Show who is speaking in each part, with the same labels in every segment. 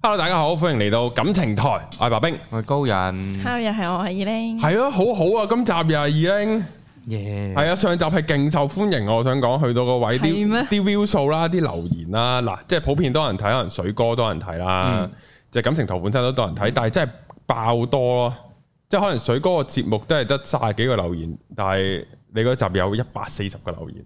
Speaker 1: Hello，大家好，歡迎嚟到感情台，我係白冰，
Speaker 2: 我係高人，
Speaker 3: Hello，又係我係二玲，
Speaker 1: 嗯係啊，好好啊，今集又係二英，
Speaker 2: 耶，
Speaker 1: 係啊，上集係勁受歡迎啊，我想講去到個位
Speaker 3: 係
Speaker 1: 啲
Speaker 3: 咩
Speaker 1: 啲 view 數啦，啲留言啦，嗱，即係普遍多人睇，可能水哥多人睇
Speaker 3: 嗯
Speaker 1: 啦，即係感情台本身都多人睇，但係真係爆多咯，即係可能水哥個節目都係得卅幾個留言，但係你嗰集有一百四十個留言，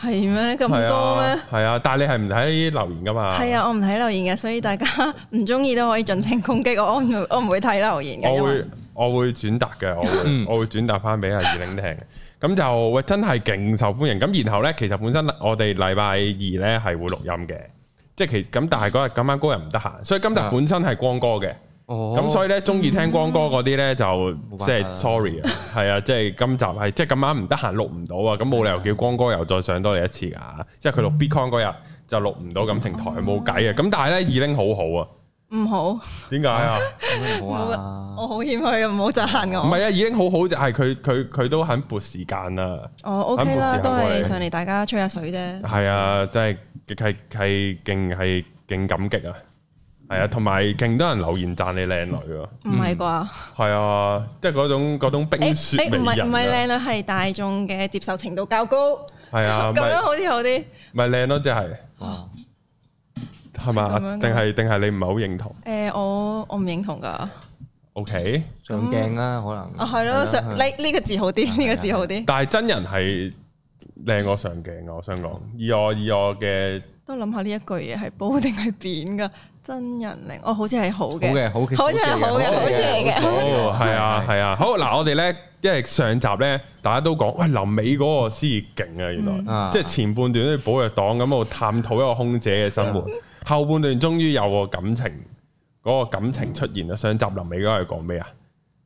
Speaker 3: 係咩咁
Speaker 1: 係
Speaker 3: 多
Speaker 1: 啊
Speaker 3: 咩？，
Speaker 1: 係啊，但係你係唔睇留言噶嘛？
Speaker 3: 係啊，我唔睇留言嘅，所以 大家唔中意都可以盡情攻擊我，我唔我唔會睇留言嘅。
Speaker 1: 我
Speaker 3: 因
Speaker 1: 會
Speaker 3: 為
Speaker 1: 我會轉達嘅，我會我會轉達翻俾阿二玲聽。咁就喂真係勁受歡迎。咁然後呢，其實本身我哋禮拜二呢係會錄音嘅，即係其咁，但係嗰日咁啱高人唔得閒，所以今日
Speaker 2: 啊
Speaker 1: 本身係光哥嘅。
Speaker 2: 哦，
Speaker 1: 咁所以呢，中意聽光哥嗰啲呢，就
Speaker 2: 冇辦法
Speaker 1: 即係
Speaker 2: 啦
Speaker 1: sorry 啊，係啊，即係今集係即係咁啱唔得閒錄唔到啊，咁冇理由叫光哥又再上多你一次㗎，即係佢錄 Bitcoin 嗰日就錄唔到感情台冇計啊。咁但係呢，二玲好好啊，
Speaker 3: 唔好，
Speaker 1: 點解啊？
Speaker 2: 以好啊，
Speaker 3: 我好謙虛嘅，唔好讚
Speaker 1: 唔
Speaker 3: 我。
Speaker 1: 係啊，已經好好就係佢佢佢都肯撥時間啦。
Speaker 3: 我哦 OK
Speaker 1: 我
Speaker 3: 啦，
Speaker 1: 冇事啊
Speaker 3: 都
Speaker 1: 我係
Speaker 3: 係上嚟大家吹下水啫。
Speaker 1: 係啊，真係係係勁係勁感激啊！係啊，同埋勁多人留言讚你靚女啊！
Speaker 3: 唔係啩？
Speaker 1: 係啊，即係嗰種嗰種冰雪
Speaker 3: 誒誒，
Speaker 1: 美
Speaker 3: 唔係唔係
Speaker 1: 嗯人啊！
Speaker 3: 靚女，係大眾嘅接受程度較高，
Speaker 1: 係啊，
Speaker 3: 咁樣
Speaker 1: 咪
Speaker 3: 好似好啲。
Speaker 1: 咪靚咯，即係
Speaker 2: 哇，
Speaker 1: 係
Speaker 3: 咁樣
Speaker 1: 嘛？
Speaker 3: 㗎
Speaker 1: 定係定係你唔係好認同
Speaker 3: 誒，我我唔認同㗎。啊，
Speaker 1: 嗯？OK，
Speaker 2: 上鏡啦，可能，
Speaker 3: 係
Speaker 1: 嗯
Speaker 3: 咯，上呢呢個字好啲，呢個字好啲。
Speaker 1: 但啊係真人係靚過上鏡啊！我想講，以我以我嘅
Speaker 3: 都諗下呢一句嘢係褒定係貶㗎？真人嚟，哦，好似係好
Speaker 2: 好
Speaker 3: 嘅。
Speaker 2: 嘅，好嘅，
Speaker 3: 好嘅好嘅好嘅
Speaker 2: 好
Speaker 1: 哦，係
Speaker 2: à,
Speaker 1: 啊，係啊，好嗱，我哋咧，因為上集咧，大家都講，喂，臨尾嗰個先勁啊，原來，
Speaker 2: 啊
Speaker 1: 即係前半段都保藥黨咁，我探討一個空姐嘅生活，後半段終於有個感情，嗰、個感情出現啦。上集臨尾嗰個係講咩啊？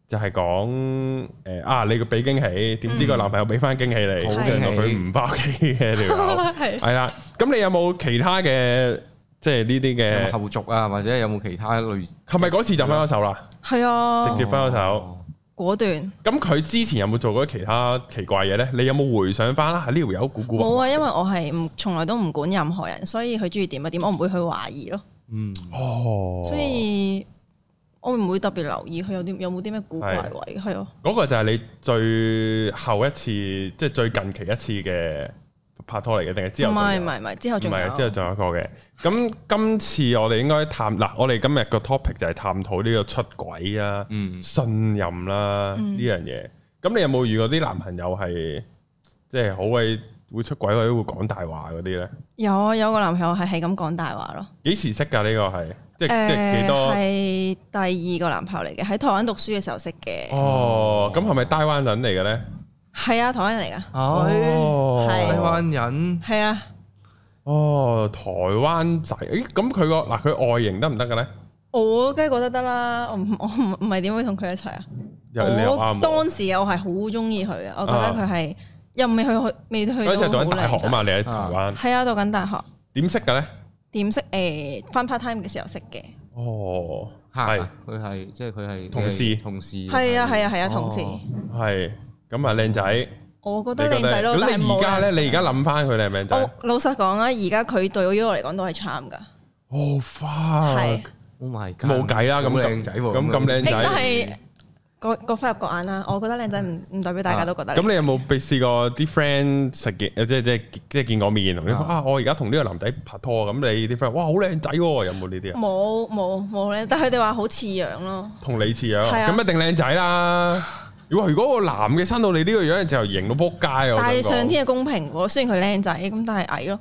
Speaker 1: 就係講誒啊，你個俾驚喜，點知個男朋友俾翻驚喜你，
Speaker 2: 好
Speaker 3: 驚喜
Speaker 1: 原來佢唔翻屋企嘅條友，
Speaker 3: 係。
Speaker 1: 係啦。咁你有冇其他嘅，即係呢啲
Speaker 2: 有
Speaker 1: 嘅？
Speaker 2: 冇後續啊，或者有冇其他類
Speaker 1: 係咪嗰次就分咗手啦？
Speaker 3: 係啊，
Speaker 1: 直接分咗手。
Speaker 3: 果斷
Speaker 1: 咁佢之前有冇做過其他奇怪嘢呢？你有冇回想翻啦？呢條友古古
Speaker 3: 冇
Speaker 1: 啊！
Speaker 3: 啊，因為我係唔從來都唔管任何人，所以佢中意點就點，我唔會去懷疑咯，
Speaker 2: 嗯，
Speaker 1: 哦，
Speaker 3: 所以我唔會特別留意佢有啲有冇啲咩古怪位，係啊，
Speaker 1: 嗰個就係你最後一次，即係最近期一次嘅拍拖嚟嘅，定係之
Speaker 3: 唔
Speaker 1: 後仲有？
Speaker 3: 係唔係唔係，之後
Speaker 1: 唔
Speaker 3: 仲
Speaker 1: 係，之後
Speaker 3: 有
Speaker 1: 仲有一個嘅。咁今次我哋應該探嗱，我哋今日個 topic 就係探討呢個出軌啊、
Speaker 2: 嗯
Speaker 1: 信任啦
Speaker 3: 嗯
Speaker 1: 呢樣嘢。咁你有冇遇過啲男朋友係即係好鬼會出軌或者會講大話嗰啲呢？
Speaker 3: 有啊有個男朋友係係咁講大話咯，
Speaker 1: 幾時識㗎？呢個係即係即係
Speaker 3: 誒
Speaker 1: 幾多？
Speaker 3: 係第二個男朋友嚟嘅，喺台灣讀書嘅時候識嘅，
Speaker 1: 哦，咁係咪台灣人嚟嘅咧？
Speaker 3: 係啊台灣人嚟噶，
Speaker 2: 哦，台
Speaker 3: 係
Speaker 2: 灣人
Speaker 3: 係啊
Speaker 1: 哦，台灣仔，咦，咁佢個嗱佢外形得唔得嘅咧？
Speaker 3: 我梗係覺得得啦，我唔我唔唔係點會同佢一齊啊？
Speaker 1: 又你又啱
Speaker 3: 我
Speaker 1: 喎。啊
Speaker 3: 當時我係好中意佢嘅，我覺得佢係又未去去未去
Speaker 1: 嗰陣時
Speaker 3: 到
Speaker 1: 讀緊
Speaker 3: 好
Speaker 1: 大學啊
Speaker 3: 靚仔。
Speaker 1: 嘛，你喺台灣
Speaker 3: 係啊，讀緊大學，
Speaker 1: 點識嘅咧？
Speaker 3: 點識誒翻 part time 嘅時候識嘅，
Speaker 1: 哦，
Speaker 2: 嚇
Speaker 1: 係
Speaker 2: 佢係即係佢係
Speaker 1: 同事
Speaker 2: 同事
Speaker 3: 係啊係啊係啊，同事，
Speaker 2: 哦
Speaker 1: 係咁啊，靚仔，
Speaker 3: 我覺
Speaker 1: 你
Speaker 3: 得靚仔咯，
Speaker 1: 咁
Speaker 3: 但係
Speaker 1: 你而
Speaker 3: 冇
Speaker 1: 家咧，
Speaker 3: 啦。
Speaker 1: 你而家諗翻佢靚唔靚
Speaker 3: 我
Speaker 1: 仔？
Speaker 3: 老實講啊，而家佢對我 U 嚟講都係 charm 噶，
Speaker 1: 哦
Speaker 3: 係
Speaker 1: ，fuck，
Speaker 2: ，Oh my god，
Speaker 1: 冇計啦，咁
Speaker 2: 好靚仔喎，
Speaker 1: 咁咁靚
Speaker 3: 誒但
Speaker 1: 仔。
Speaker 3: 係個個忽入個眼啦，我覺得靚仔唔唔代表大家都覺得靚。
Speaker 1: 啊咁你有冇被試過啲 friend 食嘅，即係即係即係見過面，同
Speaker 3: 哦
Speaker 1: 你講
Speaker 2: 啊
Speaker 1: 啊，我而家同呢個男仔拍拖，咁你啲 friend 哇好靚仔喎，有冇呢啲啊？
Speaker 3: 冇冇冇咧，但係佢哋話好似樣咯，
Speaker 1: 同你似樣，
Speaker 3: 係啊
Speaker 1: 咁一定靚仔啦。如果如果個男嘅生到你呢個樣就型到仆街啊！
Speaker 3: 但係
Speaker 1: 我想講
Speaker 3: 上天嘅公平喎，雖然佢靚仔，咁但係矮咯。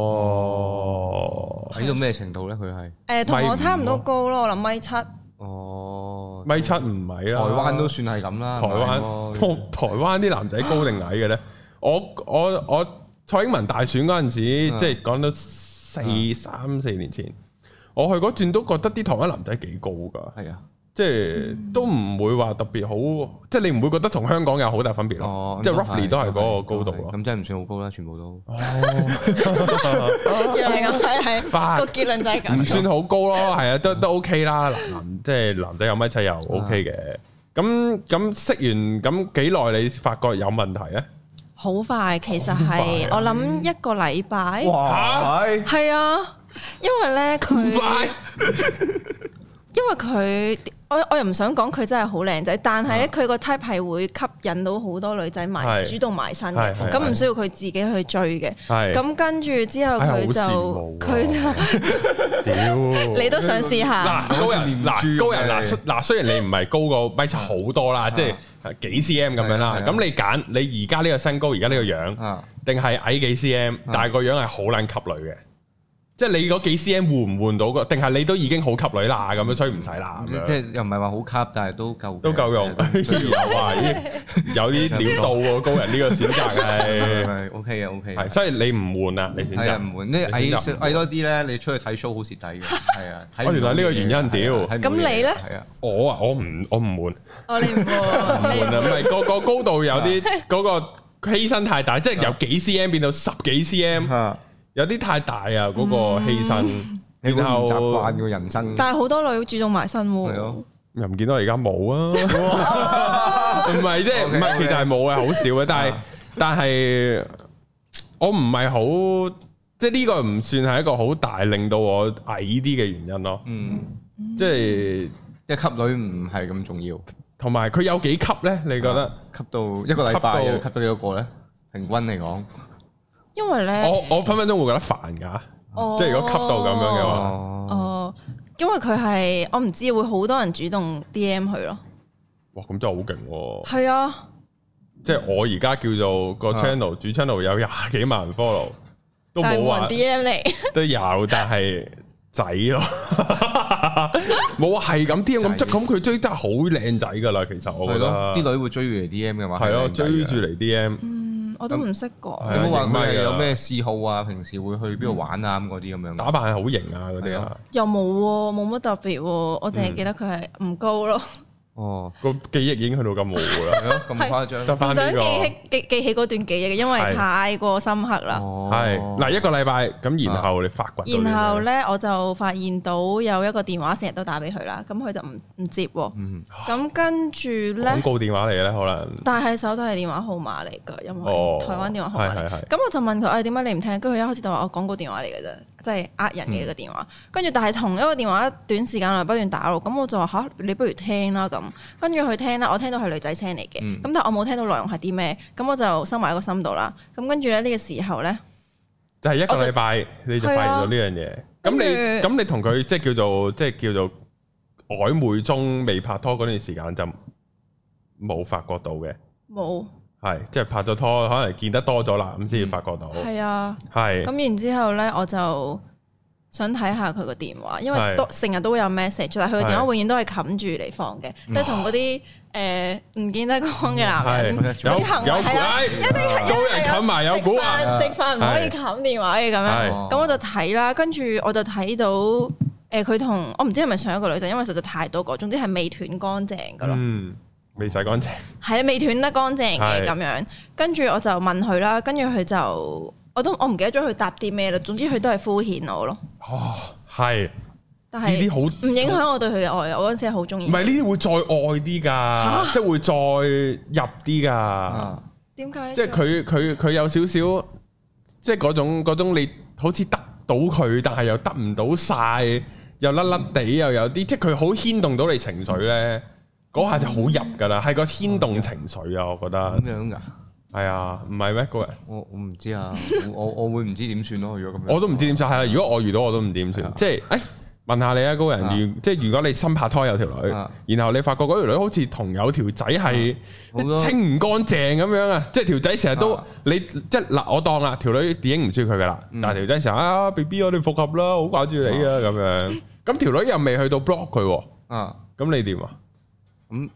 Speaker 1: 哦，
Speaker 2: 喺到咩程度咧？佢係
Speaker 3: 誒，同我差唔多
Speaker 1: 米五咯
Speaker 3: 高咯，我諗米七。
Speaker 2: 哦，
Speaker 1: 米七唔係
Speaker 2: 台
Speaker 1: 啊，
Speaker 2: 灣都算係咁啦，
Speaker 1: 台灣
Speaker 2: 係
Speaker 1: 台
Speaker 2: 喎
Speaker 1: 台灣啲男仔高定矮嘅咧？我我我蔡英文大選嗰陣時，
Speaker 2: 嗯
Speaker 1: 即係講到四
Speaker 2: 嗯
Speaker 1: 三四年前，我去嗰轉都覺得啲台灣男仔幾高㗎，
Speaker 2: 係啊，
Speaker 1: 即係都唔會話特別好，即係你唔會覺得同香港有好大分別咯
Speaker 2: 哦，，
Speaker 1: 即係
Speaker 2: 咁
Speaker 1: roughly 都係嗰個高度咯。
Speaker 2: 咁真係唔算好高啦，全部都
Speaker 3: 又係咁，係係
Speaker 1: 花
Speaker 3: 個結論就係
Speaker 1: 唔
Speaker 3: 咁。
Speaker 1: 算好高咯，係啊，都都 OK 啦。男即係男仔有米七
Speaker 3: 啊
Speaker 1: 又 OK 嘅。咁咁識完咁幾耐，你發覺有問題啊咧？
Speaker 3: 好快，其實
Speaker 1: 好快
Speaker 3: 係
Speaker 1: 啊
Speaker 3: 我諗一個禮拜，
Speaker 2: 哇，係
Speaker 3: 係啊，因為咧佢，
Speaker 1: 快
Speaker 3: 因為佢，我我又唔想講佢真係好靚仔，但係咧佢個 type 係會吸引到好多女仔埋
Speaker 1: 啊係
Speaker 3: 主動埋身
Speaker 1: 係
Speaker 3: 嘅
Speaker 1: 係，
Speaker 3: 咁
Speaker 1: 係
Speaker 3: 唔需要佢自己去追嘅。
Speaker 1: 係
Speaker 3: 咁跟住之後
Speaker 1: 哎呀好
Speaker 3: 佢
Speaker 1: 羨慕喎
Speaker 2: 啊
Speaker 3: 就佢就
Speaker 1: 屌
Speaker 3: 你都啊想試下
Speaker 1: 嗱高人嗱
Speaker 2: 連珠
Speaker 1: 高人嗱
Speaker 2: 係
Speaker 1: 雖嗱雖然你唔係高過米七好多啦，即係啊幾 cm 咁樣
Speaker 2: 啊係
Speaker 1: 啦
Speaker 2: 啊，係啊
Speaker 1: 咁你揀你而家呢個身高而家呢個樣。
Speaker 2: 啊，
Speaker 1: 定係矮幾 cm，但係個樣係好撚吸女嘅，即係你嗰幾 cm 換唔換到個？定係你都已經好吸女啦，咁樣所以唔使啦，咁
Speaker 2: 嗯即
Speaker 1: 樣
Speaker 2: 係又唔係話好卡，但係 都夠嘅
Speaker 1: 都夠用。 有啊，咦有啲料到 喎，高人呢個選擇
Speaker 2: 係 OK 嘅 OK
Speaker 1: 係係，
Speaker 2: 嘅。
Speaker 1: 所以你唔換啦，你選
Speaker 2: 係啊，唔
Speaker 1: 擇。
Speaker 2: 換呢
Speaker 1: 你
Speaker 2: 矮
Speaker 1: 選擇
Speaker 2: 少
Speaker 1: 唔換
Speaker 2: 矮多啲咧，你出去睇 show 好蝕底嘅，係啊。睇唔
Speaker 1: 哦原來呢個
Speaker 2: 到嘢
Speaker 1: 原因屌
Speaker 2: 係啊睇唔到
Speaker 3: 咁你
Speaker 2: 嘢
Speaker 3: 咧
Speaker 2: 係啊，
Speaker 1: 我啊，我唔我唔換，
Speaker 3: 我你唔
Speaker 1: 唔換
Speaker 3: 會，
Speaker 1: 啊，唔係個個高度有啲
Speaker 2: 啊
Speaker 1: 嗰個犧牲太大，即係由幾 cm 變到十幾 cm，
Speaker 2: 嚇
Speaker 1: 有啲太大啊嗰個犧牲，
Speaker 2: 嗯你會
Speaker 1: 然
Speaker 2: 唔習慣
Speaker 1: 後
Speaker 2: 個人生。
Speaker 3: 但係好多女主動埋身
Speaker 2: 係
Speaker 3: 喎
Speaker 2: 咯。，
Speaker 1: 又唔見到我而家冇 啊，唔係即係唔
Speaker 2: OK，
Speaker 1: 係，其實係冇嘅，好少嘅，但係
Speaker 2: 啊
Speaker 1: 但係我唔係好，即係呢個唔算係一個好大令到我矮啲嘅原因咯，
Speaker 2: 嗯，
Speaker 1: 即係
Speaker 2: 一級女唔係咁重要，
Speaker 1: 同埋佢有幾級呢？你覺得？
Speaker 2: 級到一個禮拜
Speaker 1: 級到
Speaker 2: 又級到幾多個咧？平均嚟講，
Speaker 3: 因為
Speaker 2: 啊
Speaker 3: 咧，
Speaker 1: 我我分分鐘會覺得煩㗎，哦
Speaker 3: 哦
Speaker 1: 即係如果吸到咁樣嘅話
Speaker 2: 哦，
Speaker 3: 哦，因為佢係我唔知會好多人主動 D M 佢咯，
Speaker 1: 哇咁真係好勁喎！
Speaker 3: 係啊，
Speaker 1: 即係我而家叫做個
Speaker 2: 啊
Speaker 1: channel 主 channel 有廿幾萬 follow，都
Speaker 3: 但係
Speaker 1: 冇啊
Speaker 3: 冇
Speaker 1: 話
Speaker 3: 人 D M 你，
Speaker 1: 都有，但係仔 咯，冇啊，係咁 D M 咁，即
Speaker 2: 仔
Speaker 1: 係咁佢追真係好靚仔㗎啦，其實我
Speaker 2: 係
Speaker 1: 覺得
Speaker 2: 咯，啲女會追住嚟 D M 嘅話，
Speaker 1: 係咯，追住
Speaker 2: 你。
Speaker 1: 嚟 D M。
Speaker 3: 嗯，我都唔識講。
Speaker 2: 有冇話
Speaker 1: 影咪
Speaker 2: 佢
Speaker 1: 㗎
Speaker 2: 係有咩嗜好啊？平時會去邊度玩啊？咁嗰啲咁樣。
Speaker 1: 打扮係好型啊嗰啲
Speaker 2: 係
Speaker 1: 啊，
Speaker 3: 又冇喎，冇乜特別喎，我淨係記得佢係唔高咯，
Speaker 1: 嗯
Speaker 2: 哦，
Speaker 1: 個記憶已經去到咁模糊啊啦，
Speaker 2: 係咯，咁誇張。
Speaker 1: 得
Speaker 3: 唔
Speaker 1: 翻
Speaker 3: 想
Speaker 1: 呢
Speaker 3: 記
Speaker 1: 個
Speaker 3: 起記記起嗰段記憶嘅，因為
Speaker 1: 係
Speaker 3: 太過深刻啦。
Speaker 2: 哦
Speaker 1: 係嗱一個禮拜咁，然後你發掘到啲咩，
Speaker 3: 然後咧，我就發現到有一個電話成日都打俾佢啦，咁佢就唔唔接喎。
Speaker 2: 嗯，
Speaker 3: 咁跟住
Speaker 1: 廣
Speaker 3: 咧，
Speaker 1: 告電話嚟嘅咧，可能
Speaker 3: 但係手底係電話號碼嚟㗎，因
Speaker 1: 哦
Speaker 3: 為台灣電話號啊碼
Speaker 1: 係係
Speaker 3: 嚟
Speaker 1: 係。
Speaker 3: 咁我就問佢：，哎誒點解你唔聽？跟住佢一開始就話：我哦廣告電話嚟嘅啫，即係呃人嘅一個電話。跟住但係同一個電話短時間內不斷打咯。咁我就話吓，你不如聽啦咁。跟住佢聽啦，我聽到係女仔聲嚟嘅，咁、
Speaker 2: 嗯
Speaker 3: 但係我冇聽到內容係啲咩，咁我就收埋喺個心度啦。咁跟住咧呢個時候咧，
Speaker 1: 就係一個
Speaker 3: 我就
Speaker 1: 禮拜你就發現到呢樣嘢。咁你
Speaker 3: 哦跟住
Speaker 1: 咁你同佢即係叫做即係叫做曖昧中未拍拖嗰段時間就冇發覺到嘅，
Speaker 3: 冇，
Speaker 1: 係即係拍咗拖可能見得多咗啦，咁先至發覺到
Speaker 3: 嗯係啊。
Speaker 1: 係
Speaker 3: 咁然之後咧，我就想睇下佢個電話，因
Speaker 1: 係
Speaker 3: 為都成日都會有 message，但係佢個電
Speaker 1: 係
Speaker 3: 話永遠都係冚住嚟放嘅，即係同嗰啲誒唔見得光嘅男人
Speaker 2: 係
Speaker 1: 有
Speaker 3: 嗰啲行為
Speaker 1: 有
Speaker 3: 係啊啦，
Speaker 1: 哎
Speaker 3: 一定係
Speaker 1: 高人冚埋有股啊！
Speaker 3: 食飯食飯唔可以冚電話嘅咁樣。
Speaker 2: 哦
Speaker 1: 係
Speaker 3: 咁我就睇啦，跟住我就睇到誒佢同我唔知係咪上一個女仔，因為實在太多個，總之係未斷乾淨噶咯。
Speaker 1: 嗯，未洗乾淨，
Speaker 3: 係啊，未斷得乾
Speaker 1: 係
Speaker 3: 淨嘅咁樣。跟住我就問佢啦，跟住佢就我都我唔記得咗佢答啲咩啦。總之佢都係敷衍我咯。
Speaker 1: 哦，係呢
Speaker 3: 但係
Speaker 1: 啲好唔
Speaker 3: 唔影響我對佢嘅愛。我嗰陣時係好中意。
Speaker 1: 係呢啲會再愛啲噶，即係會再入啲噶，
Speaker 2: 啊，
Speaker 3: 點解？
Speaker 1: 即係佢佢佢有少少，即係嗰種嗰種你好似得到佢，但係又得唔到晒，又甩甩地又有啲，即係佢好牽動到你情緒咧，嗰下就好入噶啦，係個牽動情緒啊，我覺得
Speaker 3: 嗯
Speaker 2: 咁樣噶？
Speaker 1: 係啊，唔係咩高人，
Speaker 2: 我我唔知啊，我我我會唔知點算咯。如果咁樣，
Speaker 1: 我都唔知點算係啦，如果我遇到我都唔知點
Speaker 2: 係
Speaker 1: 算
Speaker 2: 啊，
Speaker 1: 即係誒。問下你啊，高人，
Speaker 2: 啊
Speaker 1: 如即係如果你新拍拖有條女，
Speaker 2: 啊
Speaker 1: 然後你發覺嗰條女好似同有條仔係。
Speaker 2: 好多
Speaker 1: 清唔乾淨咁樣啊！即係條仔成日都
Speaker 2: 啊
Speaker 1: 你即係嗱，我當啦，條女已經唔中意佢噶啦，
Speaker 2: 嗯
Speaker 1: 但係條仔成日啊，B B 我哋復合啦，好掛住你啊咁樣。咁條女又未去到 block 佢喎，
Speaker 2: 啊，
Speaker 1: 咁你點啊？
Speaker 2: 咁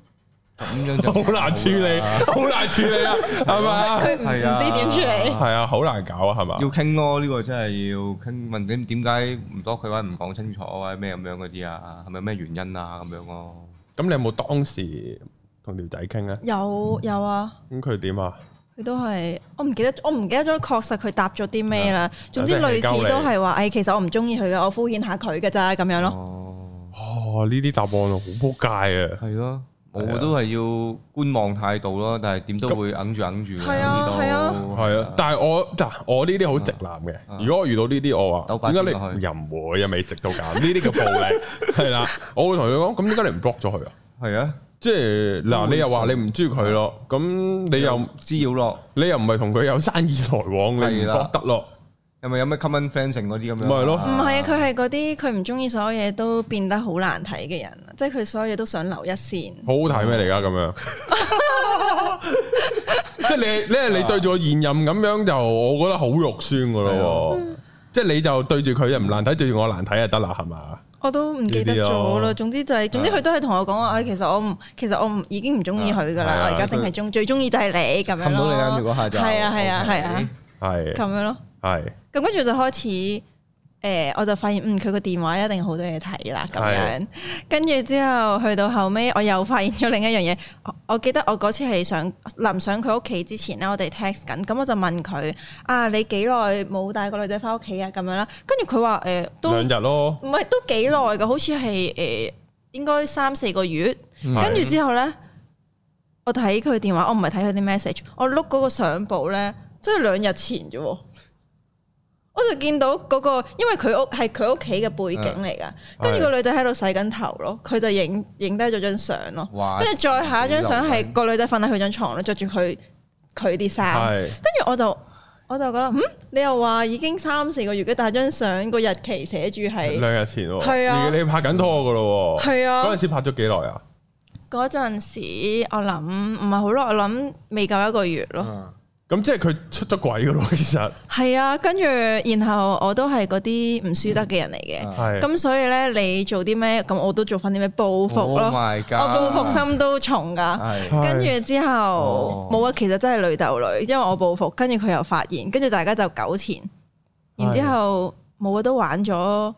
Speaker 2: 咁樣就
Speaker 1: 好難處理， 好難處理啊，係嘛？
Speaker 3: 佢唔唔
Speaker 2: 係啊
Speaker 3: 知點處理。
Speaker 1: 係啊，好難搞啊，係嘛
Speaker 2: 要？傾咯，呢個真係要傾。問點點解唔多佢話唔講清楚或者咩咁樣嗰啲啊？係咪咩原因啊？咁樣咯。
Speaker 1: 咁你有冇當時同條仔傾咧？
Speaker 3: 有有啊，
Speaker 1: 咁佢點啊？
Speaker 3: 佢都係我唔記得，我唔記得咗確實佢答咗啲咩啦。總之
Speaker 1: 有啲
Speaker 3: 類
Speaker 1: 人
Speaker 3: 似
Speaker 1: 係鳩你
Speaker 3: 都係話誒，哎其實我唔中意佢嘅，我敷衍下佢嘅咋咁樣咯。
Speaker 2: 哦，
Speaker 1: 哦，呢啲答案好仆街啊！
Speaker 2: 係咯，我都係要觀望態度咯，但係點都會揞住揞住嘅。
Speaker 3: 係啊
Speaker 2: 呢度
Speaker 3: 係啊
Speaker 1: 係啊，但係我嗱，我呢啲好直男
Speaker 2: 啊
Speaker 1: 嘅。如果我遇到呢啲，我
Speaker 2: 兜
Speaker 1: 話
Speaker 2: 巴
Speaker 1: 點
Speaker 2: 尖
Speaker 1: 解
Speaker 2: 落
Speaker 1: 你
Speaker 2: 去
Speaker 1: 又唔會又未直到咁？呢啲叫暴 力係啦。我會同佢講，咁點解你唔 block 咗佢啊？
Speaker 2: 係啊，
Speaker 1: 即係嗱，
Speaker 2: 會啊
Speaker 1: 你又話你唔中意佢咯，咁你又
Speaker 2: 滋擾咯，
Speaker 1: 你又唔係同佢有生意來往，你唔
Speaker 2: 係啦
Speaker 1: block 得咯？
Speaker 2: 有咪有咩 common friend 性嗰啲咁樣
Speaker 1: 咪
Speaker 2: 啊？
Speaker 1: 係咯
Speaker 3: 唔係啊，佢係嗰啲佢唔中意所有嘢都變得好難睇嘅人，啊即係佢所有嘢都想留一線。
Speaker 1: 好好睇咩嚟噶咁 樣？即係你咧，
Speaker 2: 啊
Speaker 1: 你對住我現任咁樣就，我覺得好肉酸噶咯
Speaker 2: 啊
Speaker 1: 喎。即係你就對住佢又唔難睇，對住我難睇就得啦，係嘛？
Speaker 3: 我都唔記得
Speaker 1: 呢
Speaker 3: 咗
Speaker 1: 啲
Speaker 3: 啦。
Speaker 1: 啊
Speaker 3: 總之就係、總之佢都係同我講話，哎唉，其實我唔，其實我唔已經唔中意佢噶啦，
Speaker 1: 係啊
Speaker 3: 我而家淨係中最中意就係你咁樣
Speaker 2: 冚到你啦！
Speaker 3: 咯。
Speaker 2: 如果下就
Speaker 3: 係啊係啊
Speaker 2: OK
Speaker 3: 係啊
Speaker 1: 係
Speaker 3: 咁樣咯。
Speaker 1: 係
Speaker 3: 咁跟住就開始，誒、我就發現嗯佢個電話一定好多嘢睇啦，咁樣。跟住之後去到後尾，我又發現咗另一樣嘢。我我記得我嗰次係上臨上佢屋企之前咧，我哋 text 緊，咁我就問佢啊，你幾耐冇帶個女仔翻屋企啊？咁樣啦。跟住佢話誒都
Speaker 1: 兩日咯。
Speaker 3: 唔係都幾耐嘅，好似係誒應該三四個月。
Speaker 1: 係
Speaker 3: 嗯跟住之後咧，我睇佢電話，我唔係睇佢啲 message，我碌嗰個相簿咧，真係兩日前啫喎。我就見到嗰、個，因為佢屋係佢屋企嘅背景嚟噶，跟住個女仔喺度洗緊頭咯，佢就影影低咗張相咯，
Speaker 1: 啊
Speaker 2: 哇
Speaker 3: 跟住再下一張相係個女仔瞓喺佢張床咧，着住佢佢啲衫，
Speaker 1: 係
Speaker 3: 跟住我就我就覺得，嗯，你又話已經三四個月嘅，但係張相個日期寫住係
Speaker 1: 兩日前喎，
Speaker 3: 係啊
Speaker 1: 你你拍緊拖噶咯喎，
Speaker 3: 係啊
Speaker 1: 嗰陣時拍咗幾耐啊？
Speaker 3: 嗰陣時，我諗唔係好耐，我諗未夠一個月
Speaker 1: 啊
Speaker 3: 咯。
Speaker 1: 咁即係佢出咗軌噶咯， 其實
Speaker 3: 係啊，跟住然後我都係嗰啲唔輸得嘅人嚟嘅，
Speaker 1: 啊
Speaker 2: 啊
Speaker 1: 係
Speaker 3: 咁所以咧你做啲咩，咁我都做翻啲咩報復
Speaker 1: 哦
Speaker 2: Oh
Speaker 3: 咯，
Speaker 2: my god！
Speaker 3: 我報復心都重噶。
Speaker 2: 係
Speaker 1: 啊係
Speaker 3: 跟住之後
Speaker 2: 哦
Speaker 3: 冇啊，其實真係女鬥女，因為我報復，跟住佢又發現，跟住大家就糾纏，然之後冇啊都玩咗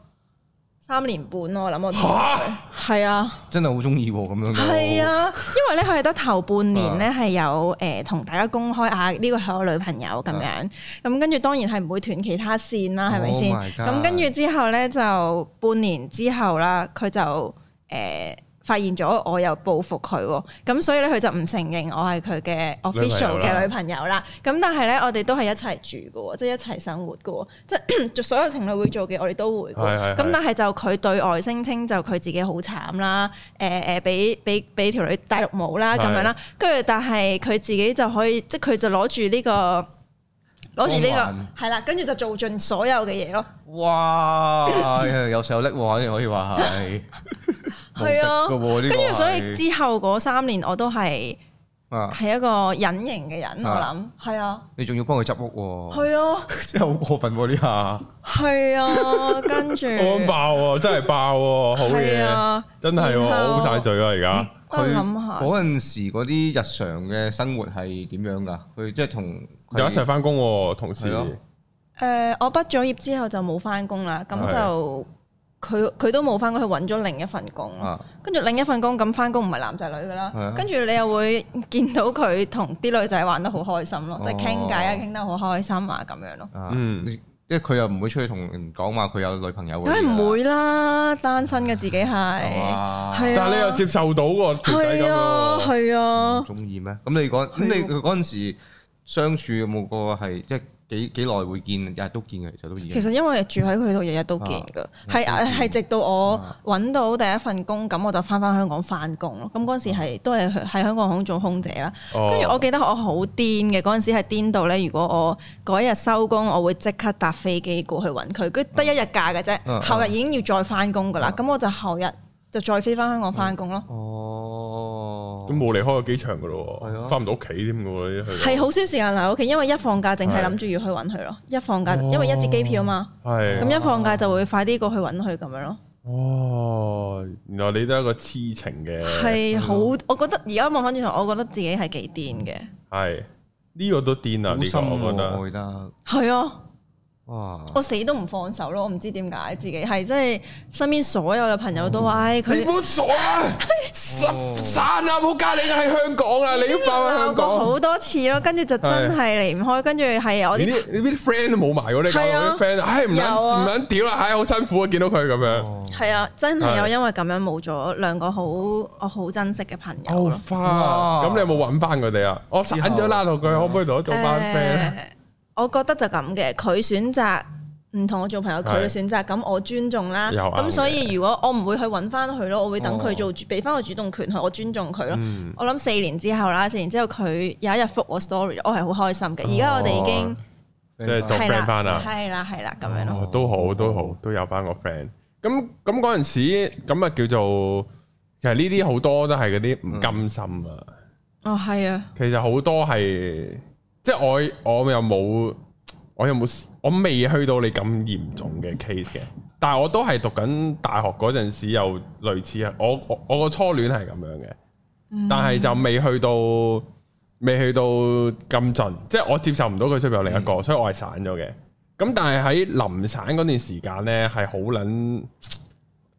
Speaker 3: 三年半咯，我諗我同佢係啊。
Speaker 2: 真係好中意喎咁樣。
Speaker 3: 係，啊，因為咧佢係得頭半年咧係有誒同、大家公開啊，呢個係我女朋友咁樣，咁跟住當然係唔會斷其他線啦，係咪
Speaker 2: Oh
Speaker 3: 先？
Speaker 2: my god
Speaker 3: 咁跟住之後咧就半年之後啦，佢就誒、呃、發現咗我又報復佢喎，咁所以咧佢就唔承認我係佢嘅 official 嘅女朋友啦。咁但係咧我哋都係一齊住嘅喎，即係一齊生活嘅喎，即係 所有情侶會做嘅我哋都會嘅
Speaker 1: 係係係
Speaker 3: 喎。咁但係就佢對外聲稱就佢自己好慘啦，誒誒呃俾俾俾條女戴綠帽啦
Speaker 1: 係
Speaker 3: 咁樣啦，跟住但係佢自己就可以，即係佢就攞住呢個。攞住
Speaker 2: 光
Speaker 3: 呢、個係啦，跟住就做盡所有嘅嘢咯。
Speaker 2: 哇， 有時候叻喎，可以話係。
Speaker 3: 係啊
Speaker 2: 無敵㗎喎呢個
Speaker 3: 跟住所以
Speaker 2: 係
Speaker 3: 之後嗰三年我都係
Speaker 2: 啊，
Speaker 3: 係一個隱形嘅人，我諗
Speaker 2: 啊哦
Speaker 3: 係啊，
Speaker 2: 你仲要幫佢執屋喎，
Speaker 3: 係啊，
Speaker 2: 真係好過分喎呢下。
Speaker 3: 係啊，跟 住
Speaker 1: 我爆喎，真係爆喎，好
Speaker 3: 係
Speaker 1: 嘢，
Speaker 3: 啊，
Speaker 1: 真係喎，
Speaker 3: 然後
Speaker 1: 我好晒嘴啊而家。
Speaker 3: 我諗下
Speaker 2: 嗰陣時嗰啲日常嘅生活係點樣㗎？佢即係同
Speaker 3: 嗯
Speaker 2: 佢
Speaker 1: 又一齊翻工喎，同事
Speaker 2: 係咯
Speaker 3: 誒、呃我畢咗業之後就冇翻工啦，咁
Speaker 1: 係
Speaker 3: 就佢佢都冇翻工，佢揾咗另一份工咯。
Speaker 2: 啊，
Speaker 3: 跟住另一份工咁翻工唔係男仔女噶啦
Speaker 2: 係啊，
Speaker 3: 跟住你又會見到佢同啲女仔玩得好開心咯，
Speaker 2: 哦
Speaker 3: 即係傾偈啊，傾得好開心啊咁樣咯。
Speaker 2: 啊
Speaker 1: 嗯
Speaker 2: 你因為佢又唔會出去同人講話佢有女朋友嗰啲㗎啦。
Speaker 3: 梗係唔會啦，單身嘅自己係，係
Speaker 2: 哇
Speaker 3: 係啊
Speaker 1: 但係你又接受到喎，條仔咁
Speaker 3: 啊，
Speaker 1: 喎。
Speaker 3: 係
Speaker 2: 唔
Speaker 3: 啊，
Speaker 2: 中意咩？咁你嗰咁
Speaker 3: 係喎
Speaker 2: 你嗰陣時相處有冇個係即係幾幾耐會見？日日都見嘅，其實都已經
Speaker 3: 其實因為住喺佢度，日日都見噶，係啊係直到我揾到第一份工，咁我就翻翻香港翻工咯。咁嗰陣時係都係喺香港空做空姐啦。啊跟住我
Speaker 1: 哦，
Speaker 3: 記得我好癲嘅嗰陣時係癲到咧，如果我嗰日收工，我會即刻搭飛機過去揾佢，跟住得一日假嘅啫，
Speaker 2: 嗯嗯
Speaker 3: 後日已經要再翻工噶啦，
Speaker 1: 嗯
Speaker 3: 咁我就後日就再飛翻香港翻工咯，
Speaker 2: 哦，
Speaker 1: 都冇離開過機場噶咯
Speaker 2: 係
Speaker 1: 喎，
Speaker 2: 啊
Speaker 1: 翻唔到屋企添噶喎，呢啲去到
Speaker 3: 係好少時間留喺屋企，因為一放假淨係
Speaker 1: 係
Speaker 3: 諗住要去揾佢咯，一放假
Speaker 1: 哦
Speaker 3: 因為一折機票啊嘛，
Speaker 1: 係
Speaker 3: 咁一放假就會快啲過去揾佢咁樣咯，
Speaker 1: 哦，原來你都係一個痴情嘅，
Speaker 3: 係啊好，
Speaker 1: 嗯
Speaker 3: 我覺得而家望翻轉頭，我覺得自己係幾癲嘅，
Speaker 1: 係呢個都癲啊！
Speaker 2: 好
Speaker 1: 呢
Speaker 2: 深
Speaker 1: 個
Speaker 2: 喎，
Speaker 1: 我覺得
Speaker 2: 我覺得
Speaker 3: 係啊，
Speaker 2: 哇！
Speaker 3: 我死都唔放手咯，我唔知點解自己係即係身邊所有嘅朋友都話，唉佢
Speaker 1: 你唔好傻啊！十散啦，冇加你喺香港啦，你都翻返
Speaker 3: 鬧
Speaker 1: 香
Speaker 3: 過
Speaker 1: 港。
Speaker 3: 好多次咯，跟住就真係離唔開，跟住係我
Speaker 1: 你
Speaker 3: 啲
Speaker 1: 啲你啲 friend 都冇埋喎，你搞
Speaker 3: 係啊
Speaker 1: 到啲 friend，唉唔捻
Speaker 3: 有啊
Speaker 1: 唔捻屌啦，唉好辛苦啊，見到佢咁樣。
Speaker 2: 哦
Speaker 3: 係啊，真係有
Speaker 1: 係
Speaker 3: 因為咁樣冇咗兩個好我好珍惜嘅朋友
Speaker 1: 哦
Speaker 3: 咯。
Speaker 1: 花，咁你有冇揾翻佢哋啊？我散咗啦，同佢可唔可以同我做翻 friend？
Speaker 3: 誒我覺得就咁嘅，佢選擇唔同我做朋友，佢嘅選擇，咁我尊重啦。
Speaker 1: 又啱嘅
Speaker 3: 咁所以如果我唔會去揾翻佢咯，我會等佢做主，俾翻個主動權佢，我尊重佢咯。
Speaker 1: 哦嗯
Speaker 3: 我諗四年之後啦，四年之後佢有一日復我 story，我係好開心嘅。而家我哋已經
Speaker 1: 即
Speaker 2: 哦
Speaker 1: 係哦做
Speaker 3: 係
Speaker 1: friend 啊翻
Speaker 3: 啦
Speaker 1: 啦，。
Speaker 3: 係啦，係啦，咁樣咯。
Speaker 1: 哦，都好，都好，都有翻個 friend。咁咁嗰陣時，咁啊叫做，其實呢啲好多都係嗰啲唔甘心啊。
Speaker 3: 哦，係啊，
Speaker 1: 其實好多係，即係我我又冇，我又冇，我未去到你咁嚴重嘅 case 嘅。但係我都係讀緊大學嗰陣時，有類似啊。我我我個初戀係咁樣嘅，但係就未去到，未去到咁盡，即係我接受唔到佢出邊有另一個，所以我係散咗嘅。咁但係喺臨散嗰段時間呢，係好撚。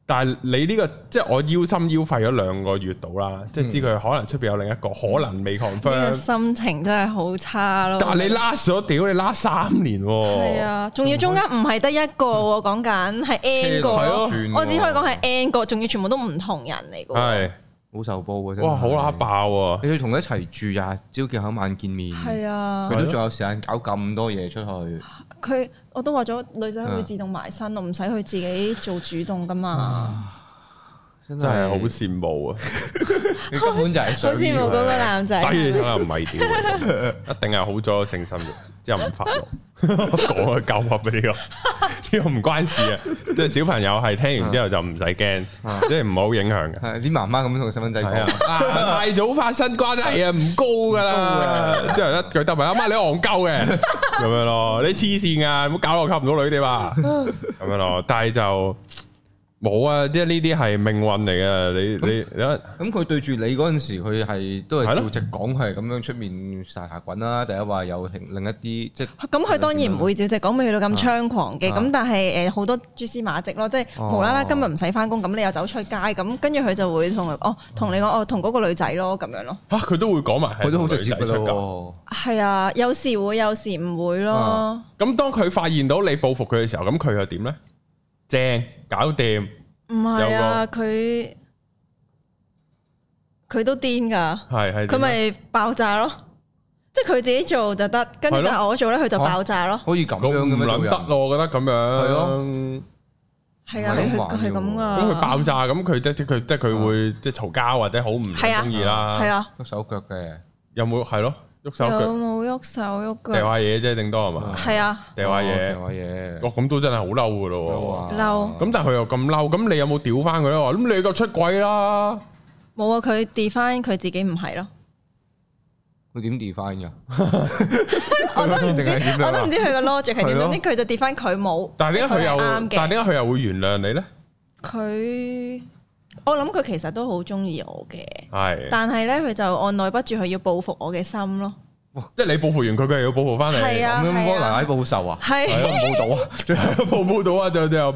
Speaker 1: 但係你呢、個即係我腰心腰肺咗兩個月到啦，即係知佢可能出邊有另一個，可能嗯未
Speaker 3: 呢個
Speaker 1: confirm。
Speaker 3: 心情真係好差咯。
Speaker 1: 但係你拉咗屌，你拉三年喎。
Speaker 3: 係啊，仲要中間唔係得一個喎，講緊係 N 個
Speaker 1: 係咯。
Speaker 3: 咯我只可以講係 N 個，仲要全部都唔同人嚟嘅喎。
Speaker 1: 係
Speaker 2: 好受報啊！真係
Speaker 1: 哇，好乸！爆啊！
Speaker 2: 你要同佢一齊住呀，朝見口晚見面，
Speaker 3: 係啊
Speaker 2: 佢，都仲有時間搞咁多嘢出去。
Speaker 3: 佢我都話咗女仔會自動埋身咯，唔使佢自己做主動噶
Speaker 1: 啊
Speaker 3: 嘛。
Speaker 2: 真
Speaker 1: 真係好羨慕啊！
Speaker 2: 你根本就係
Speaker 3: 好
Speaker 2: 想
Speaker 3: 羨慕嗰個男仔，
Speaker 1: 低你
Speaker 3: 係
Speaker 1: 可
Speaker 3: 咪
Speaker 1: 能唔係屌，一定係好咗個性生活，之後唔發怒。講啊，夠合俾呢個，呢個唔關事啊！即係小朋友係聽完之後就唔使驚，即係唔好影響嘅。
Speaker 2: 係啲媽媽咁同細蚊仔
Speaker 1: 係
Speaker 2: 講，
Speaker 1: 啊，啊太早發生關 係啊，唔高噶啦，之後一句得埋阿媽你戇鳩嘅 咁樣咯，你黐線噶，唔好搞到我溝唔到女 哋嘛，咁樣咯。但係就冇啊，即係呢啲係命運嚟嘅，你你你一
Speaker 2: 咁佢對住你嗰陣時，佢係都
Speaker 1: 係
Speaker 2: 係
Speaker 1: 咯
Speaker 2: 照直講，佢係咁樣出面晒下滾啦。第一話有另一啲即係
Speaker 3: 咁佢當然唔會照直講，未去到咁猖狂嘅。
Speaker 2: 啊
Speaker 3: 咁但係誒好多蛛絲馬跡咯，即係
Speaker 2: 哦
Speaker 3: 無啦啦今日唔使翻工，咁你又走出街，咁跟住佢就會同佢哦，同你講哦，同嗰個女仔咯咁樣咯。
Speaker 1: 吓佢都會講埋，
Speaker 2: 佢都好直接噶
Speaker 1: 出㗎。
Speaker 2: 咯
Speaker 3: 係啊，有時會，有時唔會咯
Speaker 2: 啊。
Speaker 1: 咁當佢發現到你報復佢嘅時候，咁佢又點呢？正，搞掂，
Speaker 3: 唔係啊，佢佢都癲㗎，
Speaker 1: 係啊係。
Speaker 3: 佢咪爆炸咯。即係佢自己做就得，跟住
Speaker 1: 係咯哦
Speaker 3: 但係我做咧，佢就
Speaker 2: 啊
Speaker 3: 爆炸咯
Speaker 2: 喎，。可以咁
Speaker 1: 咁
Speaker 2: 樣嘅
Speaker 1: 唔諗
Speaker 2: 咩？做人
Speaker 1: 得咯，我覺得咁樣。
Speaker 2: 係
Speaker 1: 咯，
Speaker 3: 係啊，
Speaker 2: 唔係咁
Speaker 3: 佢
Speaker 2: 玩
Speaker 3: 佢
Speaker 2: 嘅
Speaker 3: 係咁
Speaker 2: 喎
Speaker 3: 噶。
Speaker 1: 咁佢爆炸，咁佢即即佢即佢會即嘈交或者好唔
Speaker 3: 係啊
Speaker 1: 中意啦。
Speaker 3: 係，啊，
Speaker 2: 喐手腳嘅，
Speaker 1: 有冇係咯？喐手
Speaker 3: 有
Speaker 1: 腳
Speaker 3: 冇喐手喐
Speaker 1: 掉
Speaker 3: 腳？
Speaker 1: 下嘢啫，頂多係嘛？
Speaker 3: 係啊，
Speaker 1: 掉下
Speaker 2: 哦
Speaker 1: 嘢，
Speaker 2: 掉
Speaker 1: 哇！
Speaker 2: 下嘢，啊
Speaker 1: 咁都真係好嬲噶咯
Speaker 3: 嬲
Speaker 1: 喎。咁但係佢又咁嬲，咁你有冇屌翻佢咧？話咁你個出軌啦，
Speaker 3: 冇啊！佢 define 佢自己唔係咯，
Speaker 2: 佢點 define 㗎？
Speaker 3: 我都唔
Speaker 2: 定
Speaker 3: 知
Speaker 2: 係點樣，啊
Speaker 3: 我都唔知佢個 logic 係
Speaker 2: 係
Speaker 3: 點。
Speaker 2: 咯
Speaker 3: 總之佢就 define 佢冇，
Speaker 1: 但係點解佢又
Speaker 3: 即係啊係啱
Speaker 1: 但係
Speaker 3: 嘅？
Speaker 1: 點解佢又會原諒你呢？
Speaker 3: 佢我諗佢其實都好中意我嘅，
Speaker 1: 係，
Speaker 3: 但係咧佢就按耐不住佢要報復我嘅心咯。
Speaker 1: 即係你報復完佢，佢又要報復翻你。
Speaker 3: 係啊
Speaker 2: 咁樣
Speaker 3: 係
Speaker 2: 幫
Speaker 3: 啊
Speaker 2: 奶奶報仇啊？
Speaker 3: 係
Speaker 2: 係啊，冇到啊！
Speaker 1: 最後 報唔報到啊？就 就，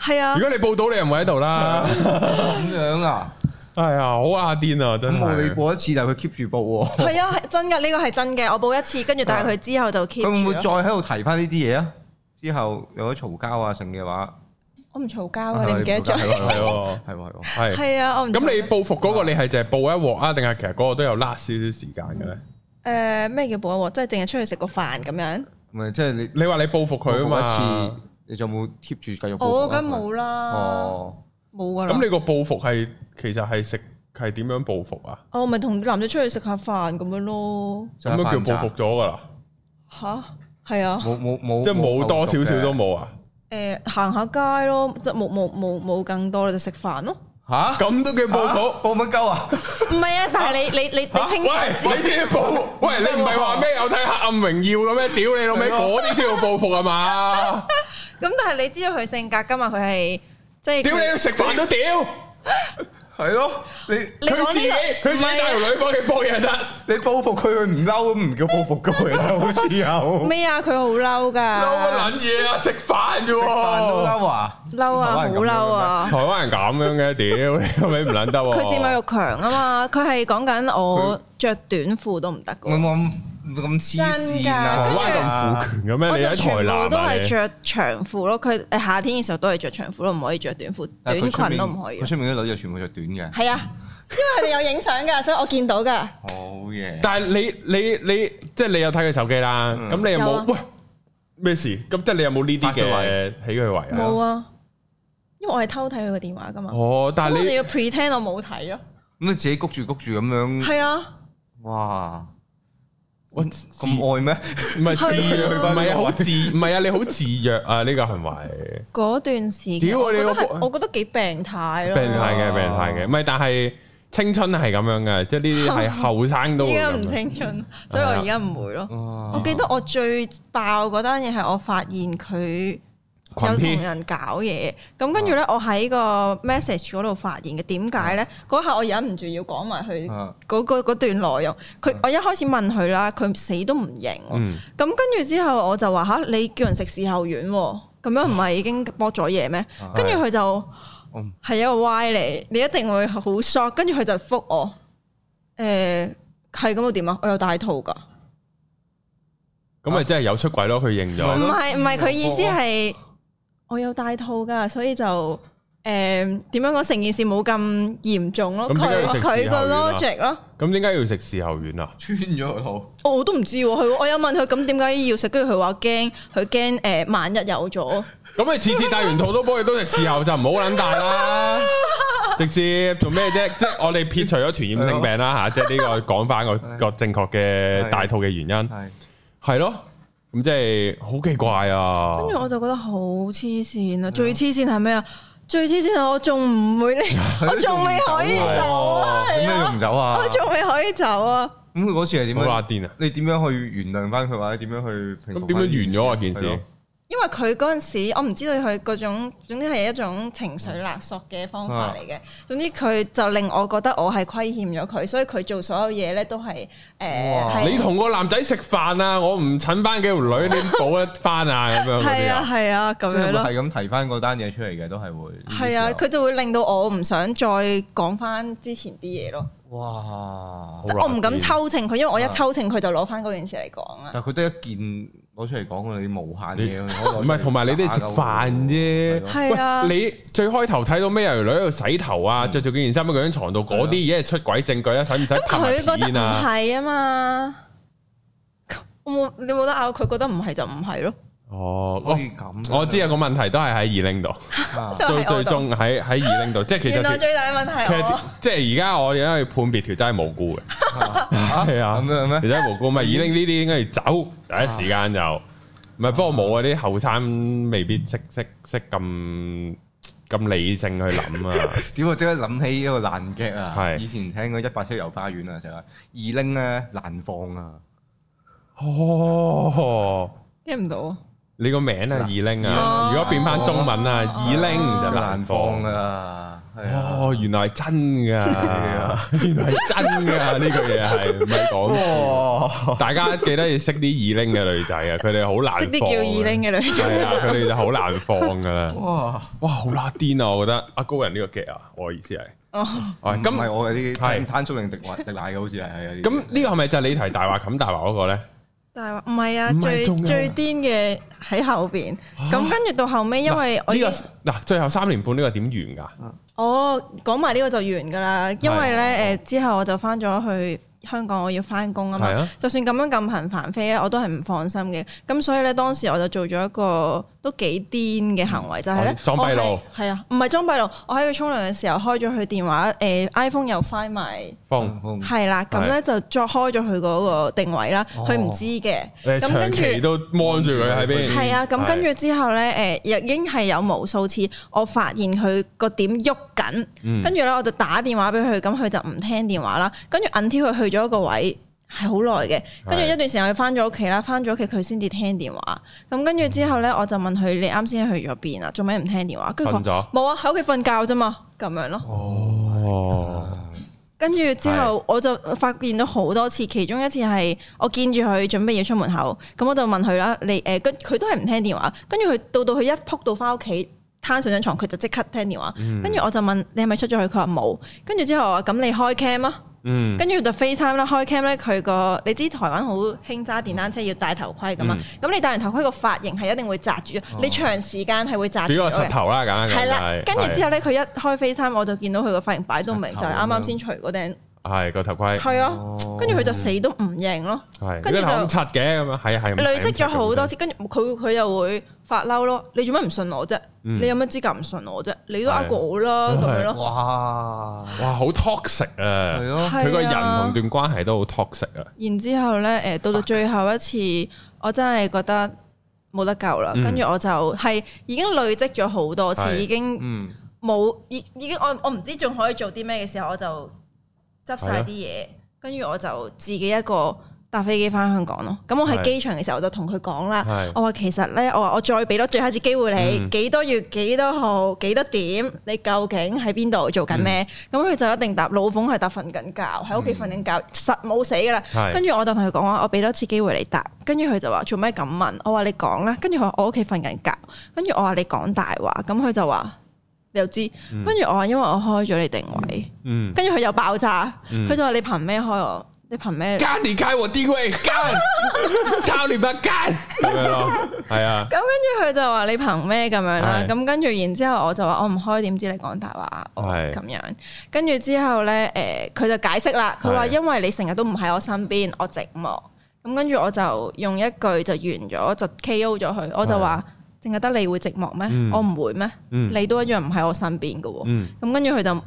Speaker 3: 係啊
Speaker 1: 如，果你報到，你又唔會喺度啦。
Speaker 2: 啊咁樣啊？
Speaker 1: 係啊，好阿癲啊，真
Speaker 2: 咁我你
Speaker 1: 係。
Speaker 2: 報一次，但係佢 keep à? 住報喎。
Speaker 3: 係啊，係真㗎，呢個係真嘅。我報一次，跟住但係佢之後就
Speaker 2: 佢會唔
Speaker 3: keep
Speaker 2: 會
Speaker 3: 住
Speaker 2: 再
Speaker 3: 咯。
Speaker 2: 喺度提翻呢啲嘢啊？之後有咗嘈交啊，成嘅話，
Speaker 3: 我唔嘈交啊，你唔記得咗？
Speaker 2: 係喎係
Speaker 1: 係
Speaker 2: 喎
Speaker 1: 喎
Speaker 2: 係喎係喎。
Speaker 1: 係。
Speaker 3: 係啊，我唔
Speaker 1: 咁你報復嗰個，你係就係報一鑊啊？定係其實嗰個都有拉少少時間嘅咧？
Speaker 3: 誒咩叫報一鑊？即係淨係出去食個飯咁樣。
Speaker 2: 咪即係你
Speaker 1: 你話你報復佢啊
Speaker 2: 報復一
Speaker 1: 嘛
Speaker 2: 次？，你仲有冇 keep 住繼續報復啊？
Speaker 3: 我梗哦冇啦，
Speaker 2: 哦，
Speaker 3: 冇噶啦。
Speaker 1: 咁你個報復係其實係食係點樣報復啊？
Speaker 3: 哦我咪同男仔出去食下飯咁樣咯。
Speaker 1: 咁樣叫報復咗噶啦，
Speaker 3: 吓，係啊。
Speaker 2: 冇冇冇，
Speaker 1: 即係冇多少少都
Speaker 2: 冇
Speaker 1: 冇啊？
Speaker 3: 誒行下街咯，即係冇冇冇冇更多啦，就食飯咯。
Speaker 2: 吓
Speaker 1: 咁都叫報復？
Speaker 2: 報乜鳩啊？
Speaker 3: 唔係啊，但係你你你你
Speaker 1: 嚇
Speaker 3: 清楚
Speaker 1: 喂，
Speaker 3: 知
Speaker 1: 你先報復，喂，你唔係話咩有睇《黑暗榮耀》嘅咩？屌你老 味，
Speaker 2: 係咯
Speaker 1: 嗰啲先叫報復啊嘛？
Speaker 3: 咁，但係你知道佢性格噶嘛？佢係即係
Speaker 1: 屌
Speaker 3: 佢
Speaker 1: 你食飯都屌！
Speaker 2: 係咯，你
Speaker 3: 你講呢
Speaker 1: 佢自己
Speaker 3: 個啊
Speaker 1: 佢自己帶條女幫你搏嘢得，
Speaker 2: 你報復佢，佢唔嬲咁，唔叫報復佢啦， 好似有
Speaker 3: 咩啊？佢好嬲
Speaker 1: 嬲
Speaker 3: 噶，
Speaker 1: 乜撚嘢啊！食飯啫
Speaker 2: 食飯都
Speaker 1: 喎，
Speaker 2: 嬲啊！
Speaker 3: 嬲啊，好
Speaker 2: 台灣人咁樣
Speaker 3: 嬲
Speaker 1: 台灣
Speaker 2: 嘅咩！
Speaker 3: 啊！
Speaker 1: 人咁樣嘅，屌你咪唔撚得喎！
Speaker 3: 佢佔有欲強啊嘛，佢係講緊我着短褲都唔得
Speaker 2: 我
Speaker 3: 噶。
Speaker 2: 冇咁咁黐線啊！
Speaker 1: 台
Speaker 3: 真㗎
Speaker 1: 灣咁
Speaker 2: 咁
Speaker 1: 父權嘅咩？
Speaker 3: 我
Speaker 1: 你
Speaker 3: 就
Speaker 1: 喺
Speaker 3: 全
Speaker 1: 台
Speaker 3: 部都
Speaker 1: 南啊？
Speaker 3: 係
Speaker 1: 你
Speaker 3: 着長褲咯，佢誒夏天嘅時候都係着長褲咯，唔可以着短褲，短裙都唔可以啊
Speaker 2: 佢。出面啲女就全部着短嘅，
Speaker 3: 係啊，因為佢哋有影相㗎，所以我見到㗎。
Speaker 1: 啊
Speaker 2: 好嘢。
Speaker 1: 但係你你你即係你有睇佢手機啦，
Speaker 2: 嗯
Speaker 1: 咁你有
Speaker 3: 有
Speaker 1: 冇
Speaker 3: 啊
Speaker 1: 喂咩事？咁即係你有冇呢啲
Speaker 2: 發佢
Speaker 1: 嘅起佢圍啊？
Speaker 3: 冇啊，因為我係偷睇佢個電話㗎嘛。
Speaker 1: 哦，但
Speaker 3: 咁我
Speaker 1: 係
Speaker 3: 哋
Speaker 1: 你
Speaker 3: 要 pretend 我冇睇咯。
Speaker 2: 咁你自己谷住谷住咁
Speaker 1: 嗯
Speaker 2: 樣，
Speaker 3: 係啊，
Speaker 2: 哇！
Speaker 1: 我
Speaker 2: 咁愛咩？
Speaker 1: 唔係自虐，
Speaker 3: 係
Speaker 1: 唔
Speaker 3: 啊
Speaker 1: 係啊，好自唔係啊，你好自虐啊呢個行為，
Speaker 3: 嗰段時間，
Speaker 1: 屌
Speaker 3: 我覺得
Speaker 1: 你個
Speaker 3: 係我覺得幾病態
Speaker 1: 病
Speaker 3: 咯。
Speaker 1: 態嘅病態嘅，唔係但係青春係咁樣嘅，即係呢啲係後生都會啊
Speaker 3: 依家
Speaker 1: 咁
Speaker 3: 唔
Speaker 1: 樣。
Speaker 3: 青春，所以我而家唔會咯。
Speaker 1: 哦
Speaker 2: 哇
Speaker 3: 我記得我最爆嗰單嘢係我發現佢
Speaker 1: 群啊
Speaker 3: 有同
Speaker 1: P
Speaker 3: 人搞嘢，咁跟住咧我喺個 message 嗰度發現嘅，點解
Speaker 1: 啊
Speaker 3: 咧？嗰下我忍唔住要講埋佢
Speaker 2: 啊
Speaker 3: 嗰嗰嗰段內容。佢我一開始問佢啦，佢死都唔認喎。
Speaker 1: 啊嗯，
Speaker 3: 咁跟住之後我就話吓，你叫人食事後丸喎，咁樣唔係已經剝咗嘢咩？
Speaker 1: 啊
Speaker 3: 跟住佢就
Speaker 2: 嗯
Speaker 3: 係一個歪嚟，你一定會好 shock。跟住佢就覆我，誒係咁又點啊？我有大肚㗎。
Speaker 1: 咁咪真係有出軌咯？佢認
Speaker 2: 係
Speaker 1: 咗
Speaker 3: 唔
Speaker 2: 咯
Speaker 3: 係唔係，佢意思係我有戴套噶，所以就诶點樣講成件事冇咁嚴重咯。
Speaker 1: 咁點
Speaker 3: 佢
Speaker 1: 解要食
Speaker 3: 佢
Speaker 1: 事後丸
Speaker 3: 個
Speaker 1: 啊
Speaker 3: logic 咯，哦
Speaker 1: 咁點解要食事後丸啊？
Speaker 2: 穿咗個肚，
Speaker 3: 我我都唔知喎。佢我有問佢咁點解要食，跟住佢話驚，佢驚诶萬一有咗。
Speaker 1: 咁你次次戴完套都幫佢都食事後就唔好撚戴 啦，直接做咩啫？即係我哋撇除咗傳染性病 啦吓，即係呢個講翻個個正確嘅戴套嘅原因
Speaker 2: 係
Speaker 1: 係咯，咁即係好奇怪啊！
Speaker 3: 跟住我就覺得好黐線啊！最黐線係咩啊？最黐線係我仲唔會呢？我仲未可以走啊！
Speaker 2: 點
Speaker 3: 係
Speaker 2: 解
Speaker 3: 啊
Speaker 2: 用唔走啊？
Speaker 3: 我仲未可以走啊！
Speaker 2: 咁佢嗰次係點
Speaker 1: 好
Speaker 2: 樣
Speaker 1: 啦？癲啊！
Speaker 2: 你點樣去原諒翻佢，啊或者點樣去平復
Speaker 1: 咁
Speaker 2: 返
Speaker 1: 點樣完咗啊件
Speaker 2: 係
Speaker 1: 事
Speaker 2: 咯？
Speaker 3: 因為佢嗰陣時，我唔知道佢嗰種，總之係一種情緒勒索嘅方法嚟嘅。
Speaker 1: 啊
Speaker 3: 總之佢就令我覺得我係虧欠咗佢，所以佢做所有嘢咧都係誒
Speaker 2: 哇
Speaker 1: 你
Speaker 3: 係
Speaker 1: 同個男仔食飯啊，我唔襯翻幾條女，你補一翻啊咁樣嗰
Speaker 3: 係
Speaker 1: 啲
Speaker 3: 啊
Speaker 1: 啊。
Speaker 3: 係啊咁
Speaker 2: 即係
Speaker 3: 樣
Speaker 2: 會
Speaker 3: 咯。
Speaker 2: 係咁提翻嗰單嘢出嚟嘅，都係會。
Speaker 3: 係啊，佢就會令到我唔想再講翻之前啲嘢咯。
Speaker 2: 哇！
Speaker 1: 啊
Speaker 3: 但我唔敢抽情佢，因為我一抽情佢就攞翻嗰件事嚟講啊。
Speaker 2: 但係佢得一件攞出嚟講，你無限嘢。
Speaker 1: 唔係，同埋你哋食飯啫。
Speaker 2: 係咯
Speaker 3: 係啊
Speaker 1: 喂，你最開頭睇到咩有條女喺度洗頭啊，着住件衫喺佢張床度，嗰啲已經係出軌證據啦，使唔使
Speaker 3: 啊咁
Speaker 1: 拍
Speaker 3: 佢
Speaker 1: 埋
Speaker 3: 覺得
Speaker 1: 片
Speaker 3: 唔
Speaker 1: 啊？
Speaker 3: 係啊嘛，我冇你冇得拗，佢覺得唔係就唔係咯。
Speaker 1: 哦，
Speaker 2: 可
Speaker 1: 我
Speaker 2: 以咁。
Speaker 1: 我知啊，個問題都係喺二拎度，
Speaker 2: 啊
Speaker 3: 都
Speaker 1: 最
Speaker 3: 係
Speaker 1: 最
Speaker 3: 我度
Speaker 1: 終喺喺二 拎度，即係其
Speaker 3: 原來
Speaker 1: 實
Speaker 3: 最大嘅問題
Speaker 1: 其
Speaker 3: 係
Speaker 1: 實
Speaker 3: 我。
Speaker 1: 即係而家我因為判別條真係無辜 嘅， 係啊
Speaker 2: 咁。樣
Speaker 1: 其
Speaker 2: 咩？
Speaker 1: 實無辜咪二拎呢啲應該要走，第一時間就唔係。不過冇啊，啲後生未必識識識咁咁理性去諗啊。
Speaker 2: 屌！我即刻諗起一個爛劇啊！
Speaker 1: 係
Speaker 2: 以前聽過一百七遊花園啊，就係二拎咧難放啊，
Speaker 1: 哦，
Speaker 3: 聽唔到啊！
Speaker 1: 你個名啊，二拎啊，
Speaker 3: 哦
Speaker 1: 如果變翻中文啊，二拎就難
Speaker 2: 難放
Speaker 1: 放啊。
Speaker 2: 啊，係啊。
Speaker 1: 哦，原來 係真噶
Speaker 2: 啊，
Speaker 1: 原來係真噶，呢句嘢係唔係講笑？
Speaker 2: 哇！
Speaker 1: 大家記得要識啲二拎嘅女仔啊，佢哋好難
Speaker 3: 識啲叫二拎
Speaker 1: 嘅，
Speaker 3: 嘅女
Speaker 1: 係
Speaker 3: 仔，
Speaker 1: 啊，佢哋就好難放噶啦。
Speaker 2: 哇！
Speaker 1: 哇，好拉癲啊！我覺得阿高人呢個 get 啊，我意思係，
Speaker 3: 哦
Speaker 1: 喂
Speaker 2: 唔係
Speaker 1: 咁
Speaker 2: 我有啲
Speaker 1: 係
Speaker 2: 攤攤叔定迪奶迪奶嘅，好似係係有啲
Speaker 1: 咁呢個係咪就係你提大話冚大話嗰個咧？
Speaker 3: 但係話唔係啊，
Speaker 1: 唔係
Speaker 3: 最
Speaker 1: 仲有啊
Speaker 3: 最癲嘅喺後邊。咁跟住到後尾，因為我
Speaker 1: 呢
Speaker 3: 已經
Speaker 1: 個嗱最後三年半呢個點完噶？
Speaker 3: 我哦講埋呢個就完㗎啦，因
Speaker 1: 啊
Speaker 3: 為咧誒之後我就翻咗去。香港我要翻工啊
Speaker 1: 係
Speaker 3: 嘛
Speaker 1: 啊，
Speaker 3: 就算咁樣咁頻繁飛咧，我都係唔放心嘅。咁所以咧，當時我就做咗一個都幾癲嘅行為，就係咧
Speaker 1: 哦裝閉路
Speaker 3: 我係係啊，唔係裝閉路，我喺佢沖涼嘅時候開咗佢電話，誒 iPhone 又 find 埋，
Speaker 1: 放
Speaker 2: 風
Speaker 3: 係啦，咁咧就作開咗佢嗰個定位啦，佢唔知嘅。
Speaker 1: 誒
Speaker 3: 咁跟
Speaker 1: 長
Speaker 3: 住
Speaker 1: 期都望住佢喺邊。
Speaker 3: 係啊，咁跟住之後咧，誒已經係有無數次我發現佢個點喐緊，
Speaker 1: 嗯
Speaker 3: 跟住咧我就打電話俾佢，咁佢就唔聽電話啦。跟住 until 佢去咗一個位係好耐嘅，跟住
Speaker 1: 係
Speaker 3: 一段時間佢翻咗屋企啦，翻咗屋企佢先至聽電話。咁跟住之後咧，我就問佢：你啱先去咗邊啊？做咩唔聽電話？跟住佢
Speaker 1: 瞓咗
Speaker 3: 話冇啊，喺屋企瞓覺啫嘛，咁樣咯。
Speaker 1: 哦，
Speaker 3: 跟住之後，我就發現到好多次，其中一次係我見住佢準備要出門口，咁我就問佢啦：你誒，跟、佢都係唔聽電話，跟住佢到到佢一撲到翻屋企攤上張床，佢就即刻聽電話。
Speaker 1: 嗯
Speaker 3: 跟住、我就問你係咪出咗去？佢話冇。跟住之後我話：咁你開 cam 啊？
Speaker 1: 嗯，
Speaker 3: 跟住就 FaceTime 啦，開 cam 咧，佢個你知台灣好興揸電單車要戴頭盔噶
Speaker 1: 嗯
Speaker 3: 嘛，咁、你戴完頭盔個髮型係一定會擲住，你長時間係會擲
Speaker 1: 哦俾
Speaker 3: 住
Speaker 1: 個
Speaker 3: 咗
Speaker 1: 柒
Speaker 3: 嘅。
Speaker 1: 頭啦，簡單
Speaker 3: 係啦，跟住之
Speaker 1: 後
Speaker 3: 後咧，佢一開 FaceTime 我就見到佢個髮型擺到明，
Speaker 2: 柒
Speaker 3: 就
Speaker 2: 頭
Speaker 3: 係啱啱先除嗰頂，
Speaker 1: 係個頭盔，
Speaker 3: 係啊，
Speaker 2: 哦
Speaker 3: 跟住佢就死都唔認咯，
Speaker 1: 係
Speaker 3: 跟住
Speaker 1: 你個頭
Speaker 3: 就
Speaker 1: 咁柒嘅咁樣，啊係係
Speaker 3: 累積咗好多次，跟住佢佢又會發嬲咯，你做乜唔信我啫？
Speaker 1: 嗯
Speaker 3: 你有乜資格唔信我啫？你
Speaker 1: 啊
Speaker 3: 都呃過我啦咁樣咯，
Speaker 2: 哇，
Speaker 1: 哇，好 toxic 啊！
Speaker 2: 係咯
Speaker 3: 係啊
Speaker 1: 佢個人同段關係都好 toxic 啊！
Speaker 3: 然之後咧，誒到到最後一次，我真係覺得冇得救啦。
Speaker 1: 嗯
Speaker 3: 跟住、我就係已經累積咗好多次，
Speaker 1: 係
Speaker 3: 已經
Speaker 2: 嗯，
Speaker 3: 冇已已經我我唔知仲可以做啲咩嘅時候，我就執晒啲嘢，跟住我就自己一個搭飛機翻香港咯。咁我喺
Speaker 1: 係
Speaker 3: 機場嘅時候，我就同佢講啦
Speaker 1: 係，
Speaker 3: 我話其實咧，我話我再俾多最後一次機會你，
Speaker 1: 嗯
Speaker 3: 幾多月幾多號幾多點，你究竟喺邊度做緊咩？咁
Speaker 1: 嗯
Speaker 3: 佢、就一定答老馮係答瞓緊覺，喺屋企瞓緊覺，實冇死噶啦。
Speaker 1: 係
Speaker 3: 跟住我就同佢講話，我俾多次機會你答。跟住佢就話做咩咁問？我話你講啦。跟住佢話我屋企瞓緊覺。跟住我話你講大話。咁佢就話你又知。跟住我話因為我開咗你定位。
Speaker 1: 嗯，
Speaker 3: 跟住佢又爆炸。
Speaker 1: 嗯
Speaker 3: 佢就話你憑咩開我？你憑咩？
Speaker 1: 幹你開我定位，幹，操你媽幹，咁樣咯，係啊，
Speaker 3: 咁跟住佢就話你憑咩咁樣啦
Speaker 1: 係，
Speaker 3: 咁跟住然之後我就話我唔開，點知你講大話我
Speaker 1: 係
Speaker 3: 咁樣，跟住之後咧誒，呃佢、就解釋啦，佢
Speaker 1: 係
Speaker 3: 話因為你成日都唔喺我身邊，我寂寞，咁跟住我就用一句就完咗就 K.O. 咗佢，我就話淨係得你會寂寞咩？
Speaker 1: 嗯
Speaker 3: 我唔會咩？
Speaker 1: 嗯
Speaker 3: 你都一樣唔喺我身邊嘅喎，
Speaker 1: 嗯
Speaker 3: 咁跟住佢就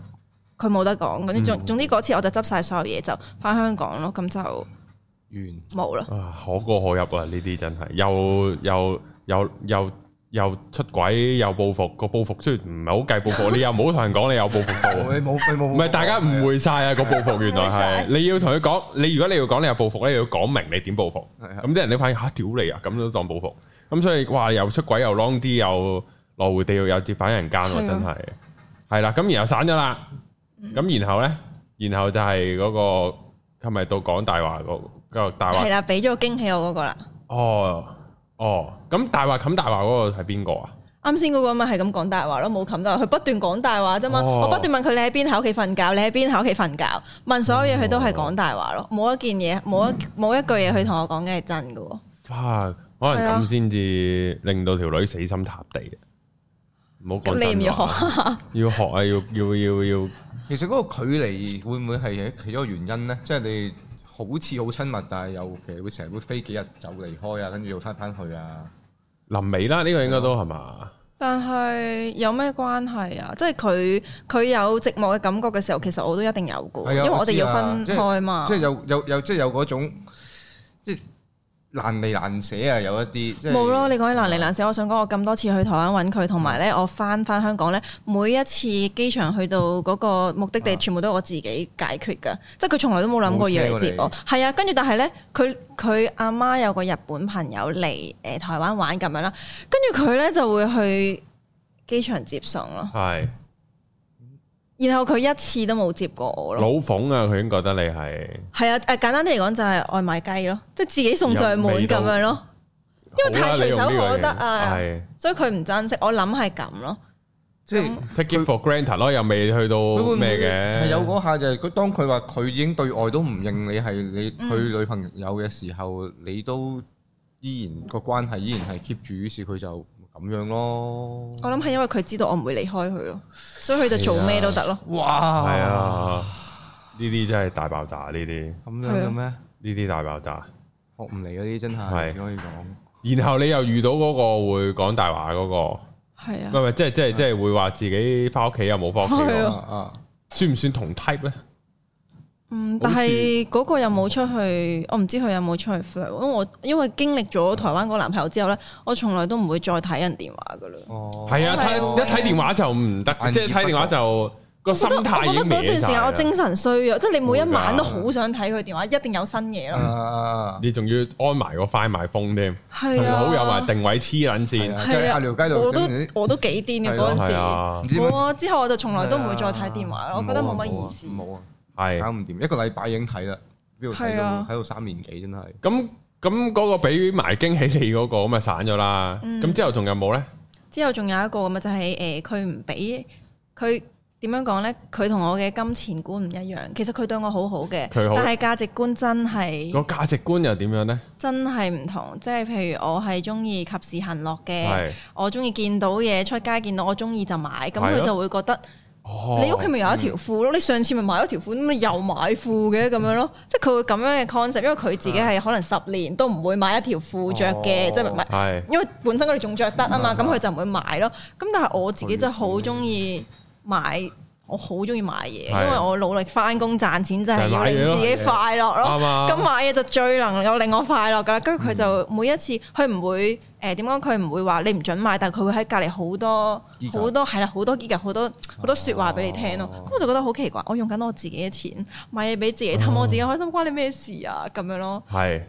Speaker 3: 佢冇得講，跟住總總之嗰次我就執晒所有嘢就翻香港咯，咁就
Speaker 2: 完。
Speaker 3: 冇啦，
Speaker 1: 啊，可歌可泣啊！呢啲真係又又又又又出軌又報復，個報復雖然唔係好計報復，你又唔好同人講你有報復 到。
Speaker 2: 哦你冇你冇，
Speaker 1: 唔係大家誤會晒啊！個報復原來係你要同佢講，你如果你要講你有報復咧，你要講明你點報復。
Speaker 2: 係啊
Speaker 1: 咁啲人都發現嚇屌你啊，咁都當報復。咁所以哇，又出軌又 long 啲，又來回地獄又折返人間
Speaker 3: 係啊
Speaker 1: 喎，真係係啦。咁然後散咗啦，咁然後咧，然後就係嗰個係咪到講大話嗰嗰個大話
Speaker 3: 係啦，俾咗個驚喜我嗰個啦。
Speaker 1: 哦哦，咁大話冚大話嗰個係邊個啊？
Speaker 3: 啱先嗰個咪係咁講大話咯，冇冚大話，佢不斷講大話啫嘛。
Speaker 1: 哦
Speaker 3: 我不斷問佢你喺邊喺屋企瞓覺，你喺邊喺屋企瞓覺，問所有嘢佢都係講大話
Speaker 2: 嗯
Speaker 3: 咯，冇一件嘢，冇一冇一句嘢佢同我講嘅係真嘅喎。
Speaker 1: 哇，可
Speaker 3: 係啊
Speaker 1: 能咁先至令到條女死心塌地嘅。唔好講
Speaker 3: 咁你唔要
Speaker 1: 真話要學啊！要要要要，
Speaker 2: 其實嗰個距離會唔會係其中一個原因咧？即係你好似好親密，但係又其實會成日會飛幾日就離開啊，跟住又翻返去啊。
Speaker 1: 臨尾啦，呢個應該都係嘛？
Speaker 3: 但係有咩關係啊？即係佢佢有寂寞嘅感覺嘅時候，其實我都一定有嘅，
Speaker 2: 係
Speaker 3: 因
Speaker 2: 啊
Speaker 3: 為我哋
Speaker 2: 知
Speaker 3: 要
Speaker 2: 啊
Speaker 3: 分
Speaker 2: 即係
Speaker 3: 開嘛
Speaker 2: 即係。有有有即係有嗰種即係難離難捨啊，有一啲即係
Speaker 3: 冇咯，你講起難離難捨，我想講我咁多次去台灣揾佢，同埋咧我翻翻香港咧，每一次機場去到嗰個目的地，
Speaker 2: 啊
Speaker 3: 全部都係我自己解決㗎，即係佢從來都冇諗過要嚟接我
Speaker 2: 冇車過。
Speaker 3: 係啊，跟住但係咧，佢佢阿媽有個日本朋友嚟誒台灣玩咁樣啦，跟住佢咧就會去機場接送咯，
Speaker 1: 係
Speaker 3: 然後佢一次都冇接過我
Speaker 1: 老
Speaker 3: 咯。
Speaker 1: 馮啊，佢已經覺得你係
Speaker 3: 係啊，誒簡單啲嚟講就係外賣雞咯，即係自己送上門
Speaker 1: 有味
Speaker 3: 咁
Speaker 1: 道
Speaker 3: 樣咯，因為太隨手可得啊，
Speaker 1: 係
Speaker 3: 所以佢唔珍惜。我諗係咁咯。
Speaker 2: 即係
Speaker 1: take it for granted 咯，又未去到
Speaker 2: 佢會唔
Speaker 1: 咩
Speaker 2: 會
Speaker 1: 嘅，
Speaker 2: 係有嗰下就係佢當佢話佢已經對外都唔認你係你
Speaker 3: 嗯
Speaker 2: 佢女朋友嘅時候，你都依然個關係依然係 keep 住，於是佢就咁樣咯。
Speaker 3: 我諗係因為佢知道我唔會離開佢咯，所以佢就做咩都得咯。
Speaker 2: 哇！
Speaker 1: 係，啊，呢啲真係大爆炸，呢啲呢
Speaker 2: 咁樣嘅
Speaker 3: 啊
Speaker 2: 咩？
Speaker 1: 啲大爆炸。
Speaker 2: 學唔嚟嗰啲真
Speaker 1: 係
Speaker 2: 係只可以講。
Speaker 1: 然後你又遇到嗰個會講大話嗰個。
Speaker 3: 係啊
Speaker 1: 唔係唔係，啊即係即係即係會話自己翻屋企又冇翻屋企
Speaker 3: 係
Speaker 1: 嗰
Speaker 2: 啊
Speaker 1: 個，
Speaker 2: 啊！
Speaker 1: 算唔算同 type 咧？
Speaker 3: 嗯，但係嗰個又冇出去，我唔知佢有冇出去 flirt，因為我因為經歷咗台灣嗰個男朋友之後咧，我從來都唔會再睇人電話噶啦。
Speaker 2: 哦，
Speaker 1: 係啊，
Speaker 3: 係
Speaker 1: 睇
Speaker 3: 喎
Speaker 1: 一睇電話就唔得，
Speaker 2: 眼
Speaker 1: 即係睇電話就個心
Speaker 3: 我覺得
Speaker 1: 態
Speaker 3: 我
Speaker 1: 已
Speaker 3: 覺
Speaker 1: 經
Speaker 3: 得
Speaker 1: 歪
Speaker 3: 嗰段時
Speaker 1: 曬
Speaker 3: 間
Speaker 1: 啦
Speaker 3: 我精神衰弱，即係你每一晚
Speaker 1: 會㗎
Speaker 3: 都好想睇佢電話，一定有新嘢
Speaker 2: 啊
Speaker 1: 嗯
Speaker 3: 咯。
Speaker 2: 啊！
Speaker 1: 你仲要安埋個快賣風添，
Speaker 3: 係
Speaker 1: 同
Speaker 3: 啊，
Speaker 1: 好有埋定位黐撚
Speaker 2: 係
Speaker 1: 線，
Speaker 2: 啊，
Speaker 3: 係啊
Speaker 2: 即係鴨寮街度
Speaker 3: 我
Speaker 2: 整
Speaker 3: 都
Speaker 2: 唔
Speaker 3: 我都幾癲嘅
Speaker 2: 係
Speaker 3: 嗰
Speaker 2: 咯
Speaker 3: 陣
Speaker 1: 係
Speaker 3: 時。
Speaker 1: 啊嗯
Speaker 2: 知咩
Speaker 3: 冇啊！之後我就從來都唔會再睇電話咯，我覺得冇乜意思。
Speaker 2: 冇啊，
Speaker 1: 係
Speaker 2: 搞唔掂，一個禮拜已經睇啦，邊度睇
Speaker 3: 係
Speaker 2: 到
Speaker 3: 啊
Speaker 2: 睇到三年幾真係。
Speaker 1: 咁咁嗰個俾埋驚喜你嗰個咁咪散咗啦。
Speaker 3: 嗯
Speaker 1: 咁之後仲有冇咧？
Speaker 3: 之後仲有一個咁啊，就係誒佢唔俾佢點樣講咧？佢同我嘅金錢觀唔一樣。其實佢對我好好嘅，
Speaker 1: 佢好
Speaker 3: 但係價值觀真係
Speaker 1: 個價值觀又點樣咧？
Speaker 3: 真係唔同。即係譬如我係中意及時行樂嘅，
Speaker 1: 係
Speaker 3: 我中意見到嘢出街見到我中意就買，咁
Speaker 1: 係
Speaker 3: 佢
Speaker 1: 咯
Speaker 3: 就會覺得
Speaker 1: 哦，嗯
Speaker 3: 你屋企咪有一條褲咯？你上次咪買咗條褲，咁你又買褲嘅咁樣咯？即係佢會咁樣嘅 concept，因為佢自己
Speaker 1: 啊
Speaker 3: 係可能十年都唔會買一條褲着嘅，
Speaker 2: 哦
Speaker 3: 即係唔係？
Speaker 1: 係
Speaker 3: 因為本身佢哋仲着得啊嘛，
Speaker 2: 嗯
Speaker 3: 咁佢就唔會買咯。咁但係我自己真係好中意買，我好中意買嘢，
Speaker 1: 係
Speaker 3: 因為我努力翻工賺錢，就
Speaker 1: 就
Speaker 3: 係
Speaker 1: 係
Speaker 3: 要
Speaker 1: 買嘢
Speaker 3: 令
Speaker 1: 咯
Speaker 3: 自己快樂咯。
Speaker 1: 啱啊
Speaker 3: 咁買嘢就最能夠令我快樂噶啦。跟住佢就每一次，佢唔會誒點講，佢唔會話你唔准買，但係佢會喺隔離好多
Speaker 2: 衣架
Speaker 3: 好多係啦，好多依格好多
Speaker 1: 哦
Speaker 3: 好多説話俾你聽咯。咁我就覺得好奇怪，我用緊我自己嘅錢買嘢俾自己氹我自己開心，關你咩事啊？咁樣咯，
Speaker 1: 係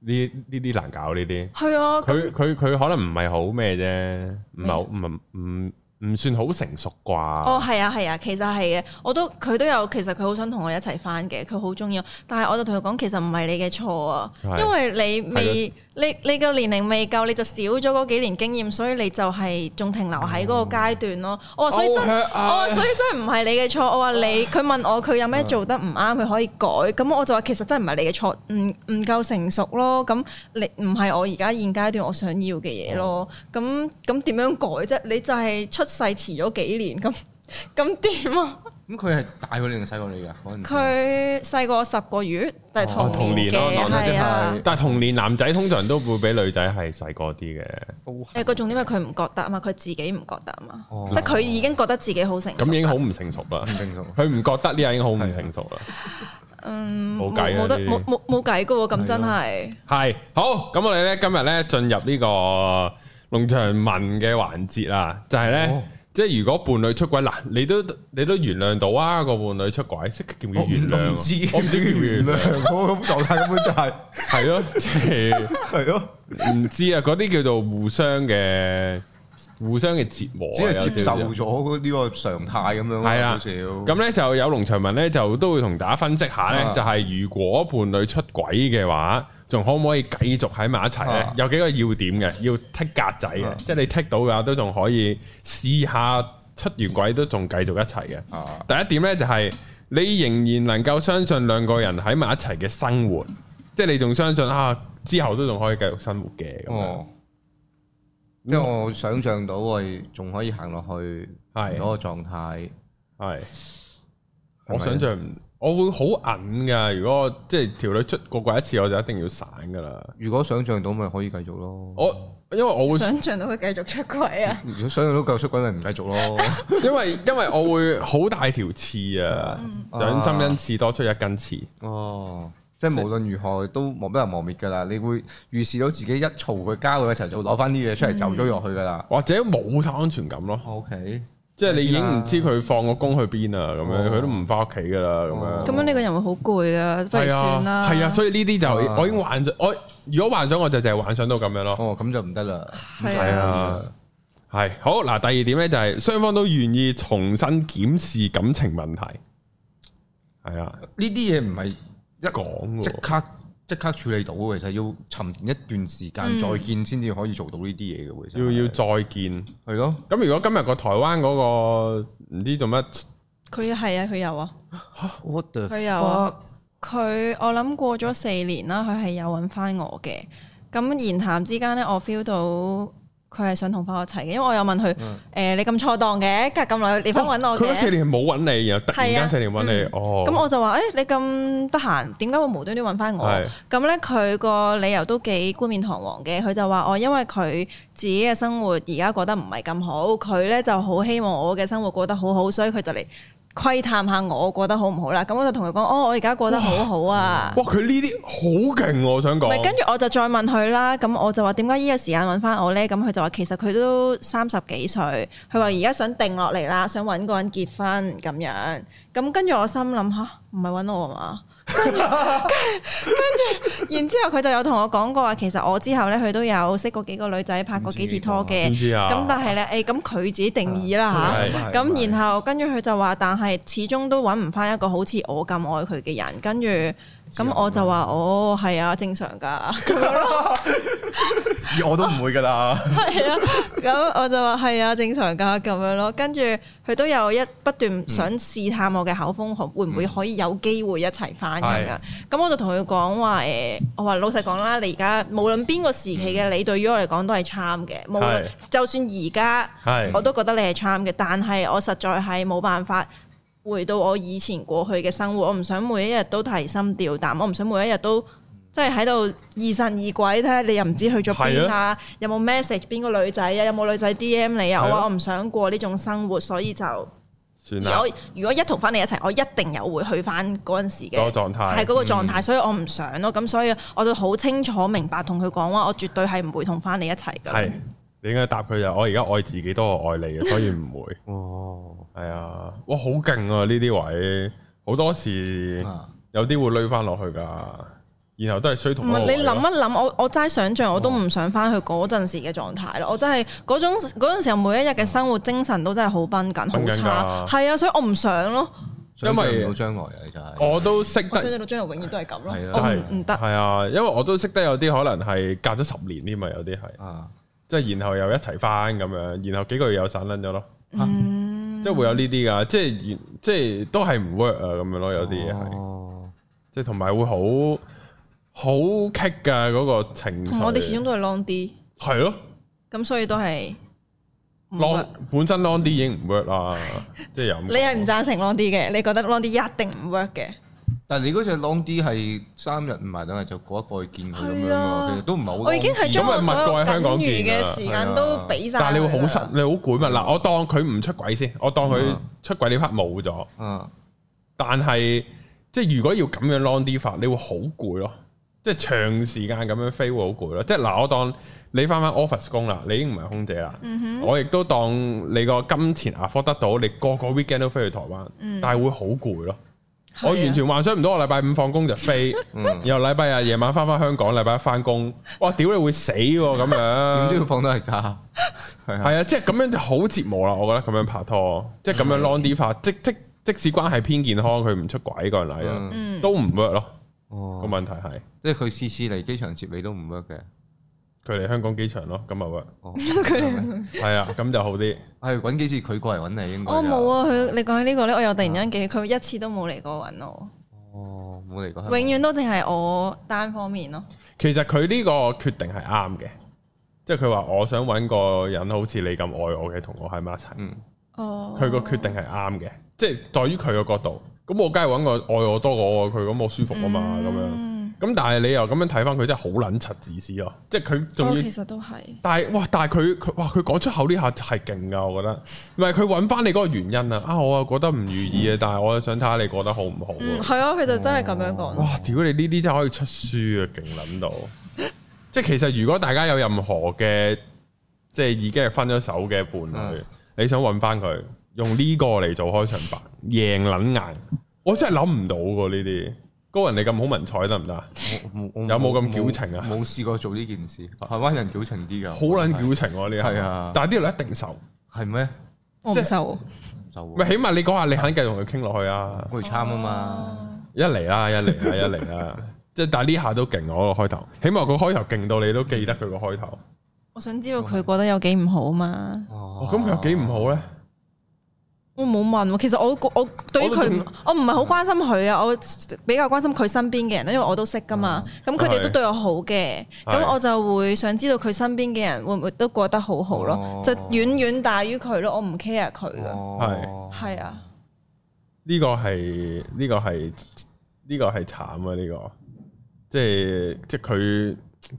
Speaker 1: 呢呢啲難搞呢啲。
Speaker 3: 係啊，咁
Speaker 1: 佢佢佢可能唔係好咩啫，唔係好唔唔唔算好成熟啩。
Speaker 3: 哦，係啊，係啊，其實係嘅，我都佢都有，其實佢好想同我一齊翻嘅，佢好中意我，但係我就同佢講，其實唔係你嘅錯啊，
Speaker 1: 係
Speaker 3: 因為你未你你個年齡未夠，你就少咗嗰幾年經驗，所以你就係仲停留喺嗰個階
Speaker 1: 嗯
Speaker 3: 段咯。我話所以真，我話所以真係唔係你嘅錯。我話你，佢問我佢有咩做得唔啱，佢可以改。咁我就話其實真係唔係你嘅錯，唔唔夠成熟咯。咁你唔係我而家現階段我想要嘅嘢
Speaker 1: 哦
Speaker 3: 咯。咁咁點樣改啫？你就係出世遲咗幾年咁。咁點啊？
Speaker 2: 咁佢係大過你定細過你㗎？嗰陣時
Speaker 3: 佢細過我十個月，但係
Speaker 1: 嗯哦
Speaker 3: 同年
Speaker 1: 同
Speaker 3: 嘅，
Speaker 1: 年
Speaker 2: 咯
Speaker 3: 係啊
Speaker 2: 即係。
Speaker 1: 但係同年男仔通常都會比女仔係細個啲嘅，
Speaker 2: 都
Speaker 3: 誒個重點係佢唔覺得啊嘛，佢自己唔覺得啊嘛，
Speaker 2: 哦
Speaker 3: 即係佢已經覺得自己好成熟。
Speaker 1: 咁已經好唔成熟啦
Speaker 2: 唔。正常。
Speaker 1: 佢唔覺得呢樣已經好唔成熟啦。
Speaker 3: 嗯
Speaker 1: 冇計啊
Speaker 3: 冇得
Speaker 1: 呢啲
Speaker 3: 冇冇冇計嘅喎，咁真係啊
Speaker 1: 係好，咁我哋咧今日咧進入呢個農場文嘅環節啦，就係咧
Speaker 2: 哦，
Speaker 1: 即係如果伴侶出軌嗱，你都你都原諒到啊個伴侶出軌，識叫唔
Speaker 2: 我
Speaker 1: 叫
Speaker 2: 唔
Speaker 1: 原諒
Speaker 2: 我
Speaker 1: 啊？
Speaker 2: 唔知，
Speaker 1: 我唔知叫原
Speaker 2: 原
Speaker 1: 諒，
Speaker 2: 諒。我咁狀態根本就係
Speaker 1: 係咯，即係。
Speaker 2: 係咯，
Speaker 1: 唔知啊，嗰啲叫做互相嘅互相嘅折磨啊，
Speaker 2: 只係接受
Speaker 1: 有少少。
Speaker 2: 咗呢個常態咁樣咯。
Speaker 1: 係啦
Speaker 2: 少少
Speaker 1: 咁咧就有農場文咧就都會同大家分析下咧，
Speaker 2: 啊
Speaker 1: 就係如果伴侶出軌嘅話，仲可唔可以繼續喺埋一齊咧？
Speaker 2: 啊
Speaker 1: 有幾個要點嘅，要剔格仔嘅，
Speaker 2: 啊
Speaker 1: 即係你剔到嘅話都仲可以試下出完軌都仲繼續一齊嘅。
Speaker 2: 啊，
Speaker 1: 第一點咧就係、你仍然能夠相信兩個人喺埋一齊嘅生活，即係你仲相信啊之後都仲可以繼續生活嘅咁樣。
Speaker 2: 哦，即係我想像到我係仲可以行落去
Speaker 1: 係
Speaker 2: 嗰個狀態。
Speaker 1: 係，
Speaker 2: 咪
Speaker 1: 我想象唔，我會好銀噶。如果我即係條女出過過一次，我就一定要散噶啦。
Speaker 2: 如果想像到咪可以繼續咯。
Speaker 1: 我因為我會，
Speaker 3: 想像到佢繼續出軌啊！
Speaker 2: 如果想像到夠出軌咪唔繼續咯。
Speaker 1: 因為因為我會好大條刺啊！
Speaker 2: 嗯
Speaker 1: 掌心因刺，多出一根刺。
Speaker 2: 哦，即係無論如何都冇俾人磨滅㗎
Speaker 3: 嗯
Speaker 2: 啦。你會預示到自己一嘈佢交嘅時候，就攞翻啲嘢出嚟就追落去㗎啦。
Speaker 1: 或者冇晒安全感咯，
Speaker 3: 哦
Speaker 2: O K，
Speaker 1: 即係你已經唔知佢放個工去邊啊，咁樣
Speaker 2: 哦
Speaker 1: 佢都唔翻屋企噶啦，咁
Speaker 3: 咁
Speaker 1: 樣
Speaker 3: 樣呢個人會好攰啊，不如
Speaker 1: 係
Speaker 3: 算
Speaker 1: 啊，
Speaker 3: 啦。
Speaker 1: 係啊，所以呢啲就
Speaker 2: 啊
Speaker 1: 我已經幻想，我如果幻想我就淨係幻想到咁樣咯，
Speaker 2: 哦咁就唔得啦。
Speaker 3: 係
Speaker 1: 係
Speaker 3: 啊，
Speaker 1: 啊。係好嗱，第二點咧就係雙方都願意重新檢視感情問題，係啊，
Speaker 2: 呢啲嘢唔係
Speaker 1: 一講
Speaker 2: 即
Speaker 1: 喎
Speaker 2: 刻即刻處理到嘅，其實要沉澱一段時
Speaker 3: 嗯
Speaker 2: 間再見先至可以做到呢啲嘢嘅喎。其實
Speaker 1: 要要再見。
Speaker 2: 係咯，
Speaker 1: 咁如果今日個台灣嗰個唔知做乜，
Speaker 3: 佢係啊，佢有啊，
Speaker 2: 我的
Speaker 3: 佢有啊佢我諗過咗四年啦，佢係有揾翻我嘅。咁言談之間咧，我 feel 到佢係想同翻我一齊嘅，因為我有問佢
Speaker 2: 嗯
Speaker 3: 誒你咁錯當嘅，隔咁耐你翻揾我
Speaker 1: 佢嗰四
Speaker 3: 嘅。
Speaker 1: 年係冇揾你，然後突然
Speaker 3: 係
Speaker 1: 間
Speaker 3: 啊
Speaker 1: 四年揾你，哦，
Speaker 3: 咁我就話誒你咁得閒，點解會無端端揾翻我？啊
Speaker 1: 係
Speaker 3: 咁咧佢個理由都幾冠冕堂皇嘅，佢就話哦我因為佢自己嘅生活而家過得唔係咁好，佢咧就好希望我嘅生活過得好好，所以佢就嚟窺探下我過得好唔好啦。咁我就同佢講，哦，我而家過得好好啊。
Speaker 1: 哇，佢呢啲好勁喎，我想
Speaker 3: 唔係，
Speaker 1: 講
Speaker 3: 跟，住我就再問佢啦。咁我就話點解呢個時間揾翻我咧？咁佢就話其實佢都三十幾歲，佢話而家想定落嚟啦，想揾個人結婚咁樣。咁跟住我心諗吓，唔係揾我啊嘛？然之後佢就有同我講過話，其實我之後咧，佢都有識過幾個女仔，拍過幾次拖嘅
Speaker 1: 知。唔知啊？
Speaker 3: 咁但係咧，誒咁佢自己定義啦
Speaker 1: 係
Speaker 3: 吓，咁然後跟住佢就話，但係始終都揾唔翻一個好似我咁愛佢嘅人。跟住
Speaker 1: 啊
Speaker 3: 咁我就話，哦，係啊，正常 㗎。
Speaker 2: 而我都唔會㗎啦。
Speaker 3: 係啊，咁我就話係啊，正常㗎咁樣咯。跟住佢都有一不斷想試探我嘅口風，可會唔
Speaker 1: 嗯
Speaker 3: 會可以有機會一齊翻咁樣？咁我就同佢講話誒，我話老實講啦，你而家無論邊個時期嘅你，對於我嚟講都係 charm 嘅。無論
Speaker 1: 嗯係
Speaker 3: 就算而家
Speaker 1: 係
Speaker 3: 我都覺得你係 charm 嘅，但係我實在係冇辦法。回到我以前過去嘅生活，我唔想每一日都提心吊膽，我唔想每一日都即係喺度疑神疑鬼，睇下你又唔知去咗邊
Speaker 1: 係
Speaker 3: 啊，有冇 message 邊個女仔啊，有冇女仔 DM 你啊？
Speaker 1: 係啊
Speaker 3: 我話我唔想過呢種生活，所以就而
Speaker 1: 算啦
Speaker 3: 我，如果一同翻你一齊，我一定有會去翻嗰陣時嘅
Speaker 1: 嗰個狀態嗯
Speaker 3: 係嗰個狀態，所以我唔想咯。咁所以我就好清楚明白同佢講話，我絕對係唔會同翻你一齊㗎。
Speaker 1: 係你應該答佢就我而家愛自己多過愛你嘅，所以唔會。
Speaker 2: 哦，
Speaker 1: 係啊，哇，好勁啊！呢啲位好多時
Speaker 2: 啊
Speaker 1: 有啲會攣翻落去噶，然哦後都係衰
Speaker 3: 唔
Speaker 1: 同一個
Speaker 3: 係
Speaker 1: 位
Speaker 3: 你
Speaker 1: 咯哦
Speaker 3: 諗啊一諗，我我齋想像我都唔想翻去嗰陣時嘅狀態咯。我真係嗰種嗰陣時候每一日嘅生活精神都真係好繃緊，好
Speaker 1: 繃緊㗎
Speaker 3: 差。係啊，所以我唔想咯。
Speaker 2: 因
Speaker 1: 因為
Speaker 2: 為到將來啊，就係
Speaker 1: 我都識
Speaker 3: 我
Speaker 1: 得
Speaker 3: 想象到將來永遠都係咁咯
Speaker 2: 係啊，
Speaker 3: 我
Speaker 1: 真係
Speaker 3: 唔唔得。
Speaker 1: 係啊，因為我都識得有啲可能係隔咗十年添啊，有啲係
Speaker 2: 啊，
Speaker 1: 即係然後又一齊翻咁樣，然後幾個月又散撚咗咯，
Speaker 3: 嗯
Speaker 1: 即係會有呢啲噶，即係即係都係唔 work 啊咁樣咯，有啲嘢
Speaker 2: 哦
Speaker 1: 係
Speaker 2: 係
Speaker 1: 即係同埋會好好棘噶嗰個情緒，
Speaker 3: 同我哋始終都係 long 啲，
Speaker 1: 係咯。
Speaker 3: 咁所以都係唔
Speaker 1: long
Speaker 3: work
Speaker 1: 本身 long 啲已經唔 work 啦，即係又
Speaker 3: 你係唔贊成 long 啲嘅？你覺得 long 啲一定唔 work 嘅？
Speaker 2: 但係你嗰只 long D 係三日唔埋兩日就嗰一個去見佢咁樣
Speaker 3: 係啊
Speaker 2: 喎，其實都唔係好 long D。
Speaker 3: 我已經係將我所有僅餘嘅時間都俾晒佢啦。
Speaker 1: 啊
Speaker 3: 啊
Speaker 1: 但係你會好失，你好攰嘛？嗱，我當佢唔出軌先，我當佢
Speaker 2: 嗯
Speaker 1: 出軌呢 part 冇咗，
Speaker 2: 啊，
Speaker 1: 但係即係如果要咁樣 long 啲法，你會好攰咯，即係長時間咁樣飛會好攰咯。即係嗱，我當你翻翻 office 工啦，你已經唔係空姐啦，
Speaker 3: 嗯
Speaker 1: 我亦都當你個金錢 afford 得到，你個個 weekend 都飛去台灣，
Speaker 3: 嗯
Speaker 1: 但係會好攰咯。
Speaker 3: 係啊
Speaker 1: 我完全幻想唔到，我禮拜五放工就飛，
Speaker 2: 嗯
Speaker 1: 然後禮拜日夜晚翻翻香港，禮拜一翻工，哇！屌你會死喎咁
Speaker 2: 點
Speaker 1: 樣
Speaker 2: 都要，放多日假，係啊，
Speaker 1: 係啊，即係咁樣就好折磨啦。啊我覺得咁樣拍拖，即係咁
Speaker 2: 嗯
Speaker 1: 樣 long 啲化，即即即使關係偏健康，佢唔出軌個人嚟啊，
Speaker 2: 嗯
Speaker 1: 都唔 work 咯。個
Speaker 2: 哦，
Speaker 1: 問題係
Speaker 2: 即係佢次次嚟機場接你都唔 work 嘅，
Speaker 1: 佢嚟香港機場咯，咁咪啊 work。
Speaker 2: 哦，係咪
Speaker 1: 係啊，咁就好啲。
Speaker 2: 係揾幾次佢過嚟揾你應該。
Speaker 3: 我冇！啊！佢你講起呢個咧，我又突然間記起佢一次都冇嚟過揾我，
Speaker 2: 哦，冇嚟過香港。
Speaker 3: 永遠都淨係我單方面咯。
Speaker 1: 其實佢呢個決定係啱嘅，即係佢話我想揾個人好似你咁愛我嘅，同我喺埋一齊。
Speaker 2: 嗯
Speaker 3: 哦，
Speaker 1: 佢個決定係啱嘅，即係在於佢個角度。咁我梗係揾個愛我多過愛佢，咁我舒服啊嘛，咁樣。
Speaker 3: 嗯
Speaker 1: 咁但係你又咁樣睇翻佢，真係好撚柒自私咯。即係佢仲
Speaker 3: 我
Speaker 1: 要
Speaker 3: 哦其，實都係。
Speaker 1: 但係哇，但係佢佢哇，佢講出口呢下係勁噶，我覺得。唔係佢揾翻你嗰個原因啊！啊，我又覺得唔如意啊，但係我又想睇下你過得好唔好啊。
Speaker 3: 嗯，係啊，佢就真係咁樣講。
Speaker 1: 哇！屌你呢啲真係可以出書啊，勁諗 到！即係其實如果大家有任何嘅，即係已經係分咗手嘅伴侶，
Speaker 2: 嗯
Speaker 1: 你想揾翻佢，用呢個嚟做開場白，贏撚硬，我真係諗唔到喎呢啲。高人你咁好文采得唔得啊？
Speaker 2: 我我
Speaker 1: 有冇咁矯情啊
Speaker 2: 冇試過做呢件事，台灣人矯情啲㗎。
Speaker 1: 好撚矯情喎呢下
Speaker 2: 係啊
Speaker 1: 但係呢度一定受，
Speaker 2: 係咩？
Speaker 3: 我
Speaker 1: 即
Speaker 3: 唔
Speaker 1: 係
Speaker 3: 受。
Speaker 2: 就
Speaker 1: 咪起碼你講下你肯繼續同佢傾落去啊！
Speaker 2: 我去參啊嘛。
Speaker 1: 一嚟啦，一 嚟啦，一嚟啦，即係但係呢下都勁我個開頭，起碼個開頭勁到你都記得佢個開頭。
Speaker 3: 我想知道佢過得有幾唔好嘛？
Speaker 1: 哦
Speaker 2: 哦，
Speaker 1: 咁佢有幾唔好咧？
Speaker 3: 我冇問喎，其實我我對於佢唔，我唔係好關心佢啊，我比較關心佢身邊嘅人，因為我都識噶嘛。咁佢哋都對我好嘅，
Speaker 1: 嗯係
Speaker 3: 咁我就會想知道佢身邊嘅人會唔會都過得好好咯
Speaker 2: 哦，
Speaker 3: 就遠遠大於佢咯。我唔 care 佢噶，
Speaker 2: 哦？
Speaker 3: 係啊，
Speaker 1: 呢個係呢、個係呢、個係慘啊！呢、個即係即係佢，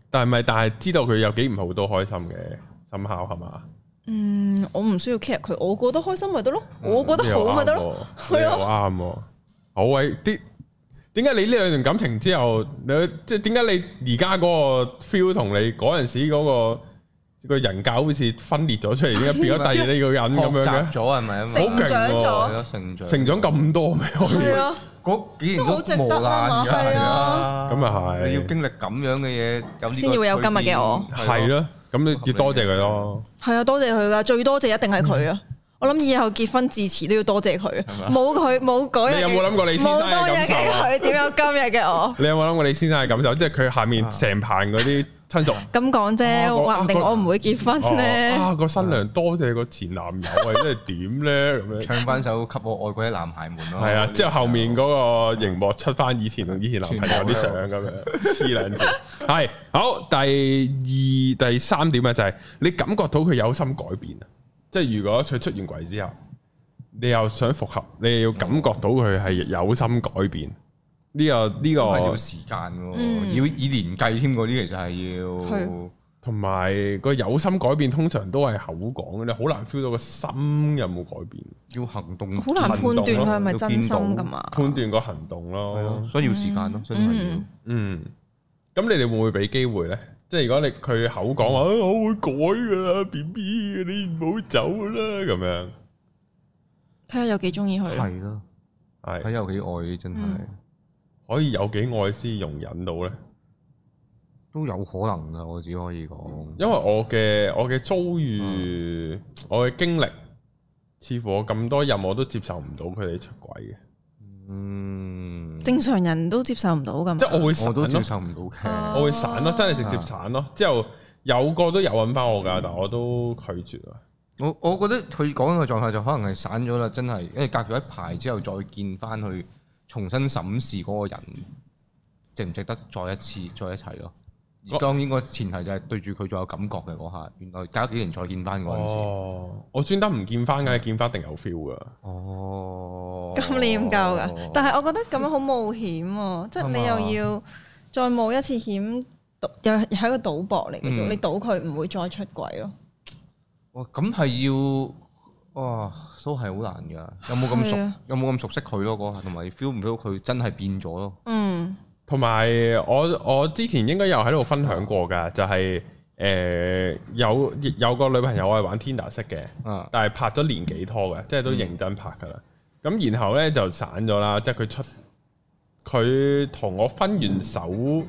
Speaker 1: 但係咪但係知道佢有幾唔好都開心嘅，心考係嘛？
Speaker 3: 嗯，我唔需要 care 佢，我過得開心咪得咯，
Speaker 1: 嗯
Speaker 3: 我過得好咪得咯，
Speaker 1: 你
Speaker 3: 係
Speaker 1: 又
Speaker 3: 啊
Speaker 1: 啱喎，你又啱喎。好喂，啲點解你呢兩段感情之後，你即係點解你而家嗰個 feel 同你嗰陣時嗰、個個人格好似分裂咗出嚟，點解變咗第二呢個人
Speaker 2: 學
Speaker 1: 咁樣
Speaker 2: 習
Speaker 1: 嘅？
Speaker 2: 咗係咪啊？
Speaker 1: 好勁
Speaker 3: 成長
Speaker 1: 喎
Speaker 2: 係
Speaker 3: 咗，
Speaker 2: 咯，成長
Speaker 1: 成長咁多咩？我以為
Speaker 3: 係啊，
Speaker 2: 嗰幾年
Speaker 3: 都好
Speaker 2: 都
Speaker 3: 值得
Speaker 2: 磨
Speaker 3: 啊嘛
Speaker 2: 難㗎，係
Speaker 3: 係
Speaker 2: 啊
Speaker 3: 啊，
Speaker 1: 咁啊係
Speaker 2: 你要經歷咁樣嘅嘢，有呢個
Speaker 3: 先至會有今日嘅我
Speaker 2: 蜕變
Speaker 1: 係，咯，咁你要多謝佢咯。
Speaker 3: 係啊，多謝佢噶，最多謝一定係佢
Speaker 1: 嗯
Speaker 3: 啊！我諗以後結婚致辭都要多謝佢
Speaker 2: 係嘛
Speaker 3: 啊，冇佢冇嗰日嘅，
Speaker 1: 你有冇諗過你先生嘅
Speaker 3: 冇當日
Speaker 1: 感受啊
Speaker 3: 嘅佢，點有今日嘅我？
Speaker 1: 你有冇諗過你先生嘅感受？即係佢下面成棚嗰啲親屬。
Speaker 3: 咁講啫，
Speaker 1: 啊我
Speaker 3: 話唔定我唔會結婚
Speaker 1: 哦
Speaker 3: 咧。
Speaker 1: 啊個新娘多謝個前男友啊，即係點咧咁樣？
Speaker 2: 唱翻首《給我愛過的男孩們》咯。
Speaker 1: 係啊，之後後面嗰個熒幕出翻以前同以前男朋友啲相
Speaker 2: 全
Speaker 1: 咁樣，黐兩條。係好，第二第三點啊，就係你感覺到佢有心改變啊，即係如果佢出完軌之後，你又想復合，你又要感覺到佢係有心改變。呢個呢
Speaker 2: 都係要
Speaker 1: 個
Speaker 2: 時間喎，
Speaker 3: 嗯
Speaker 2: 要以年計添嗰啲，其實係要
Speaker 3: 係。
Speaker 1: 同埋個有心改變，通常都係口講嘅，你好難 feel 到個心有冇改變，
Speaker 2: 要行
Speaker 1: 啊
Speaker 2: 動，
Speaker 3: 好難判斷佢係咪真心噶
Speaker 2: 要見
Speaker 3: 嘛？
Speaker 1: 判斷個行動
Speaker 2: 到
Speaker 1: 咯。
Speaker 2: 係咯，所以要時間咯，真係要
Speaker 3: 嗯。
Speaker 1: 嗯，咁你哋會唔會俾機會咧？即係如果你佢口講話、啊，我會改噶啦，B B，你唔好走啦，咁樣
Speaker 3: 睇下有幾中意佢咯。
Speaker 2: 係咯，睇
Speaker 1: 係
Speaker 2: 有幾愛真係
Speaker 3: 嗯
Speaker 1: 可以有幾愛先容忍到咧？
Speaker 2: 都有可能噶，我只可以講。
Speaker 1: 因為我嘅我嘅遭遇，我嘅經歷，似乎我咁多任我都接受唔到佢哋出軌嘅，
Speaker 2: 嗯，
Speaker 3: 正常人都接受唔到噶嘛
Speaker 1: 即。係我會散
Speaker 2: 我都接
Speaker 1: 咯，
Speaker 2: 受唔到嘅
Speaker 3: 啊。
Speaker 1: 我會散咯，真係直接散咯。之後有個都有揾翻我㗎，但我都拒絕啦。啊
Speaker 2: 我我覺得佢講嘅狀態就可能係散咗啦，真係，因為隔咗一排之後再見翻去，重新審視嗰個人值唔值得再一次再一齊咯。而
Speaker 1: 我
Speaker 2: 當然個前提就係對住佢仲有感覺嘅嗰下，原來隔咗幾年再見翻嗰陣時，
Speaker 1: 哦，我專登唔見翻嘅，見翻一定有 feel 㗎。
Speaker 2: 哦，
Speaker 3: 咁你唔夠
Speaker 1: 哦
Speaker 3: 噶，但係我覺得咁樣好冒險喎，即係你又要再冒一次險，賭又係係一個賭博嚟嘅啫，
Speaker 2: 嗯
Speaker 3: 你賭佢唔會再出軌咯。
Speaker 2: 哇，咁係要哇，都係好難㗎。有冇咁
Speaker 3: 係
Speaker 2: 熟
Speaker 3: 啊？
Speaker 2: 有冇咁熟悉佢咯？嗰下同埋 feel 唔到佢真係變咗咯。
Speaker 3: 嗯，
Speaker 1: 同埋我我之前應該有喺度分享過㗎，就係、呃有有個女朋友我係玩 Tinder 識嘅，
Speaker 2: 啊，
Speaker 1: 但係拍咗年幾拖
Speaker 2: 嗯
Speaker 1: 嘅，即係都認真拍㗎啦。咁、然後呢，就散咗啦，即係佢出佢同我分完手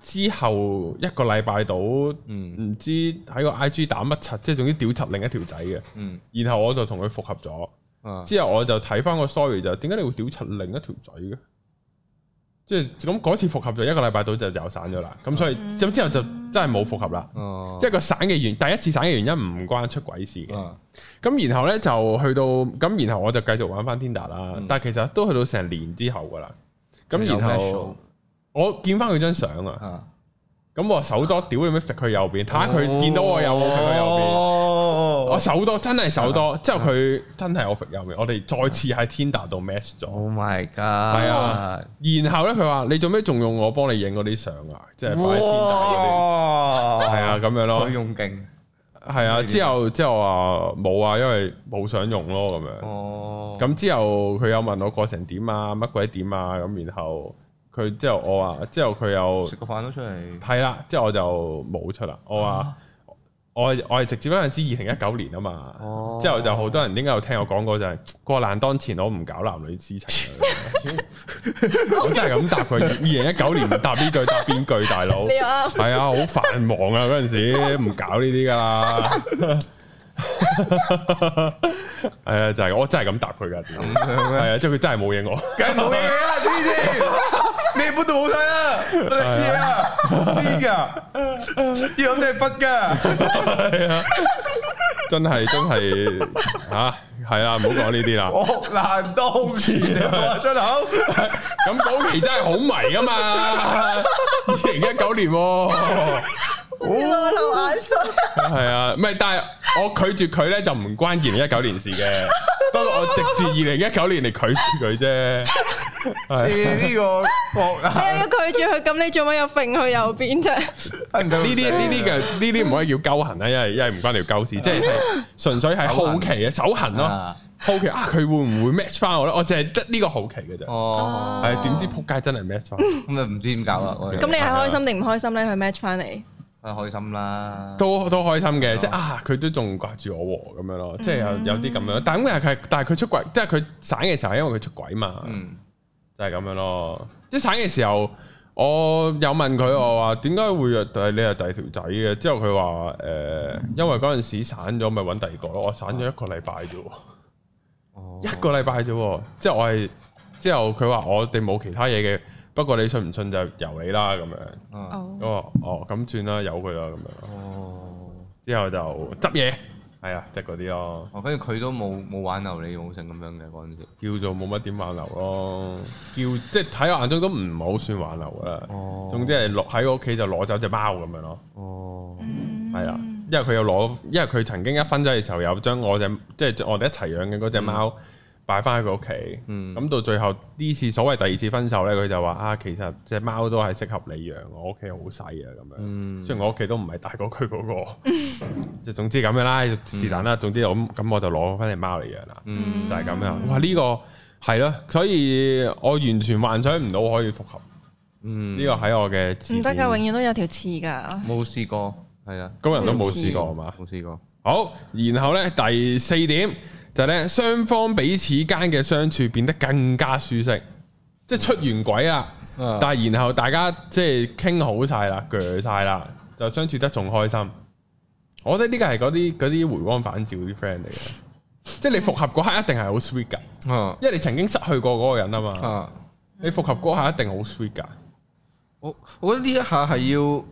Speaker 1: 之後一個禮拜到，唔
Speaker 2: 嗯
Speaker 1: 知喺個 IG 打乜柒，即係總之屌柒另一條仔嘅。
Speaker 2: 嗯
Speaker 1: 然後我就同佢復合咗。
Speaker 2: 啊，
Speaker 1: 之後我就睇翻個 story 就點解你會屌柒另一條仔嘅？即係咁嗰次復合就一個禮拜到就又散咗啦。咁所以咁之後就真係冇復合啦。
Speaker 2: 哦
Speaker 1: 即係個散嘅原第一次散嘅原因唔關出軌事嘅。
Speaker 2: 啊
Speaker 1: 咁然後呢，就去到咁，然後我就繼續玩翻 Tinder 啦。但係其實都去到成年之後噶啦。咁
Speaker 2: 嗯有
Speaker 1: 然
Speaker 2: match
Speaker 1: 後我見翻佢張相啊，
Speaker 2: 啊。
Speaker 1: 咁我手多屌你咩？揈佢右邊，睇下
Speaker 2: 哦
Speaker 1: 佢見到我有冇揈佢右邊。
Speaker 2: Oh
Speaker 1: 我手多真係手多，之後佢真係我揈右邊。我哋再次喺 Tinder 度 match 咗。
Speaker 2: Oh my god！
Speaker 1: 係
Speaker 2: 係
Speaker 1: 啊，然後咧佢話：你做咩仲用我幫你影嗰啲相啊？即係擺喺天台嗰啲，
Speaker 2: 哇！
Speaker 1: 係啊咁樣
Speaker 2: 佢
Speaker 1: 咯，
Speaker 2: 用勁
Speaker 1: 係啊。
Speaker 2: 你點
Speaker 1: 之後之後我話冇啊，因為冇想用咯咁樣。
Speaker 2: 哦。
Speaker 1: 咁之後佢又問我過程點啊，乜鬼點啊咁，然後佢之後我話，之後佢又
Speaker 2: 食個飯都出嚟，
Speaker 1: 係啦，之後我就冇出啦。我
Speaker 2: 啊
Speaker 1: 話我我係直接嗰陣時二零一九年啊嘛。
Speaker 2: 哦
Speaker 1: 之後就好多人應該有聽我講過就係過難當前我唔搞男女私情， 我真係咁答佢。二零一九年唔答呢句答邊句，大佬
Speaker 3: 你又啱，
Speaker 1: 係啊，好繁忙啊嗰陣時，唔搞呢啲噶啦。係啊，就係我真係咁答佢噶，
Speaker 2: 咁
Speaker 1: 係
Speaker 2: 樣咩？
Speaker 1: 啊，即係佢真係冇應我，
Speaker 2: 梗係冇嘢啦，黐線！咩本都冇睇啦，我哋知啦，癲噶，呢個真係不 噶，
Speaker 1: 真係真係吓係啊啦，唔好講呢啲啦。
Speaker 2: 我難當時你話出口，
Speaker 1: 咁嗰期真係好迷噶嘛，二零一九年喎。
Speaker 3: 我流眼水。
Speaker 1: 系啊，唔系，但系我拒絕佢咧就唔關二零一九年事嘅，不過我直至二零一九年嚟拒絕佢啫。
Speaker 2: 似呢 個惡
Speaker 3: 你
Speaker 2: 啊！
Speaker 3: 又要拒絕佢，咁你做乜又揈佢右邊啫？
Speaker 2: 呢
Speaker 1: 呢啲
Speaker 2: 啊
Speaker 1: 呢啲嘅呢啲唔可以叫鳩痕啦，啊因為因為唔關條鳩事，即係純粹係好奇嘅手痕咯
Speaker 2: 啊，
Speaker 1: 好奇啊佢會唔會 match 翻我咧？我淨係得呢個好奇嘅啫。
Speaker 2: 哦，
Speaker 1: 係點知扑街真係 match 翻，
Speaker 2: 咁就唔知點搞啦，我哋
Speaker 3: 咁你係開心定唔開心咧？佢 match 翻你，
Speaker 2: 啊開心啦，
Speaker 1: 都都開心嘅，即係啊佢都仲掛住我喎咁樣咯，即係有有啲咁樣。但係咁但係佢但係佢出軌，即係佢散嘅時候，因為佢出軌嘛，
Speaker 2: 嗯
Speaker 1: 就就係咁樣咯。即係散嘅時候，我有問佢我話點解會約第你係第二條仔嘅？之後佢話誒，因為嗰陣時散咗，咪揾第二個咯。我散咗一個禮拜啫喎。
Speaker 2: 哦
Speaker 1: 一個禮拜啫喎，即係我係之後佢話我哋冇其他嘢嘅，不過你信唔信就由你啦咁樣。
Speaker 2: 啊
Speaker 3: 哦，
Speaker 1: 我話哦咁算啦，由佢啦咁樣。
Speaker 2: 哦，
Speaker 1: 之後就執嘢，係啊，即係嗰啲咯，
Speaker 2: 哦，跟住佢都冇冇挽留你冇成咁樣嘅嗰陣時。
Speaker 1: 叫做冇乜點挽留咯，叫即係喺我眼中都唔好算挽留噶啦。
Speaker 2: 哦
Speaker 1: 總之係落喺我屋企就攞走只貓咁樣咯，
Speaker 2: 哦，
Speaker 3: 嗯
Speaker 1: 係啊，因為佢有攞，因為佢曾經一分咗嘅時候有將我只即係我哋一齊養嘅嗰只貓
Speaker 3: 嗯
Speaker 1: 擺翻喺佢屋企。
Speaker 2: 嗯，
Speaker 1: 咁到最後呢次所謂第二次分手呢，佢就話啊，其實只貓都係適合你養，我屋企好細啊咁樣。
Speaker 2: 嗯
Speaker 1: 雖然我屋企都唔係大過佢嗰 個，即係總之咁樣啦，是但啦。總之我咁咁我就攞翻只貓嚟養啦，
Speaker 2: 嗯
Speaker 1: 就係咁樣。哇！呢個係咯，所以我完全幻想唔到可以復合。
Speaker 2: 嗯，
Speaker 1: 呢個喺我嘅字
Speaker 3: 唔得噶，
Speaker 1: 典
Speaker 3: 永遠都有條刺噶。
Speaker 2: 冇試過，係啊，
Speaker 1: 工人都冇試過係嘛？
Speaker 2: 冇試過。
Speaker 1: 好，然後呢，第四點就係呢，雙方彼此間嘅相處變得更加舒適，即係出完軌啦。
Speaker 2: 但
Speaker 1: 但系然後大家即係傾好晒啦，鋸晒啦，就相處得仲開心。我覺得呢個係嗰啲嗰啲回光返照啲 friend 嚟嘅，即係你復合嗰刻一定係好 sweet 噶，
Speaker 2: 啊
Speaker 1: 因為你曾經失去過嗰個人啊嘛。
Speaker 2: 啊，
Speaker 1: 你復合嗰下一定好 sweet 噶，
Speaker 2: 我我覺得呢一下係要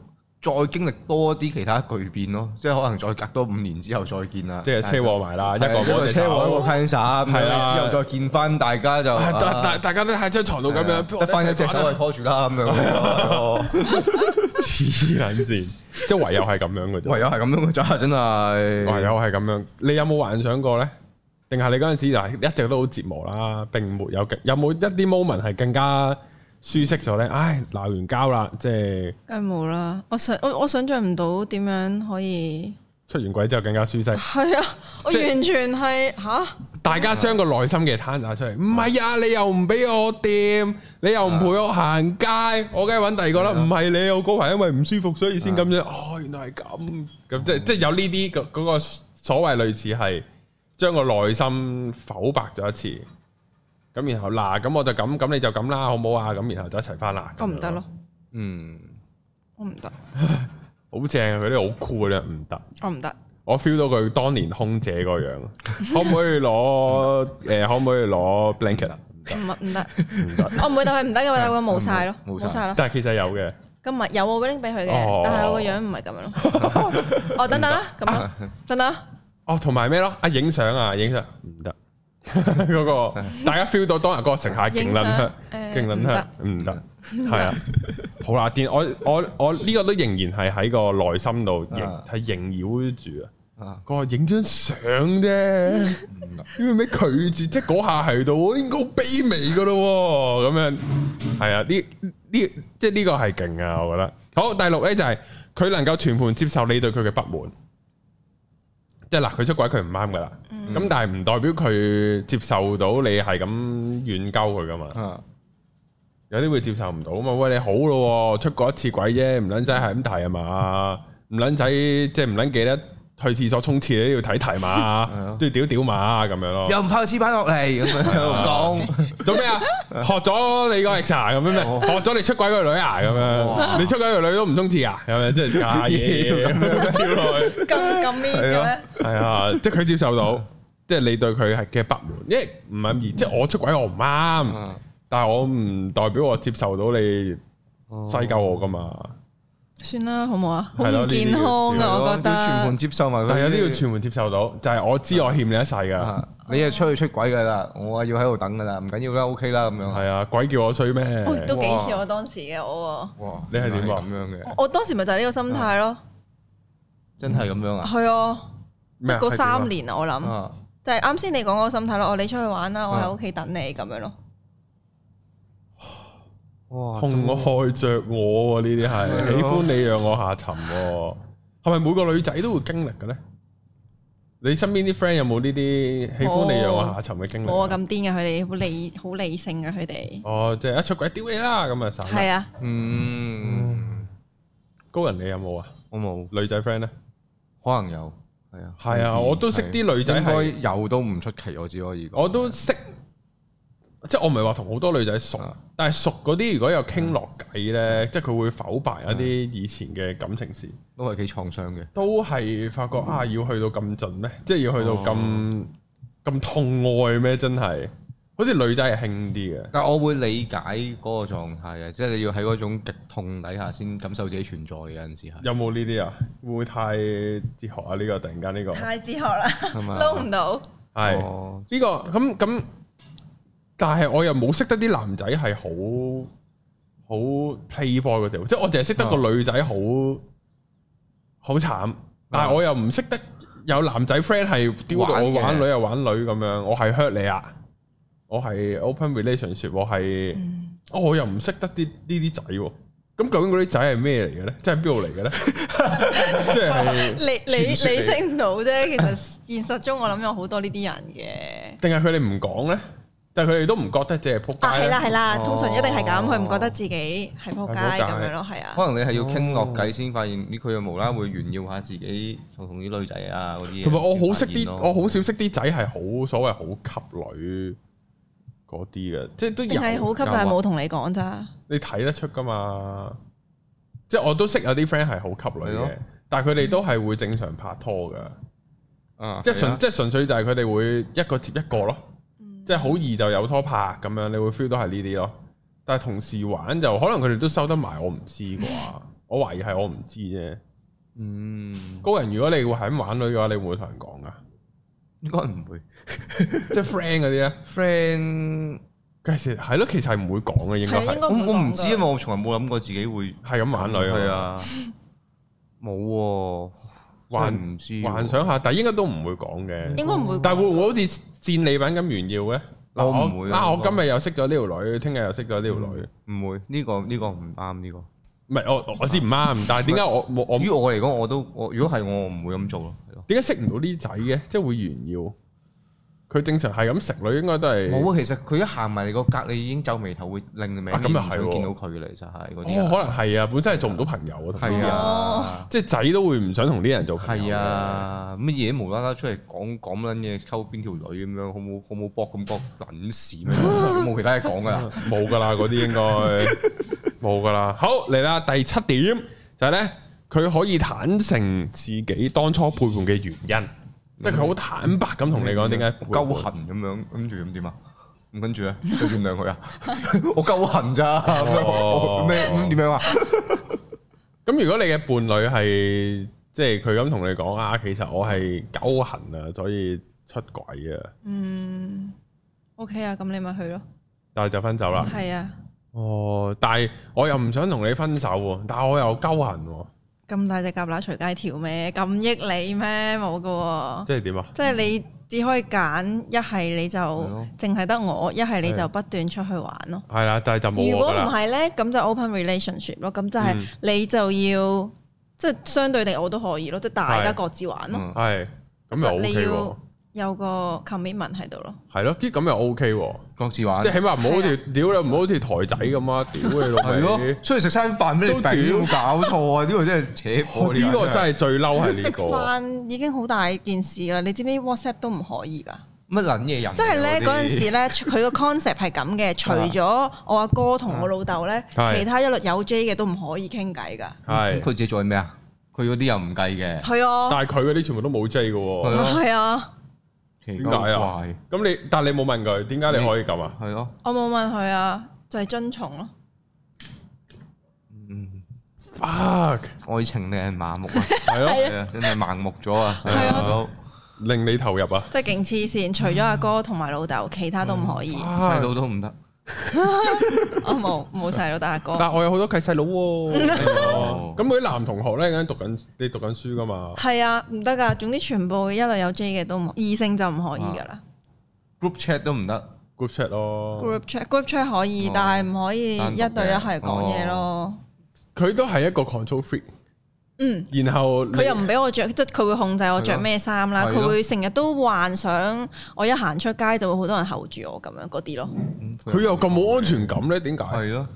Speaker 2: 再經歷多啲其他巨變咯，即係可能再隔多五年之後再見啦。
Speaker 1: 即係車禍埋啦，一
Speaker 2: 但係，
Speaker 1: 個
Speaker 2: 一
Speaker 1: 摸
Speaker 2: 個
Speaker 1: 隻
Speaker 2: 車禍，一個
Speaker 1: 手。
Speaker 2: cancer，咁
Speaker 1: 係啦
Speaker 2: 樣之後再見翻大家就
Speaker 1: 啊大
Speaker 2: 啊
Speaker 1: 大大家都喺張床度咁
Speaker 2: 係啊
Speaker 1: 樣，啊
Speaker 2: 得翻一隻手係拖住啦咁哦樣，
Speaker 1: 黐撚線，即係唯有係咁樣嘅啫。
Speaker 2: 唯有係咁樣 嘅咋，真係。
Speaker 1: 唯有係咁樣。你有冇幻想過呢？定係你嗰陣時嗱，一直都好折磨啦，並沒有嘅有冇一啲 moment 係更加舒適咗呢？唉，鬧完交啦，即係
Speaker 3: 梗係冇啦，我想我我想象唔到點樣可以
Speaker 1: 出完軌之後更加舒適。
Speaker 3: 係啊！我
Speaker 1: 即係
Speaker 3: 完全係吓，
Speaker 1: 大家將個內心嘅攤打出嚟，唔係啊！你又唔俾我掂，你又唔陪我行街，我梗係揾第二個啦。唔係你有嗰排因為唔舒服，所以先咁樣。哦，原來係咁，咁即係即係有呢啲嗰嗰個所謂類似係將個內心剖白咗一次，咁然後嗱，咁我就咁，咁你就咁啦，好唔好啊？咁然後就一齊翻啦。
Speaker 3: 我唔得咯，，
Speaker 2: 嗯，
Speaker 3: 我唔得，
Speaker 1: 好正啊！佢啲好酷啊，唔得。
Speaker 3: 我唔得。
Speaker 1: 我 feel 到佢當年空姐個樣，可唔可以攞誒？可唔可以攞 blanket 啊？
Speaker 3: 唔唔得，
Speaker 1: 唔得。
Speaker 3: 我唔會答佢唔得嘅，我答佢冇晒咯，
Speaker 2: 冇
Speaker 3: 冇
Speaker 2: 晒
Speaker 3: 晒咯。
Speaker 1: 但係其實有嘅，
Speaker 3: 咁咪有我 link 俾佢
Speaker 1: 哦
Speaker 3: 嘅，但係我個樣唔係咁樣咯。哦，等等啦，咁啦，等等啦，
Speaker 1: 哦，同埋咩咯？啊，影相啊，影相唔得， 嗰 個大家 feel 到當日嗰個乘客勁
Speaker 3: 影
Speaker 1: 撚
Speaker 3: 相
Speaker 1: 香，
Speaker 3: 誒
Speaker 1: 勁撚香，唔得，係啊，好啦，癲，我我我呢個都仍然係喺個內心度縈
Speaker 2: 啊
Speaker 1: 係縈繞住啊。
Speaker 2: 啊，
Speaker 1: 佢話影張相啫，要咩拒絕？即係嗰下係到，應該好卑微噶咯喎，咁樣係啊，呢呢即係呢個係勁啊，我覺得。好，第六咧就係、佢能夠全盤接受你對佢嘅不滿，即係嗱，佢出軌佢唔啱噶啦，咁、但係唔代表佢接受到你係咁軟鳩佢噶嘛。
Speaker 2: 啊，
Speaker 1: 有啲會接受唔到啊嘛！喂，你好咯喎，出過一次軌啫，唔撚使係咁提啊嘛，唔撚使即係唔撚記得去廁所沖廁你都要睇提嘛
Speaker 2: 啊，
Speaker 1: 都要屌屌嘛咁樣咯。
Speaker 2: 又唔拋屎板落嚟咁樣喺度 講。
Speaker 1: 做咩 啊？學咗你個 ex 啊咁樣咩？學咗你出軌個女啊咁樣，
Speaker 2: 哦哇
Speaker 1: 你出軌個女都唔沖廁啊？咁樣即係假 嘢咁樣跳落去。
Speaker 3: 咁咁 mean
Speaker 2: 係
Speaker 3: 嘅
Speaker 2: 啊
Speaker 3: 咩？
Speaker 1: 系啊，即系佢接受到，即系你對佢係嘅不滿，因為唔係咁易，即系我出軌我唔啱
Speaker 2: 嗯，
Speaker 1: 但系我唔代表我接受到你
Speaker 2: 啊
Speaker 1: 西鸠我噶嘛，
Speaker 3: 算啦，好唔好啊？好
Speaker 1: 係咯
Speaker 3: 唔
Speaker 1: 呢啲
Speaker 3: 健康啊，
Speaker 2: 係咯
Speaker 3: 我覺
Speaker 2: 要全
Speaker 3: 得
Speaker 2: 盤。接受埋佢。
Speaker 1: 但係有啊啲要全盤接受到，就係我知我欠你一世噶，
Speaker 2: 啊！你係出去出軌噶啦，我啊要喺度等噶啦，唔緊要啦，OK 啦咁樣。
Speaker 1: 係啊，鬼叫我衰咩？
Speaker 3: 哦都幾似
Speaker 2: 哇
Speaker 3: 我當時嘅我喎。
Speaker 2: 哇！
Speaker 1: 你係點啊
Speaker 2: 原來咁樣嘅，
Speaker 3: 我我當時咪就係呢個心態咯，
Speaker 2: 真係咁樣啊！
Speaker 3: 係啊，
Speaker 1: 咩啊
Speaker 3: 嗰三，年啊，我
Speaker 1: 嗯
Speaker 3: 諗
Speaker 2: 啊，
Speaker 3: 就係啱先你講嗰個心態咯，我你出去玩啦，我
Speaker 2: 啊
Speaker 3: 喺屋企等你咁樣咯。
Speaker 1: 係點啊
Speaker 2: 哇
Speaker 1: 痛我害着我喎，呢啲係
Speaker 2: 係咯
Speaker 1: 喜歡你讓我下沉喎，係咪每個女仔都會經歷嘅咧？你身邊啲 friend 有冇呢啲喜歡你讓我下沉嘅經歷啊？
Speaker 3: 冇啊，咁癲嘅佢哋好理好理性嘅佢哋。
Speaker 1: 哦，即係一出軌屌你啦，咁啊散啦。
Speaker 3: 係啊，
Speaker 2: 嗯，
Speaker 1: 高人你有冇啊？
Speaker 2: 我冇，
Speaker 1: 女仔 friend 咧？
Speaker 2: 可能有，係啊，
Speaker 1: 係啊，我都識啲女仔
Speaker 2: 應該
Speaker 1: 係，
Speaker 2: 有都唔出奇，我只可以講。
Speaker 1: 我都識即係我唔係話同好多女仔熟
Speaker 2: 啊，嗯
Speaker 1: 但係熟嗰啲如果有傾落偈咧，即係佢會否白一啲以前嘅感情事，
Speaker 2: 都係幾創傷嘅。
Speaker 1: 都係發覺啊，要去到咁盡咩？即係要去到咁咁痛愛咩？真係，好似女仔係輕啲嘅。
Speaker 2: 但我會理解嗰個狀態嘅，即係你要喺嗰種極痛底下先感受自己存在嘅有陣時 係，
Speaker 1: 有冇呢啲啊？會唔會太哲學啊？呢、個突然間呢、個
Speaker 3: 太哲學啦，
Speaker 2: 係咪啊
Speaker 3: 撈唔到。
Speaker 1: 係呢、
Speaker 2: 哦
Speaker 1: 個咁咁，但係我又冇識得啲男仔係好好 playboy 嗰條，即係我淨係識得個
Speaker 3: 啊
Speaker 1: 女仔好好慘，但係我又唔識得有男仔 friend 係屌到我
Speaker 2: 玩
Speaker 1: 玩
Speaker 2: 嘅
Speaker 1: 女又玩女咁樣，我係 hurt 你啊！我係 open relationship，我係、
Speaker 3: 嗯
Speaker 1: 哦我又唔識得啲呢啲仔喎。咁究竟嗰啲仔係咩嚟嘅咧？即係邊度嚟 嘅咧？即係
Speaker 3: 你你你
Speaker 1: 傳說嚟嘅
Speaker 3: 識唔到啫，其實現 實中我諗有好多呢啲人嘅。
Speaker 1: 定係佢哋唔講咧？但係佢哋都唔覺得自己係仆
Speaker 3: 啊，
Speaker 1: 街
Speaker 3: 係啦
Speaker 1: 呢
Speaker 3: 係啦，
Speaker 2: 哦
Speaker 3: 通常一定係咁，佢唔覺得自己係仆街
Speaker 1: 係仆街
Speaker 3: 咁樣咯，係啊。
Speaker 2: 可能你係要傾落偈先發現，呢佢又無啦啦會炫耀下自己同同啲女仔啊嗰啲嘢先發現咯。
Speaker 1: 同埋我好識啲，我好少識啲仔係好所謂好吸女嗰啲嘅，即係都
Speaker 3: 定係
Speaker 1: 有
Speaker 3: 好吸，
Speaker 2: 有啊
Speaker 3: 但係冇同你講咋。
Speaker 1: 你睇得出噶嘛？即係我都識有啲 friend 係好吸女
Speaker 2: 係
Speaker 1: 嘅
Speaker 2: 咯，
Speaker 1: 但係佢哋都係會正常拍拖噶，
Speaker 2: 啊，
Speaker 1: 即係
Speaker 2: 係
Speaker 1: 純
Speaker 2: 啊
Speaker 1: 即係純粹就係佢哋會一個接一個咯，即係好易就有拖拍咁樣，你會 feel 到係呢啲咯。但係同時玩就可能佢哋都收得埋，我唔知啩，我懷疑係我唔知啫。
Speaker 2: 嗯，
Speaker 1: 高人，如果你會係咁玩女嘅話，你會唔會同人講噶？
Speaker 2: 應該唔會
Speaker 1: 即係 friend 嗰啲咧，
Speaker 2: friend。
Speaker 1: 其實係咯，其實係唔會講嘅，應該
Speaker 3: 係啊，應
Speaker 1: 係
Speaker 3: 該
Speaker 2: 我
Speaker 3: 會
Speaker 2: 我
Speaker 3: 講
Speaker 2: 唔
Speaker 3: 㗎
Speaker 2: 知啊嘛，我從來冇諗過自己會
Speaker 1: 係咁玩女
Speaker 2: 係
Speaker 1: 啊
Speaker 2: 啊，冇喎，
Speaker 1: 幻
Speaker 2: 真係唔知
Speaker 1: 嘛。
Speaker 2: 喎
Speaker 1: 幻想下，但係應該都唔會講嘅。
Speaker 3: 應該唔會講。
Speaker 1: 啊但係會唔會好似戰利品咁炫耀咧？嗱，
Speaker 2: 我嗯唔
Speaker 1: 我
Speaker 2: 會啊
Speaker 1: 嗱，我今日又識咗呢條女，聽日又識咗呢條女。
Speaker 2: 唔會呢個呢個唔啱呢個。
Speaker 1: 唔係我我知唔啱，但係點解我我我
Speaker 2: 於我嚟講，我都我如果係我，我唔會咁做咯，係咯。
Speaker 1: 點解識唔到呢啲仔嘅？即係會炫耀。佢正常係咁食女，應該都係。
Speaker 2: 冇啊，其實佢一行埋嚟個格，你已經皺眉頭，會令你
Speaker 1: 啊咁又係喎
Speaker 2: 想見到佢嘅，其實係嗰
Speaker 1: 哦，
Speaker 2: 啲
Speaker 1: 可能係啊，本身係做唔到朋友啊。同
Speaker 2: 人。係
Speaker 3: 哦
Speaker 2: 啊，
Speaker 1: 即係仔都會唔想同呢啲人做朋友。
Speaker 2: 係，啊，乜嘢無啦啦出嚟講講撚嘢，溝邊條女咁樣，好冇好冇搏咁搏撚事 咩？冇其他嘢講噶啦。
Speaker 1: 冇噶啦，嗰啲應該冇噶啦。好嚟啦，第七點就係呢，佢可以坦誠自己當初背叛嘅原因，即係佢好坦白咁同你講點 解背叛
Speaker 2: 鳩嗯痕咁樣，跟住咁點啊？咁跟住咧，就原諒佢啊！ 我鳩痕咋？咁樣
Speaker 1: 哦
Speaker 2: 我咩咁點樣啊？
Speaker 1: 咁如果你嘅伴侶係即係佢咁同你講啊，其實我係鳩痕啊，所以出軌啊，
Speaker 3: 嗯，OK 啊，咁你咪去咯。
Speaker 1: 但係就分手啦。
Speaker 3: 係啊，
Speaker 1: 哦，但係我又唔想同你分手喎，但係我又鳩痕喎，
Speaker 3: 咁大隻蛤乸隨街跳咩？咁益你咩？冇噶喎。
Speaker 1: 即係點啊？
Speaker 3: 即係你只可以揀，一係你就
Speaker 2: 咯
Speaker 3: 淨係得我，一係你
Speaker 1: 係
Speaker 3: 就不斷出去玩咯。
Speaker 1: 係啦，但係就冇
Speaker 3: 如
Speaker 1: 我
Speaker 3: 果
Speaker 1: 噶
Speaker 3: 唔
Speaker 1: 啦。
Speaker 3: 係咧，咁就 open relationship 咯。咁就係
Speaker 1: 嗯
Speaker 3: 你就要即係相對地，我都可以咯，即係大家各自玩咯，
Speaker 2: 嗯
Speaker 1: 係咁又 OK
Speaker 3: 你要
Speaker 1: 喎，
Speaker 3: 有個 commitment 喺度咯。
Speaker 1: 係咯，啲咁又 OK 喎。
Speaker 2: 各自玩
Speaker 1: 即係起碼唔好好似屌你，唔好好似台仔咁啊！屌你 老
Speaker 2: 啊係咯
Speaker 1: 味，，
Speaker 2: 出去食餐飯咩？你
Speaker 1: 都屌哦
Speaker 2: 屌搞錯啊！呢個真係扯火，
Speaker 1: 呢個真
Speaker 2: 係
Speaker 1: 係最嬲係呢
Speaker 3: 食
Speaker 1: 個。
Speaker 3: 飯已經好大件事啦，你知唔知 WhatsApp 都唔可以㗎？
Speaker 2: 乜撚嘢人嚟㗎？
Speaker 3: 即係咧
Speaker 2: 啲
Speaker 3: 嗰陣時咧， 佢個 concept 係咁嘅，除咗我阿哥同我老豆咧，
Speaker 1: 係
Speaker 3: 其他一律有 J 嘅都唔可以傾偈㗎。
Speaker 2: 咁
Speaker 1: 係
Speaker 2: 佢，自己做緊咩啊？佢嗰啲又唔計嘅，
Speaker 3: 係
Speaker 1: 但
Speaker 3: 啊，
Speaker 1: 係佢嗰啲全部都冇 J 嘅喎。
Speaker 2: 係咯
Speaker 3: 係啊，
Speaker 2: 奇
Speaker 1: 點解啊？咁你但係你冇問佢點解你可以咁啊？
Speaker 2: 怪？係咯，
Speaker 3: 我冇問佢啊，就係遵從咯。
Speaker 2: 嗯，
Speaker 1: Fuck，
Speaker 2: 愛情你係麻 木啊，
Speaker 1: 係咯，
Speaker 2: 係啊，真係盲目咗啊！
Speaker 1: 係啊
Speaker 2: 細
Speaker 1: 令你投入啊！
Speaker 3: 即係勁黐線，除咗阿哥同埋老豆，其他都唔可以。
Speaker 2: 佬細
Speaker 1: 啊
Speaker 2: 佬都唔得，
Speaker 3: 我冇冇細佬，但阿 哥
Speaker 1: 但係我有好多契細佬喎。
Speaker 2: 哦
Speaker 1: 咁嗰啲男同學咧，而家讀緊你讀緊書噶嘛？
Speaker 3: 係啊，唔得㗎。總之全部一類有 J 嘅都唔異性就唔可以㗎啦。
Speaker 2: group chat 都唔得，
Speaker 1: group chat 咯，
Speaker 3: group chat group chat 可以，
Speaker 2: 哦
Speaker 3: 但係唔可以一對一係講嘢咯。
Speaker 1: 佢都係一個 control freak，
Speaker 3: 嗯，
Speaker 1: 然後你
Speaker 3: 佢又唔俾我着，即係佢會控制我着咩衫啦。
Speaker 2: 係
Speaker 3: 佢
Speaker 2: 咯
Speaker 3: 會成日都幻想我一行出街就會好多人候住我咁樣嗰啲咯。
Speaker 2: 嗯
Speaker 1: 佢又咁冇安全感咧，點解？
Speaker 2: 係咯，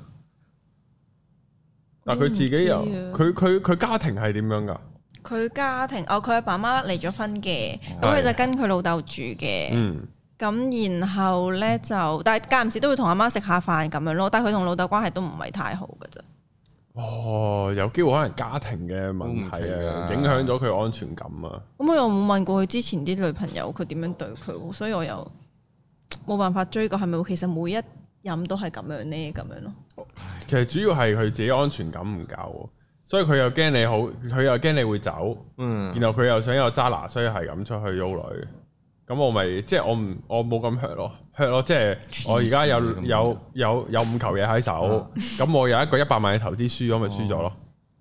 Speaker 1: 但係佢自己又
Speaker 3: 我都唔知啊
Speaker 1: 佢佢佢家庭係點樣㗎？
Speaker 3: 佢家庭哦，佢阿爸媽離咗婚嘅，咁
Speaker 1: 係
Speaker 3: 佢就跟佢老豆住嘅。
Speaker 1: 嗯。
Speaker 3: 咁咁然後咧就，但係間唔時都會同阿媽食下飯咁樣咯。但係佢同老豆關係都唔係太好嘅啫。
Speaker 1: 哦，有機會可能家庭嘅問題啊，
Speaker 2: 都唔奇㗎
Speaker 1: 影響咗佢安全感啊。
Speaker 3: 咁我又冇問過佢之前啲女朋友佢點樣對佢喎，所以我又冇辦法追究係咪其實每一任都係咁樣呢？咁樣咯。
Speaker 1: 其實主要係佢自己安全感唔夠喎，所以佢又驚你好，佢又驚你會走，
Speaker 2: 嗯，
Speaker 1: 然後佢又想有渣拿，所以係咁出去撈女。咁我咪即係我唔我冇咁 hurt 咯，hurt 咯，即係我而家有
Speaker 2: 黐線咁嗯
Speaker 1: 有有有五球嘢喺手，咁我有一個一百萬嘅投資輸咗咪輸咗咯，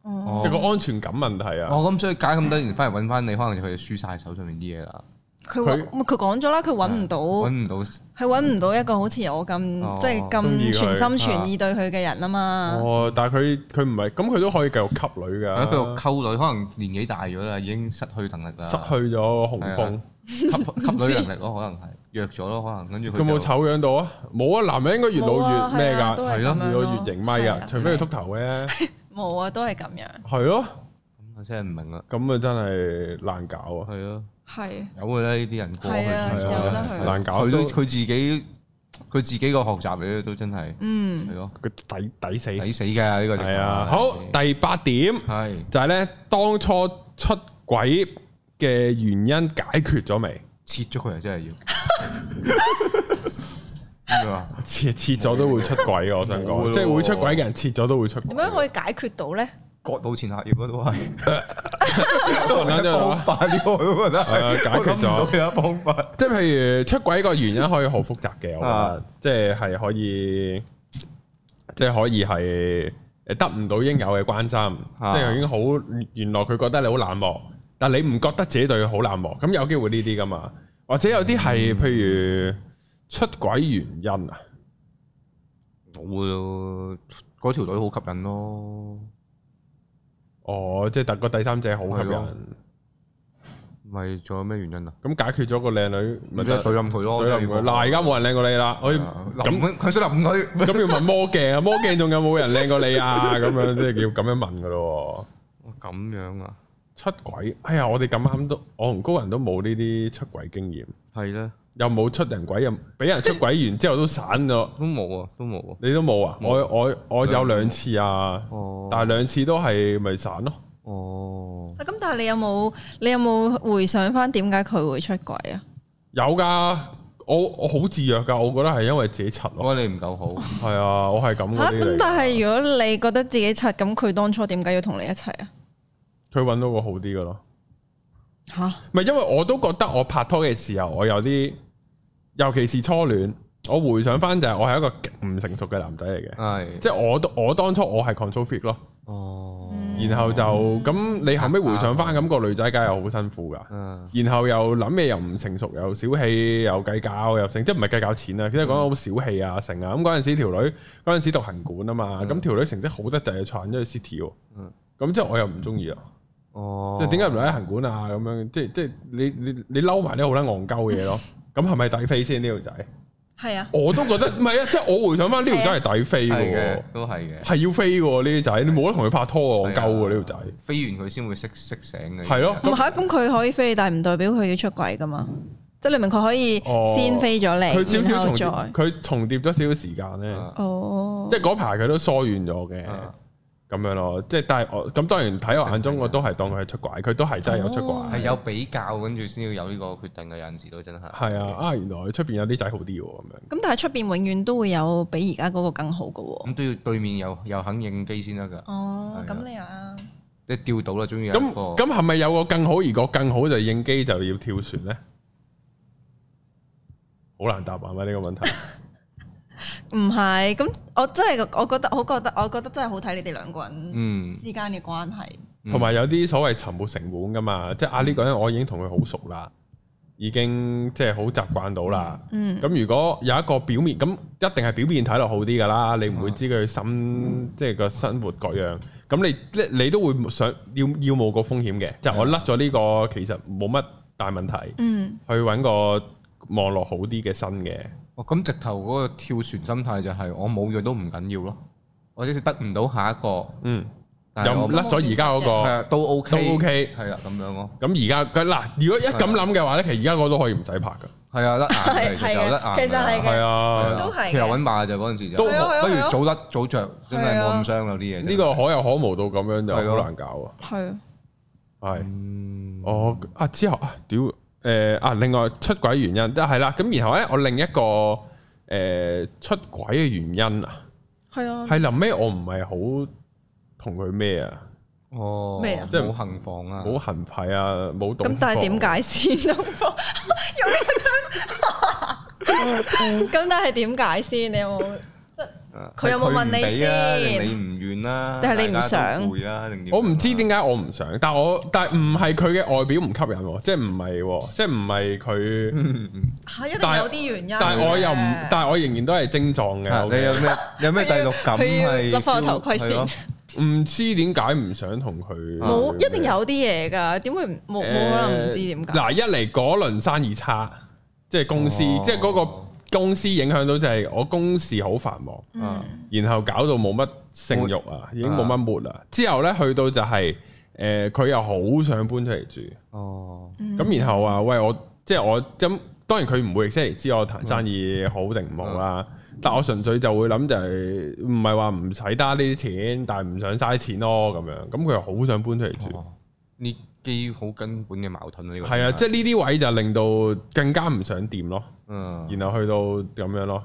Speaker 3: 哦，
Speaker 1: 即係
Speaker 2: 哦，
Speaker 1: 個安全感問題啊。
Speaker 2: 哦咁所以解咁多年翻嚟揾翻你，可能佢就輸晒手上面啲嘢啦，
Speaker 3: 佢揾佢講咗啦，佢揾
Speaker 1: 啊
Speaker 3: 唔到，
Speaker 2: 揾唔到，
Speaker 3: 係揾唔到一個好似我咁
Speaker 2: 哦
Speaker 3: 即係
Speaker 1: 中意
Speaker 3: 咁
Speaker 1: 佢
Speaker 3: 全心全意對佢嘅人啊嘛。
Speaker 1: 哦，但係佢佢唔係，咁佢都可以繼續吸女
Speaker 2: 喺度
Speaker 1: 㗎，
Speaker 2: 溝女，可能年紀大咗啦，已經失去能力啦，
Speaker 1: 失去咗雄
Speaker 2: 啊係
Speaker 1: 風
Speaker 2: 啊。吸吸女能力咯，可能係弱咗咯，可能跟住
Speaker 1: 佢冇
Speaker 2: 就
Speaker 1: 醜樣到啊？冇啊，男人應該越
Speaker 3: 冇
Speaker 1: 老
Speaker 3: 啊
Speaker 1: 越咩
Speaker 3: 係啊
Speaker 1: 㗎？
Speaker 3: 都係
Speaker 1: 係
Speaker 3: 咁樣
Speaker 1: 越
Speaker 3: 咯
Speaker 1: 老越型咪
Speaker 3: 係
Speaker 1: 啊
Speaker 3: 啊！
Speaker 1: 除非佢禿頭嘅，
Speaker 3: 冇啊，都係咁樣。
Speaker 1: 係咯，
Speaker 2: 咁我嗯真係唔明啦，
Speaker 1: 咁啊真係難搞啊！
Speaker 2: 係咯，
Speaker 3: 係
Speaker 2: 有嘅啦，呢啲人過去
Speaker 3: 係啊
Speaker 2: 係
Speaker 1: 有得
Speaker 2: 係
Speaker 1: 去難搞
Speaker 2: 佢都
Speaker 1: 都
Speaker 2: 佢自己佢自己個學習嚟嘅都真係
Speaker 3: 嗯
Speaker 2: 係咯，
Speaker 1: 佢抵抵死，
Speaker 2: 抵死㗎呢個就
Speaker 1: 係啊！好，第八點
Speaker 2: 係
Speaker 1: 就係咧，當初出軌嘅原因解決咗未？
Speaker 2: 切咗佢啊，真係 要咩話。
Speaker 1: 切切咗都會出軌嘅，我想
Speaker 2: 冇
Speaker 1: 講，
Speaker 2: 咯
Speaker 1: 即係會出軌嘅人切咗都會出軌。
Speaker 3: 點樣 可以解決到咧？
Speaker 2: 割到前額葉嗰度係，
Speaker 1: 都難咗
Speaker 2: 方
Speaker 1: 啦
Speaker 2: 法呢個我覺得係
Speaker 1: 啊係啊解決咗
Speaker 2: 我諗唔到有方法。
Speaker 1: 即係譬如出軌個原因可以好複雜嘅，我覺得
Speaker 2: 啊，
Speaker 1: 即係係可以，即係可以係誒得唔到應有嘅關心，
Speaker 2: 啊
Speaker 1: 即係已經好原來佢覺得你好冷漠，但你唔覺得自己對佢好冷漠，咁有機會呢啲噶嘛？或者有啲
Speaker 2: 嗯
Speaker 1: 係譬如出軌原因啊，
Speaker 2: 冇咯，嗰條女好吸引咯，
Speaker 1: 哦，即係特個第三者好吸
Speaker 2: 係咯
Speaker 1: 引，
Speaker 2: 咪仲有咩原因啊？
Speaker 1: 咁解決咗個靚女咪
Speaker 2: 咪即
Speaker 1: 得
Speaker 2: 係對冧佢咯，
Speaker 1: 對冧佢。嗱，而家冇人靚過你
Speaker 2: 啊
Speaker 1: 啦，可以咁
Speaker 2: 咁佢想冧佢，
Speaker 1: 咁要問魔鏡啊，魔鏡仲有冇人靚過你啊？咁樣即係要咁樣問噶咯喎。哦
Speaker 2: 咁樣啊？
Speaker 1: 出軌，哎呀，我哋咁啱都，我同高人都冇呢啲出軌經驗，
Speaker 2: 係咧，
Speaker 1: 又冇出人軌，又俾人出軌完之後都散咗，
Speaker 2: 都冇啊，都冇啊。
Speaker 1: 你都冇啊？我我我有兩次啊，
Speaker 2: 哦，
Speaker 1: 但係兩次都係咪散咯？
Speaker 2: 哦，
Speaker 3: 啊咁但係你有冇你有冇回想翻點解佢會出軌啊？
Speaker 1: 有噶，我我好自虐噶，我覺得係因為自己柒咯，
Speaker 2: 我覺得你唔夠好，
Speaker 1: 係啊，我係咁
Speaker 3: 嚇
Speaker 1: 嗰啲
Speaker 3: 咁
Speaker 1: 嚟
Speaker 3: 但
Speaker 1: 㗎。
Speaker 3: 係如果你覺得自己柒，咁佢當初點解要同你一齊啊？
Speaker 1: 佢揾到個好啲嘅咯，
Speaker 3: 嚇
Speaker 1: 唔係因為我都覺得我拍拖嘅時候，我有啲，尤其是初戀，我回想翻就係我係一個極唔成熟嘅男仔嚟嘅，
Speaker 2: 係
Speaker 1: 即係我都我當初我係 control freak 咯。
Speaker 2: 哦，
Speaker 1: 然後就咁，你後尾回想翻，咁個女仔梗係好辛苦噶。
Speaker 2: 嗯，
Speaker 1: 然後又諗嘢又唔成熟，又小氣，又計較，又成，即係唔係計較錢啊？即係講到好小氣啊，成啊。咁嗰陣時條女嗰陣時讀行管啊嘛，咁條女成績好得滯，闖咗去 City 喎
Speaker 2: 嗯。
Speaker 1: 咁即係我又唔中意啊！
Speaker 2: 哦，
Speaker 1: 即係點解唔留喺行管啊？咁樣即係即係你你你嬲埋啲好撚戇鳩嘅嘢 咯。咁係咪抵飛先呢條仔？
Speaker 3: 係啊，
Speaker 1: 我都覺得唔係啊！即係我回想翻呢條仔係抵飛
Speaker 2: 係
Speaker 1: 嘅喎，
Speaker 2: 嘅，都係嘅。
Speaker 1: 係要飛嘅喎呢啲仔，你冇得同佢拍拖啊！戇鳩喎呢條仔。
Speaker 2: 飛完佢先會識識醒嘅。
Speaker 1: 係咯
Speaker 3: 唔係咁佢可以飛你，但係唔代表佢要出軌噶嘛。即係你明佢可以
Speaker 1: 哦
Speaker 3: 先飛咗你，
Speaker 1: 佢少
Speaker 3: 然
Speaker 1: 少
Speaker 3: 後
Speaker 1: 重
Speaker 3: 再
Speaker 1: 疊，佢重疊咗少少時間咧，
Speaker 2: 啊
Speaker 3: 哦，
Speaker 1: 即係嗰排佢都疏遠咗嘅，
Speaker 2: 啊
Speaker 1: 咁樣咯。即係但係我咁當然睇我眼中，我都係當佢係出軌，佢都係真係有出
Speaker 3: 哦
Speaker 1: 軌
Speaker 2: 係，有比較，跟住先要有呢個決定嘅。有陣時都真係。
Speaker 1: 係啊啊！原來出邊有啲仔好啲喎，咁樣
Speaker 3: 咁但係出邊永遠都會有比而家嗰個更好嘅喎。
Speaker 2: 咁都要對面又又肯應機先得㗎，
Speaker 3: 哦
Speaker 2: 係啊咁
Speaker 3: 你又啱。
Speaker 2: 即係釣到啦，終於有一
Speaker 1: 咁
Speaker 2: 個
Speaker 1: 咁係咪有個更好？而個更好就應機就要跳船咧？好難答啊！呢個問題
Speaker 3: 唔係，咁我真係我覺得，我覺得，我覺得真係好睇你哋兩個人
Speaker 2: 嗯
Speaker 3: 之間嘅關係。
Speaker 1: 同埋有啲所謂沉沒成本噶嘛，即係啊呢個人我已經同佢好熟啦，已經即係好習慣到啦。
Speaker 3: 嗯，
Speaker 1: 咁如果有一個表面咁，一定係表面睇落好啲噶啦，你唔會知佢
Speaker 2: 嗯
Speaker 1: 心即係個生活各樣。咁你即係你都會想要要冇個風險嘅，
Speaker 2: 嗯
Speaker 1: 就係我甩咗呢個其實冇乜大問題，
Speaker 3: 嗯，
Speaker 1: 去揾個望落好啲嘅新嘅。
Speaker 2: 哦咁直頭嗰個跳船心態就係我冇咗都唔緊要咯，我即使得唔到下一個，
Speaker 1: 嗯，
Speaker 2: 但係
Speaker 1: 又
Speaker 2: 我
Speaker 1: 甩咗而家嗰
Speaker 2: 係
Speaker 1: 個，
Speaker 2: 啊都 OK
Speaker 1: 都 OK
Speaker 2: 係啦咁樣咯，
Speaker 1: 咁而家嗱，如果一咁諗嘅話咧，其實而家個都可以唔使拍噶，
Speaker 2: 係啊，甩
Speaker 3: 係
Speaker 2: 眼嘅
Speaker 3: 係
Speaker 2: 有得
Speaker 3: 嘅，
Speaker 2: 眼
Speaker 3: 其實係
Speaker 1: 係
Speaker 3: 嘅，
Speaker 1: 啊，
Speaker 3: 都係嘅
Speaker 2: 其實揾馬就嗰陣時就，
Speaker 1: 都
Speaker 2: 不
Speaker 1: 係
Speaker 3: 啊係啊係
Speaker 2: 如
Speaker 3: 啊
Speaker 2: 早甩早着，真係
Speaker 3: 係啊
Speaker 2: 冇咁傷有啲嘢。
Speaker 1: 呢個可有可無到咁樣就
Speaker 2: 係咯
Speaker 1: 好難搞
Speaker 3: 係啊
Speaker 1: 啊，係。
Speaker 2: 嗯
Speaker 1: 我啊之後啊屌誒啊另外出軌原因啊都係啦，咁然後咧我另一個誒、呃出軌嘅原因啊，
Speaker 3: 係啊，
Speaker 1: 係臨尾我唔係好同佢咩啊，
Speaker 2: 哦
Speaker 3: 咩啊
Speaker 2: 即係冇行房啊，
Speaker 1: 冇行派啊，冇動
Speaker 3: 咁但係點
Speaker 1: 作？
Speaker 3: 解先？東方用呢個咁但係點解先？你有冇？
Speaker 2: 啊
Speaker 3: 佢有冇問你
Speaker 2: 佢唔俾啊定
Speaker 3: 先
Speaker 2: 你唔願啦，
Speaker 3: 定係你唔想
Speaker 2: 大家都攰啊？定點啊
Speaker 1: 我唔知點解我唔想，但我但係唔係佢嘅外表唔吸引喎，即係唔係喎，即係唔係佢，
Speaker 2: 嗯
Speaker 3: 嚇，一定
Speaker 1: 但係
Speaker 3: 有啲原因嘅。
Speaker 1: 但係我又唔，但係我仍然都係症狀
Speaker 2: 啊
Speaker 1: 嘅。
Speaker 2: 你有咩有咩第六感
Speaker 3: 佢要
Speaker 2: 係
Speaker 3: 笠翻個頭盔先
Speaker 2: 係咯
Speaker 1: 唔知點解唔想同佢
Speaker 3: 冇，一定有啲嘢㗎。點會唔冇冇可能唔知點解？
Speaker 1: 嗱，一嚟嗰輪生意差，即係公司，
Speaker 2: 哦
Speaker 1: 即係嗰個公司影響到就係我公事好繁忙，
Speaker 3: 嗯
Speaker 2: 啊
Speaker 1: 然後搞到冇乜性慾啊，
Speaker 2: 嗯
Speaker 1: 已經冇乜末啦。之後呢，去到就係、誒，佢、又好想搬出嚟住，
Speaker 2: 哦，
Speaker 1: 咁、然後啊，喂我即係我咁，當然佢唔會即係知我談生意好定唔好啦。
Speaker 2: 嗯
Speaker 1: 但我純粹就會諗就係唔係話唔使得呢啲錢，但係唔想嘥錢咯咁樣。咁佢又好想搬出嚟住。
Speaker 2: 哦呢啲好根本嘅矛盾啊呢個
Speaker 1: 係啊，即係呢啲位就令到更加唔想掂咯，
Speaker 2: 嗯
Speaker 1: 然後去到咁樣咯。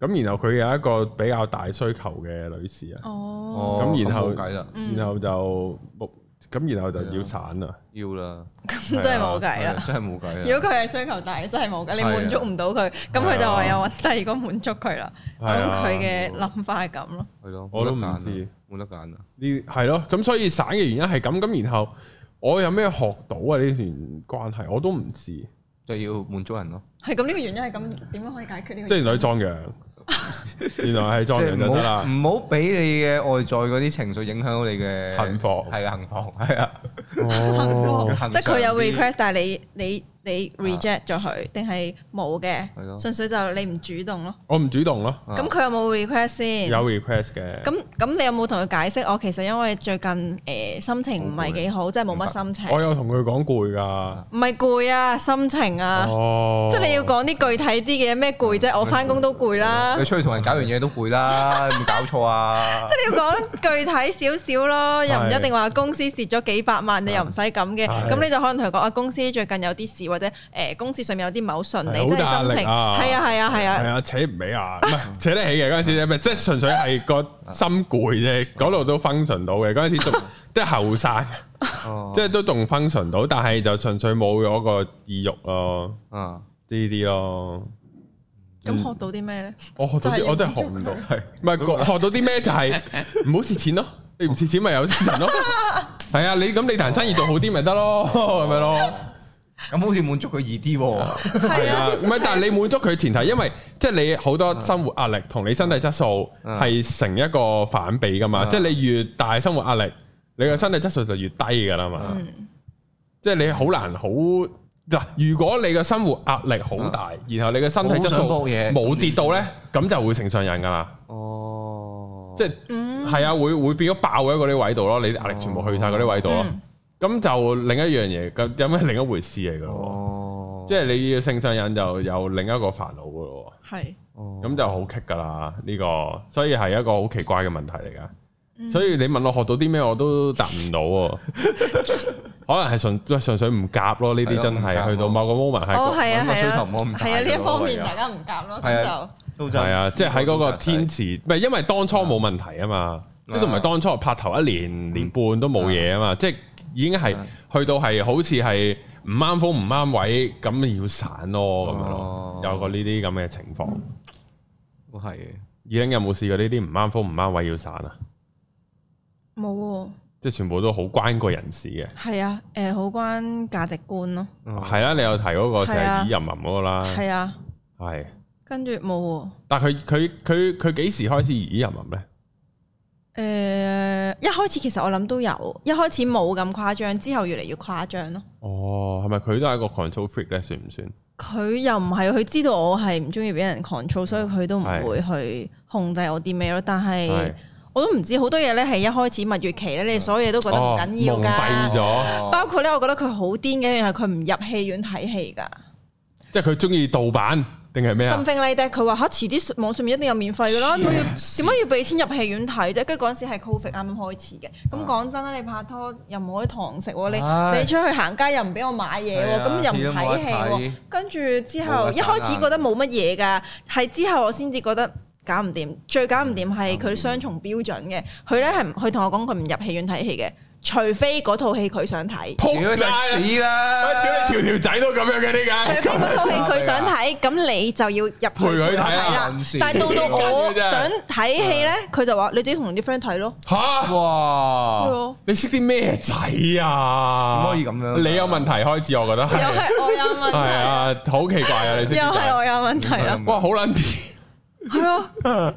Speaker 1: 咁然後佢有一個比較大需求嘅女士啊，
Speaker 3: 哦，
Speaker 2: 哦
Speaker 1: 咁然後
Speaker 2: 冇計啦，
Speaker 3: 嗯
Speaker 1: 然後就冇咁，然後就要散啊啦。
Speaker 2: 要啦，
Speaker 3: 咁真係冇計啦。
Speaker 2: 真係冇計啦。
Speaker 3: 如果佢係需求大，真係冇㗎，你
Speaker 2: 係啊
Speaker 3: 滿足唔到佢，咁佢就唯有揾第二個滿足佢啦。
Speaker 1: 係
Speaker 3: 咁
Speaker 1: 啊
Speaker 3: 佢嘅諗法係咁咯。
Speaker 2: 係咯，
Speaker 1: 我都唔
Speaker 2: 冇得揀啊
Speaker 1: 知，
Speaker 2: 冇得揀啊！
Speaker 1: 呢係咯，咁所以散嘅原因係咁。咁然後我有咩學到啊？呢段關係我都唔知，即
Speaker 2: 就要滿足人咯，
Speaker 3: 係咁，呢個原因係咁，點樣可以解決呢個？
Speaker 1: 係原來係壯陽，原來係
Speaker 2: 即
Speaker 1: 壯陽就
Speaker 2: 唔
Speaker 1: 得
Speaker 2: 好
Speaker 1: 啦。
Speaker 2: 唔好俾你嘅外在嗰啲情緒影響到你嘅
Speaker 1: 幸福
Speaker 2: 係啊，幸福 係啊，
Speaker 1: 哦
Speaker 2: 行
Speaker 3: 即係佢有
Speaker 2: 上啲
Speaker 3: request，但係你你你 reject 咗佢，定係冇嘅
Speaker 2: 係咯？
Speaker 3: 純粹就你唔主動咯。
Speaker 1: 我唔主動咯，
Speaker 2: 啊
Speaker 3: 咁佢有冇 request 先？
Speaker 1: 有 request 嘅。
Speaker 3: 嗯咁咁，你有冇同佢解釋？我其實因為最近誒心情唔係幾好，即係冇乜心情，
Speaker 1: 我有同佢講攰㗎。
Speaker 3: 唔係攰啊，心情啊，
Speaker 1: 哦，
Speaker 3: 即係你要講啲具體啲嘅咩攰啫。我翻工都攰啦
Speaker 2: 啊你，出去同人搞完嘢都攰啦，有冇搞錯啊！
Speaker 3: 即係你要講具體少少咯，又唔
Speaker 1: 係
Speaker 3: 一定話公司蝕咗幾百萬，你又唔使咁嘅。
Speaker 1: 係
Speaker 3: 咁你就可能同佢講啊，公司最近有啲事，或者誒公司上面有啲唔係好順利，
Speaker 1: 係
Speaker 3: 即
Speaker 1: 好大
Speaker 3: 係心
Speaker 1: 壓
Speaker 3: 情
Speaker 1: 力啊
Speaker 3: 係啊係啊係
Speaker 1: 係
Speaker 3: 啊，
Speaker 1: 啊，扯唔起啊，唔係扯得起嘅嗰陣時，咩即係純粹係個心攰啫，嗰度都 function 到嘅。嗰陣 時仲即係後生，
Speaker 2: 哦
Speaker 1: 即係都仲 function 到，但係就純粹冇咗個意欲咯，
Speaker 2: 啊，
Speaker 1: 呢啲咯。哦
Speaker 3: 咁學到啲咩咧？
Speaker 1: 我學到
Speaker 3: 就係
Speaker 1: 啲，
Speaker 3: 要
Speaker 1: 我真係學唔到，
Speaker 3: 滿足
Speaker 2: 係
Speaker 1: 唔係個學到啲咩就係唔好蝕錢咯，你唔蝕錢咪有精 神咯。係啊，你咁你談生意做好啲咪得咯，係咪咯？
Speaker 2: 咁好似滿足佢易啲喎，
Speaker 1: 係啊，唔係，但係你滿足佢前提，因為即係你好多生活壓力同你身體質素
Speaker 2: 嗯
Speaker 1: 係成一個反比噶嘛，
Speaker 2: 嗯
Speaker 1: 即係你越大生活壓力，你個身體質素就越低噶啦嘛，
Speaker 3: 嗯，
Speaker 1: 即係你好難好嗱，如果你個生活壓力好大，然後你個身體質
Speaker 2: 好想
Speaker 1: 素
Speaker 2: 搏嘢
Speaker 1: 啊冇跌到呢，咁就會成上癮噶啦，
Speaker 2: 哦，
Speaker 1: 即係
Speaker 3: 嗯
Speaker 1: 係啊，會會變咗爆喺嗰啲位度咯，你啲壓力全部去晒嗰啲位度咯，
Speaker 3: 嗯
Speaker 1: 咁就另一樣嘢，咁有咩另一回事嚟噶咯？
Speaker 2: 哦，
Speaker 1: 即係你要性上癮就有另一個煩惱噶咯喎。
Speaker 3: 係。
Speaker 2: 哦
Speaker 1: 咁就好棘噶啦，呢、個所以係一個好奇怪嘅問題嚟噶。
Speaker 3: 嗯
Speaker 1: 所以你問我學到啲咩，我都答唔到 喎。可能係純純粹唔夾咯，呢
Speaker 2: 係
Speaker 1: 啲
Speaker 2: 咯
Speaker 1: 真
Speaker 2: 唔夾
Speaker 1: 係
Speaker 2: 咯
Speaker 1: 去到某個 moment
Speaker 3: 哦，
Speaker 1: 係
Speaker 3: 係
Speaker 2: 揾
Speaker 3: 啊，
Speaker 2: 個
Speaker 3: 係
Speaker 2: 需求
Speaker 3: 啊
Speaker 2: 唔好咁，大
Speaker 3: 係啊，呢一
Speaker 2: 咯
Speaker 3: 方面
Speaker 2: 唯有
Speaker 3: 大家唔夾咯，
Speaker 2: 係
Speaker 3: 咁
Speaker 2: 啊
Speaker 3: 就
Speaker 2: 都真
Speaker 1: 係啊，即係喺嗰個天池，唔係因為當初冇問題啊嘛，
Speaker 2: 嗯
Speaker 1: 即係都唔係當初拍頭一年年半都冇嘢啊嘛，即係已經係去到係好似係唔啱風唔啱位，咁要散咯咁樣咯
Speaker 2: 哦，
Speaker 1: 有個呢啲咁嘅情況。二
Speaker 2: 都係嘅，
Speaker 1: 零有冇試過呢啲唔啱風唔啱位要散啊？
Speaker 3: 冇喎。
Speaker 1: 即係全部都好關個人事嘅。
Speaker 3: 係啊，誒好關價值觀咯，
Speaker 1: 係啦，你有提嗰個成
Speaker 3: 係啊
Speaker 1: 日以人民嗰個啦，
Speaker 3: 係啊，
Speaker 1: 係。
Speaker 3: 跟住冇
Speaker 1: 但係佢佢佢佢幾時開始以人民咧？
Speaker 3: 喎。誒呃一開始其實我諗都有，一開始冇咁誇張，之後越嚟越誇張咯。
Speaker 1: 哦，係咪佢都係一個 control freak 咧？算唔算？
Speaker 3: 佢又唔係，佢知道我係唔中意俾人
Speaker 1: 嗯
Speaker 3: control，所以佢都唔會去控制我啲咩咯。但係
Speaker 1: 係嗯
Speaker 3: 我都唔知好多嘢咧，係一開始蜜月期咧，你所有嘢都覺得唔緊要
Speaker 1: 哦蒙蔽
Speaker 3: 㗎。
Speaker 1: 咗。
Speaker 2: 哦
Speaker 3: 包括咧，我覺得佢好癲嘅，一樣係佢唔入戲院睇戲㗎。
Speaker 1: 即係佢中意盜版定係咩啊？
Speaker 3: something like that，佢話嚇遲啲網上面一定有免費噶啦，點解要點解要俾錢入戲院睇啫？跟住嗰陣時係 Covid 啱啱開始嘅，咁講真啦，你拍拖又唔可以堂食喎，你
Speaker 2: 啊唉
Speaker 3: 你出去行街又唔俾我買嘢
Speaker 2: 係
Speaker 3: 喎，
Speaker 2: 啊
Speaker 3: 咁又唔
Speaker 2: 戲都冇
Speaker 3: 睇
Speaker 2: 得
Speaker 3: 戲
Speaker 2: 睇
Speaker 3: 喎，跟住之後
Speaker 2: 冇得
Speaker 3: 一開始
Speaker 2: 散
Speaker 3: 覺得冇乜嘢㗎，係之後我先至覺得。搞唔掂，最搞唔掂係佢雙重標準嘅。佢咧係唔佢同我講佢唔入戲院睇戲嘅，除非嗰套戲佢 想睇。
Speaker 1: 扑
Speaker 2: 屌食啊屎啦！
Speaker 1: 啊喂，屌你條條仔都咁樣嘅呢
Speaker 3: 除
Speaker 1: 家
Speaker 3: 非，嗰套戲佢想睇，咁你就要入去陪我睇
Speaker 2: 陪佢
Speaker 3: 啦
Speaker 2: 睇啊。
Speaker 3: 但係到到我想睇戲咧，佢就話你自己同啲 friend 睇咯。啊
Speaker 1: 吓，
Speaker 2: 哇！
Speaker 3: 又
Speaker 1: 你識啲咩仔啊？
Speaker 2: 唔可以咁樣㗎
Speaker 1: 你有問題開始，我覺得係
Speaker 3: 係我有
Speaker 1: 係
Speaker 3: 問題，
Speaker 1: 啊，好奇怪啊！你識
Speaker 3: 又
Speaker 1: 啲
Speaker 3: 係
Speaker 1: 仔，
Speaker 3: 我有問題啦。
Speaker 1: 哇，好撚癲
Speaker 3: 係啊，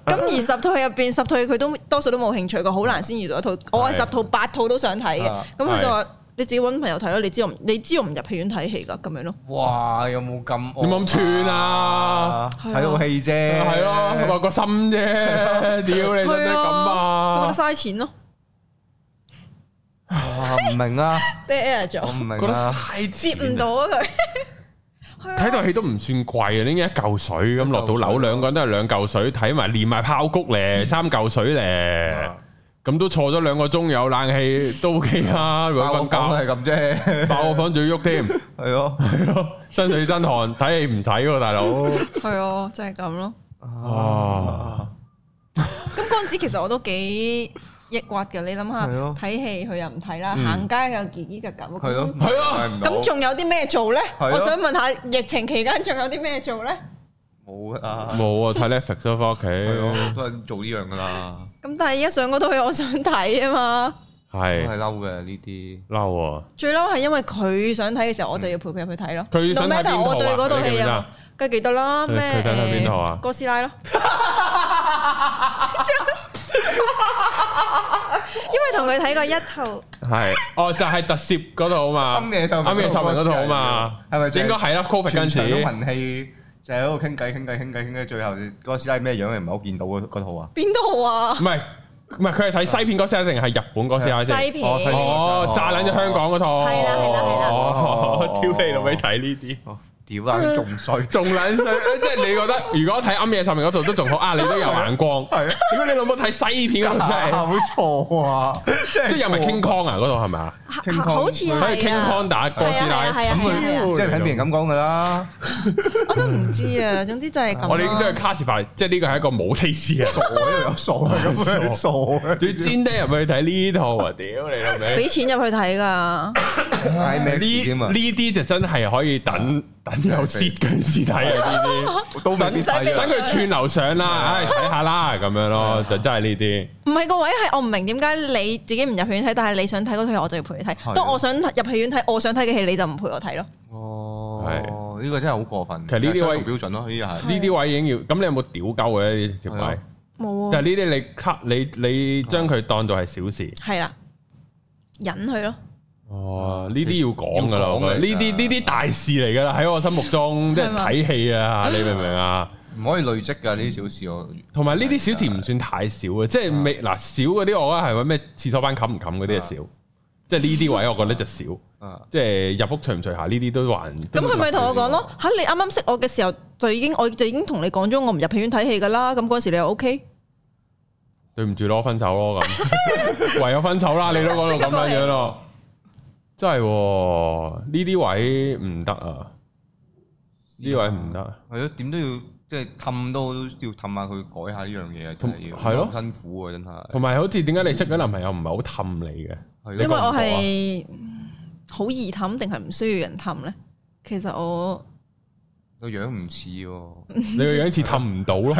Speaker 3: 咁而十套戲入邊，十套戲佢都多數都冇興趣嘅，好難先遇到一套。我係十套八套都想睇嘅
Speaker 2: 係，
Speaker 3: 咁佢就話你自己揾朋友睇咯。你知我唔你知我唔入戲院睇戲㗎，咁樣咯。
Speaker 2: 哇！有冇咁惡？
Speaker 1: 有冇咁串啊
Speaker 2: 睇套戲啫，
Speaker 1: 係 咯，話個心啫，屌你使唔使
Speaker 3: 係
Speaker 1: 咁
Speaker 3: 我覺
Speaker 1: 啊
Speaker 3: 得？嘥錢咯，
Speaker 2: 哇唔明啊，
Speaker 3: dead air 咗
Speaker 2: 我唔，明
Speaker 1: 覺得
Speaker 2: 啊，
Speaker 1: 嘥
Speaker 3: 接
Speaker 1: 錢啊
Speaker 3: 唔到 啊佢。
Speaker 1: 睇套戲都唔算貴啊，拎一嚿水咁落到
Speaker 2: 一嚿
Speaker 1: 樓，
Speaker 2: 水
Speaker 1: 兩個人都係兩嚿水，睇埋連埋炮谷咧，三嚿水咧
Speaker 2: 啊，
Speaker 1: 咁都坐咗兩個鐘有冷氣都 OK 啊，如
Speaker 2: 爆
Speaker 1: 果
Speaker 2: 我
Speaker 1: 瞓
Speaker 2: 係咁 啫，
Speaker 1: 覺，爆我房仲 要喐添，
Speaker 2: 係咯。
Speaker 1: 係咯，身水身汗，睇戲唔使喎， 大佬，
Speaker 3: 係啊，就係咁咯。
Speaker 2: Ờ,
Speaker 1: 哇！
Speaker 3: 咁嗰陣時其實我都幾抑鬱嘅，你諗下
Speaker 2: 係咯
Speaker 3: 睇戲佢又唔睇啦，
Speaker 2: 嗯
Speaker 3: 行街又自己就咁。
Speaker 2: 係咯，
Speaker 3: 咁
Speaker 1: 係咯
Speaker 2: 買唔到
Speaker 3: 咁仲有啲咩做咧？
Speaker 2: 係咯
Speaker 3: 我想問下疫情期間仲有啲咩做咧？
Speaker 2: 冇啊，
Speaker 1: 冇啊，睇 Netflix 咯，翻屋
Speaker 2: 係
Speaker 1: 企，
Speaker 2: 咯，都係做呢樣噶啦，
Speaker 3: 咁但係依家上嗰套戲我想睇啊嘛，
Speaker 2: 都
Speaker 1: 係
Speaker 2: 係嬲嘅呢啲。
Speaker 1: 嬲啊！
Speaker 3: 最嬲係因為佢想睇嘅時候，我就要陪佢入去睇咯。
Speaker 1: 嗯佢想睇邊
Speaker 3: No matter 我對嗰
Speaker 1: 套啊？
Speaker 3: 套
Speaker 1: 你記唔記
Speaker 3: 戲
Speaker 1: 得
Speaker 3: 啊
Speaker 1: 啊？，
Speaker 3: 梗係記得啦。
Speaker 1: 佢
Speaker 3: 咩？
Speaker 1: 佢想睇邊套啊
Speaker 3: 誒哥斯拉 咯。因為同佢睇過一套。
Speaker 1: 係，哦，就係特攝嗰套啊嘛，
Speaker 2: 啱嘅就
Speaker 1: 啱嘅秀明嗰套啊嘛，
Speaker 2: 係咪就係
Speaker 1: 應該係啦，Covid 嗰陣
Speaker 2: 全
Speaker 1: 時
Speaker 2: 場。都群氣，就喺度傾偈傾偈傾偈傾偈，最後嗰師奶咩樣你唔係好見到嗰嗰套啊？
Speaker 3: 邊套啊
Speaker 1: 唔？係唔係，佢係睇西片嗰 set 定係日本嗰 set
Speaker 3: 西
Speaker 1: 先？
Speaker 3: 片。
Speaker 2: 哦西片
Speaker 1: 哦，炸撚咗香港嗰套。
Speaker 3: 係啦係啦係啦
Speaker 1: 哦，挑你老味睇呢啲，
Speaker 2: 哦，屌啊，仲衰，
Speaker 1: 仲撚衰。即係你覺得如果睇暗夜秀明嗰套都仲好啊，你都有眼光。
Speaker 2: 係啊
Speaker 1: 點解你老母睇西片嗰套真 係？
Speaker 2: 搞錯啊！
Speaker 1: 即係又咪 King Kong 啊？嗰度係咪啊？
Speaker 2: King
Speaker 3: 好
Speaker 2: Kong，
Speaker 3: 好似
Speaker 1: 喺
Speaker 3: 係
Speaker 1: King
Speaker 3: 啊
Speaker 1: Kong，打哥斯拉，
Speaker 3: 係啊係啊係啊係啊
Speaker 1: 屌
Speaker 2: 即係睇別人咁講噶啦，
Speaker 3: 我都唔知 啊。總之就係咁啦。
Speaker 1: 我哋已經將佢 classify，即係呢個係一個冇 taste 嘅。
Speaker 2: 傻喺度 有傻啊咁樣傻啊！
Speaker 1: 最專登入去睇呢套啊！屌你老味
Speaker 3: 俾！錢入去睇
Speaker 1: 呢
Speaker 3: 噶，
Speaker 2: IMAX 添啊，
Speaker 1: 呢啲就真係可以等等有蝕嗰陣時睇啊！呢啲。
Speaker 2: 都未必
Speaker 3: 等唔使俾
Speaker 2: 睇
Speaker 1: 等
Speaker 2: 啊！
Speaker 1: 佢串流上啦，唉睇下啦咁樣咯，就真係呢啲。
Speaker 3: 唔係個位係我唔明點解你自己唔入戲院睇，但係你想睇嗰套戲我就要陪你
Speaker 2: 係
Speaker 3: 睇。
Speaker 2: 啊
Speaker 3: 當我想入戲院睇我想睇嘅戲，你就唔陪我睇咯。
Speaker 2: 哦，呢個真係好過分。
Speaker 1: 其實呢啲位
Speaker 2: 雙重標準咯，呢個係
Speaker 1: 呢啲位已經要，咁你有冇屌鳩嘅呢條
Speaker 2: 係啊
Speaker 1: 位？
Speaker 3: 冇
Speaker 1: 但係
Speaker 3: 啊，
Speaker 1: 呢啲你 cut 你你將佢當做係小事。
Speaker 3: 係啦，忍佢咯。
Speaker 1: 哦，呢啲要講噶啦，
Speaker 2: 要
Speaker 1: 我
Speaker 2: 講
Speaker 1: 覺得呢
Speaker 2: 嚟㗎
Speaker 1: 啲呢啲大事嚟噶啦，喺我心目中即係
Speaker 3: 係嘛
Speaker 1: 睇戲啊，你明唔明啊？
Speaker 2: 唔可以累積㗎，呢啲小事我
Speaker 1: 同埋呢啲小事唔算太少嘅，即係未嗱少嗰啲，我覺得係話咩廁所板冚唔冚嗰啲就少，即係呢啲位我覺得就少，
Speaker 2: 啊
Speaker 1: 即係入屋除唔除鞋呢啲都還。
Speaker 3: 咁佢咪同我講咯，嚇你啱啱識我嘅時候就已經我就已經同你講咗我唔入戲院睇戲噶啦。咁嗰時你又 OK，
Speaker 1: 對唔住咯，分手咯咁， 唯有分手啦！你都講到咁樣樣咯，真係喎呢啲位唔得啊！呢位唔得啊，
Speaker 2: 係咯，點都要即係氹都要氹下佢改下呢樣嘢啊，真係要
Speaker 1: 係咯
Speaker 2: 好辛苦啊，真係
Speaker 1: 同埋好似點解你識嗰男朋友唔係好氹你嘅？
Speaker 2: 係
Speaker 1: 你
Speaker 2: 咯
Speaker 3: 因為
Speaker 1: 覺
Speaker 3: 我
Speaker 1: 唔啊
Speaker 3: 係好易氹定係唔需要人氹咧？其實我
Speaker 2: 個樣唔似喎，
Speaker 1: 你個樣似氹唔到 咯，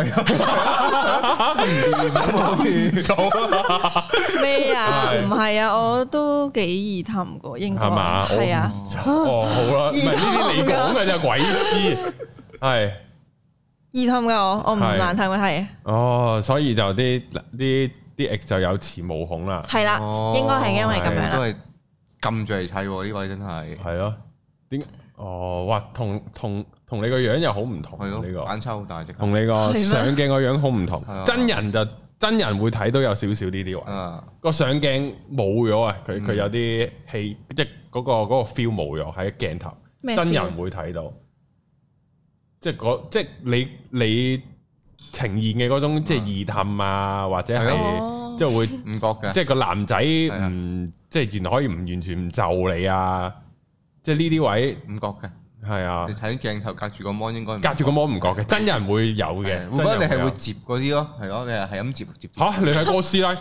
Speaker 3: 咩啊？
Speaker 1: 係
Speaker 3: 唔係啊，我都幾易氹過，應該
Speaker 1: 係嘛？我
Speaker 3: 係啊。
Speaker 1: 哦，好啦，唔係 呢啲你
Speaker 3: 二氹㗎
Speaker 1: 講嘅啫，鬼 知係
Speaker 3: 易氹噶我，我唔
Speaker 1: 係
Speaker 3: 難氹嘅係
Speaker 1: 哦，所以就啲啲啲 ex 就有恃無恐啦，
Speaker 3: 係啦，啊
Speaker 1: 哦
Speaker 3: 應該係因為咁樣
Speaker 2: 都
Speaker 3: 啦。
Speaker 2: 哦係撳住嚟砌喎，呢位真係
Speaker 1: 係咯？點哦？哇，同同同你個樣又好唔同啊
Speaker 2: 係
Speaker 1: 呢個
Speaker 2: 咯，。反差好大隻
Speaker 1: 同你個
Speaker 3: 係咩
Speaker 1: 上鏡個樣好唔同
Speaker 2: 係啊，
Speaker 1: 真人就真人會睇到有少少呢啲位，
Speaker 2: 啊，
Speaker 1: 個上鏡冇咗啊，佢
Speaker 2: 嗯
Speaker 1: 佢有啲戲即係嗰個嗰個 feel 冇咗喺鏡頭，
Speaker 3: 咩
Speaker 1: 真
Speaker 3: feel？
Speaker 1: 人會睇到，即係嗰即係你你呈現嘅嗰種即係疑氹啊，或者
Speaker 2: 係
Speaker 1: 係
Speaker 3: 哦
Speaker 1: 即係會
Speaker 2: 唔覺 嘅，
Speaker 1: 即係個男仔
Speaker 2: 啊
Speaker 1: 唔即係原來可以唔完全唔就你啊，即係呢啲位
Speaker 2: 唔覺嘅。
Speaker 1: 係啊
Speaker 2: 你，睇鏡頭隔住個 mon 應該唔
Speaker 1: 隔住個膜唔覺嘅，真人會有嘅
Speaker 2: 係，會覺得
Speaker 1: 真
Speaker 2: 你
Speaker 1: 人
Speaker 2: 係
Speaker 1: 會
Speaker 2: 會
Speaker 1: 有
Speaker 2: 接嗰啲咯，係咯，你係係咁接接接，
Speaker 1: 吓，你係哥斯 拉，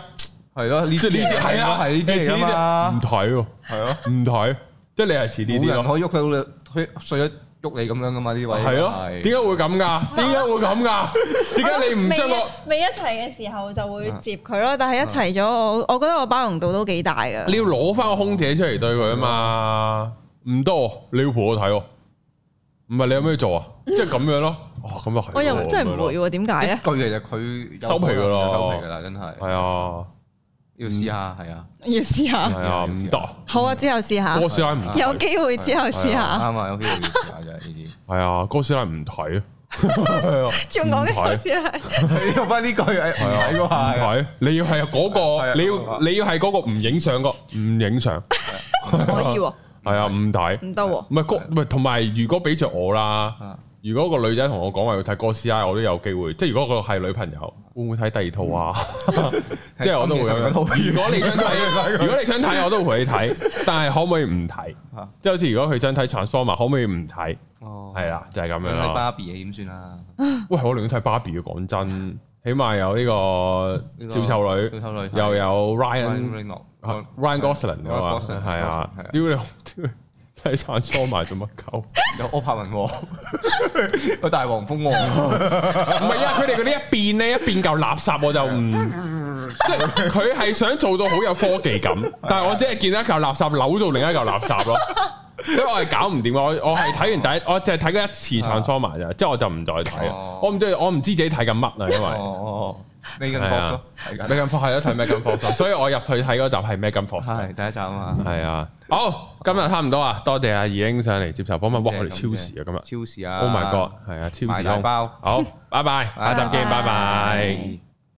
Speaker 2: 係咯，呢
Speaker 1: 即係呢啲
Speaker 2: 係
Speaker 1: 係
Speaker 2: 咯，
Speaker 1: 啊，
Speaker 2: 係呢啲嚟㗎嘛
Speaker 1: 唔，睇喎。
Speaker 2: 係咯，
Speaker 1: 唔睇，即係你係似呢
Speaker 2: 冇
Speaker 1: 啲咯，
Speaker 2: 人可以喐到你，推碎咗喐你咁樣噶嘛呢位
Speaker 1: 係咯？點解會咁噶？點解會咁噶？點解你唔將我啊
Speaker 3: 未一齊嘅時候就會接佢咯，但係一齊咗，我我覺得我包容度都幾大噶
Speaker 1: 你。要攞翻個空姐出嚟對佢啊嘛？唔得喎，你要陪我睇喎，唔係你有咩做啊？即係咁樣咯。哦，咁又係喎，
Speaker 3: 我又真係唔會
Speaker 1: 咁樣咯
Speaker 3: 喎，點解咧？
Speaker 2: 句其實佢有
Speaker 1: 收皮㗎啦
Speaker 2: 收皮㗎啦，真係
Speaker 1: 係啊，
Speaker 2: 要試下係啊，
Speaker 3: 要試下。
Speaker 1: 係啊，唔得啊，
Speaker 3: 好啊，之後試下。
Speaker 1: 哥斯拉唔
Speaker 2: 啊
Speaker 3: 有機會之後試下。
Speaker 2: 啱啊，有機會要試下就係 呢
Speaker 1: 係啊，哥斯拉唔睇啊，
Speaker 3: 仲講嘅
Speaker 1: 唔睇
Speaker 3: 首先係
Speaker 2: 啲，用翻呢句係唔睇
Speaker 1: 唔
Speaker 2: 嗰下嘅，
Speaker 1: 睇，你要係嗰
Speaker 2: 係
Speaker 1: 個，
Speaker 2: 啊
Speaker 1: 你要你要係嗰個唔影相個，唔影相，
Speaker 3: 可以喎，
Speaker 1: 係啊，唔睇。
Speaker 3: 唔得喎。
Speaker 1: 唔係哥，唔係同埋，如果俾着我啦
Speaker 2: 啊，
Speaker 1: 如果個女仔同我講話要睇哥斯拉，我都有機會。即係如果個係女朋友，會唔會睇第二套 啊？即係我都會咁樣。
Speaker 2: 咁其實
Speaker 1: 如果你想
Speaker 2: 佢
Speaker 1: 睇，如果你想睇，我都會陪你睇。但係可唔可以唔睇
Speaker 2: 啊？
Speaker 1: 即係好似如果佢想睇 Transformer，可唔可以唔睇？
Speaker 2: 哦
Speaker 1: 係啦，就係咁
Speaker 2: 咁
Speaker 1: 樣
Speaker 2: 睇
Speaker 1: 啦。
Speaker 2: 芭比嘅點算啊？
Speaker 1: 喂，我寧願睇芭比嘅，講真，起碼有呢個小丑女，
Speaker 2: 小丑女
Speaker 1: 又有 Ryan。
Speaker 2: Ryan Reynolds
Speaker 1: Ryan Gosling 啊嘛，
Speaker 2: Gosling，
Speaker 1: 係啊
Speaker 2: Gosling，係啊，
Speaker 1: 屌你老，屌你睇 Transformer 做乜鳩？
Speaker 2: 有柯柏文喎， 個大黃蜂喎，
Speaker 1: 哦唔係啊，佢哋嗰啲一變咧，一變嚿垃圾我就唔，即係佢係想做到好有科技 感，但係我只係見到一嚿垃圾扭做另一嚿垃圾咯，所以我係搞唔掂啊！我我係睇完第一，我淨係啊睇過一次 Transformer 啫，之後我就唔再睇啊
Speaker 2: 哦！
Speaker 1: 我唔知我唔知自己睇緊乜啊，因為。
Speaker 2: 哦，你緊
Speaker 1: 係
Speaker 2: 角
Speaker 1: 啊
Speaker 2: 咯，係緊
Speaker 1: 咩金科係啊一睇咩金科，所以我入去睇嗰集係咩金科。
Speaker 2: 係第一集啊嘛，
Speaker 1: 係啊，好，今日差唔多啊，多謝阿二英上嚟接受訪問。哇，我哋超時啊今日
Speaker 2: 超時啊
Speaker 1: ，Oh my god，係啊，超
Speaker 2: 埋
Speaker 1: 時
Speaker 2: 大
Speaker 1: 空。
Speaker 2: 包。
Speaker 1: 好，拜拜，下集見，拜
Speaker 3: 拜
Speaker 1: 拜
Speaker 3: 拜。
Speaker 2: 係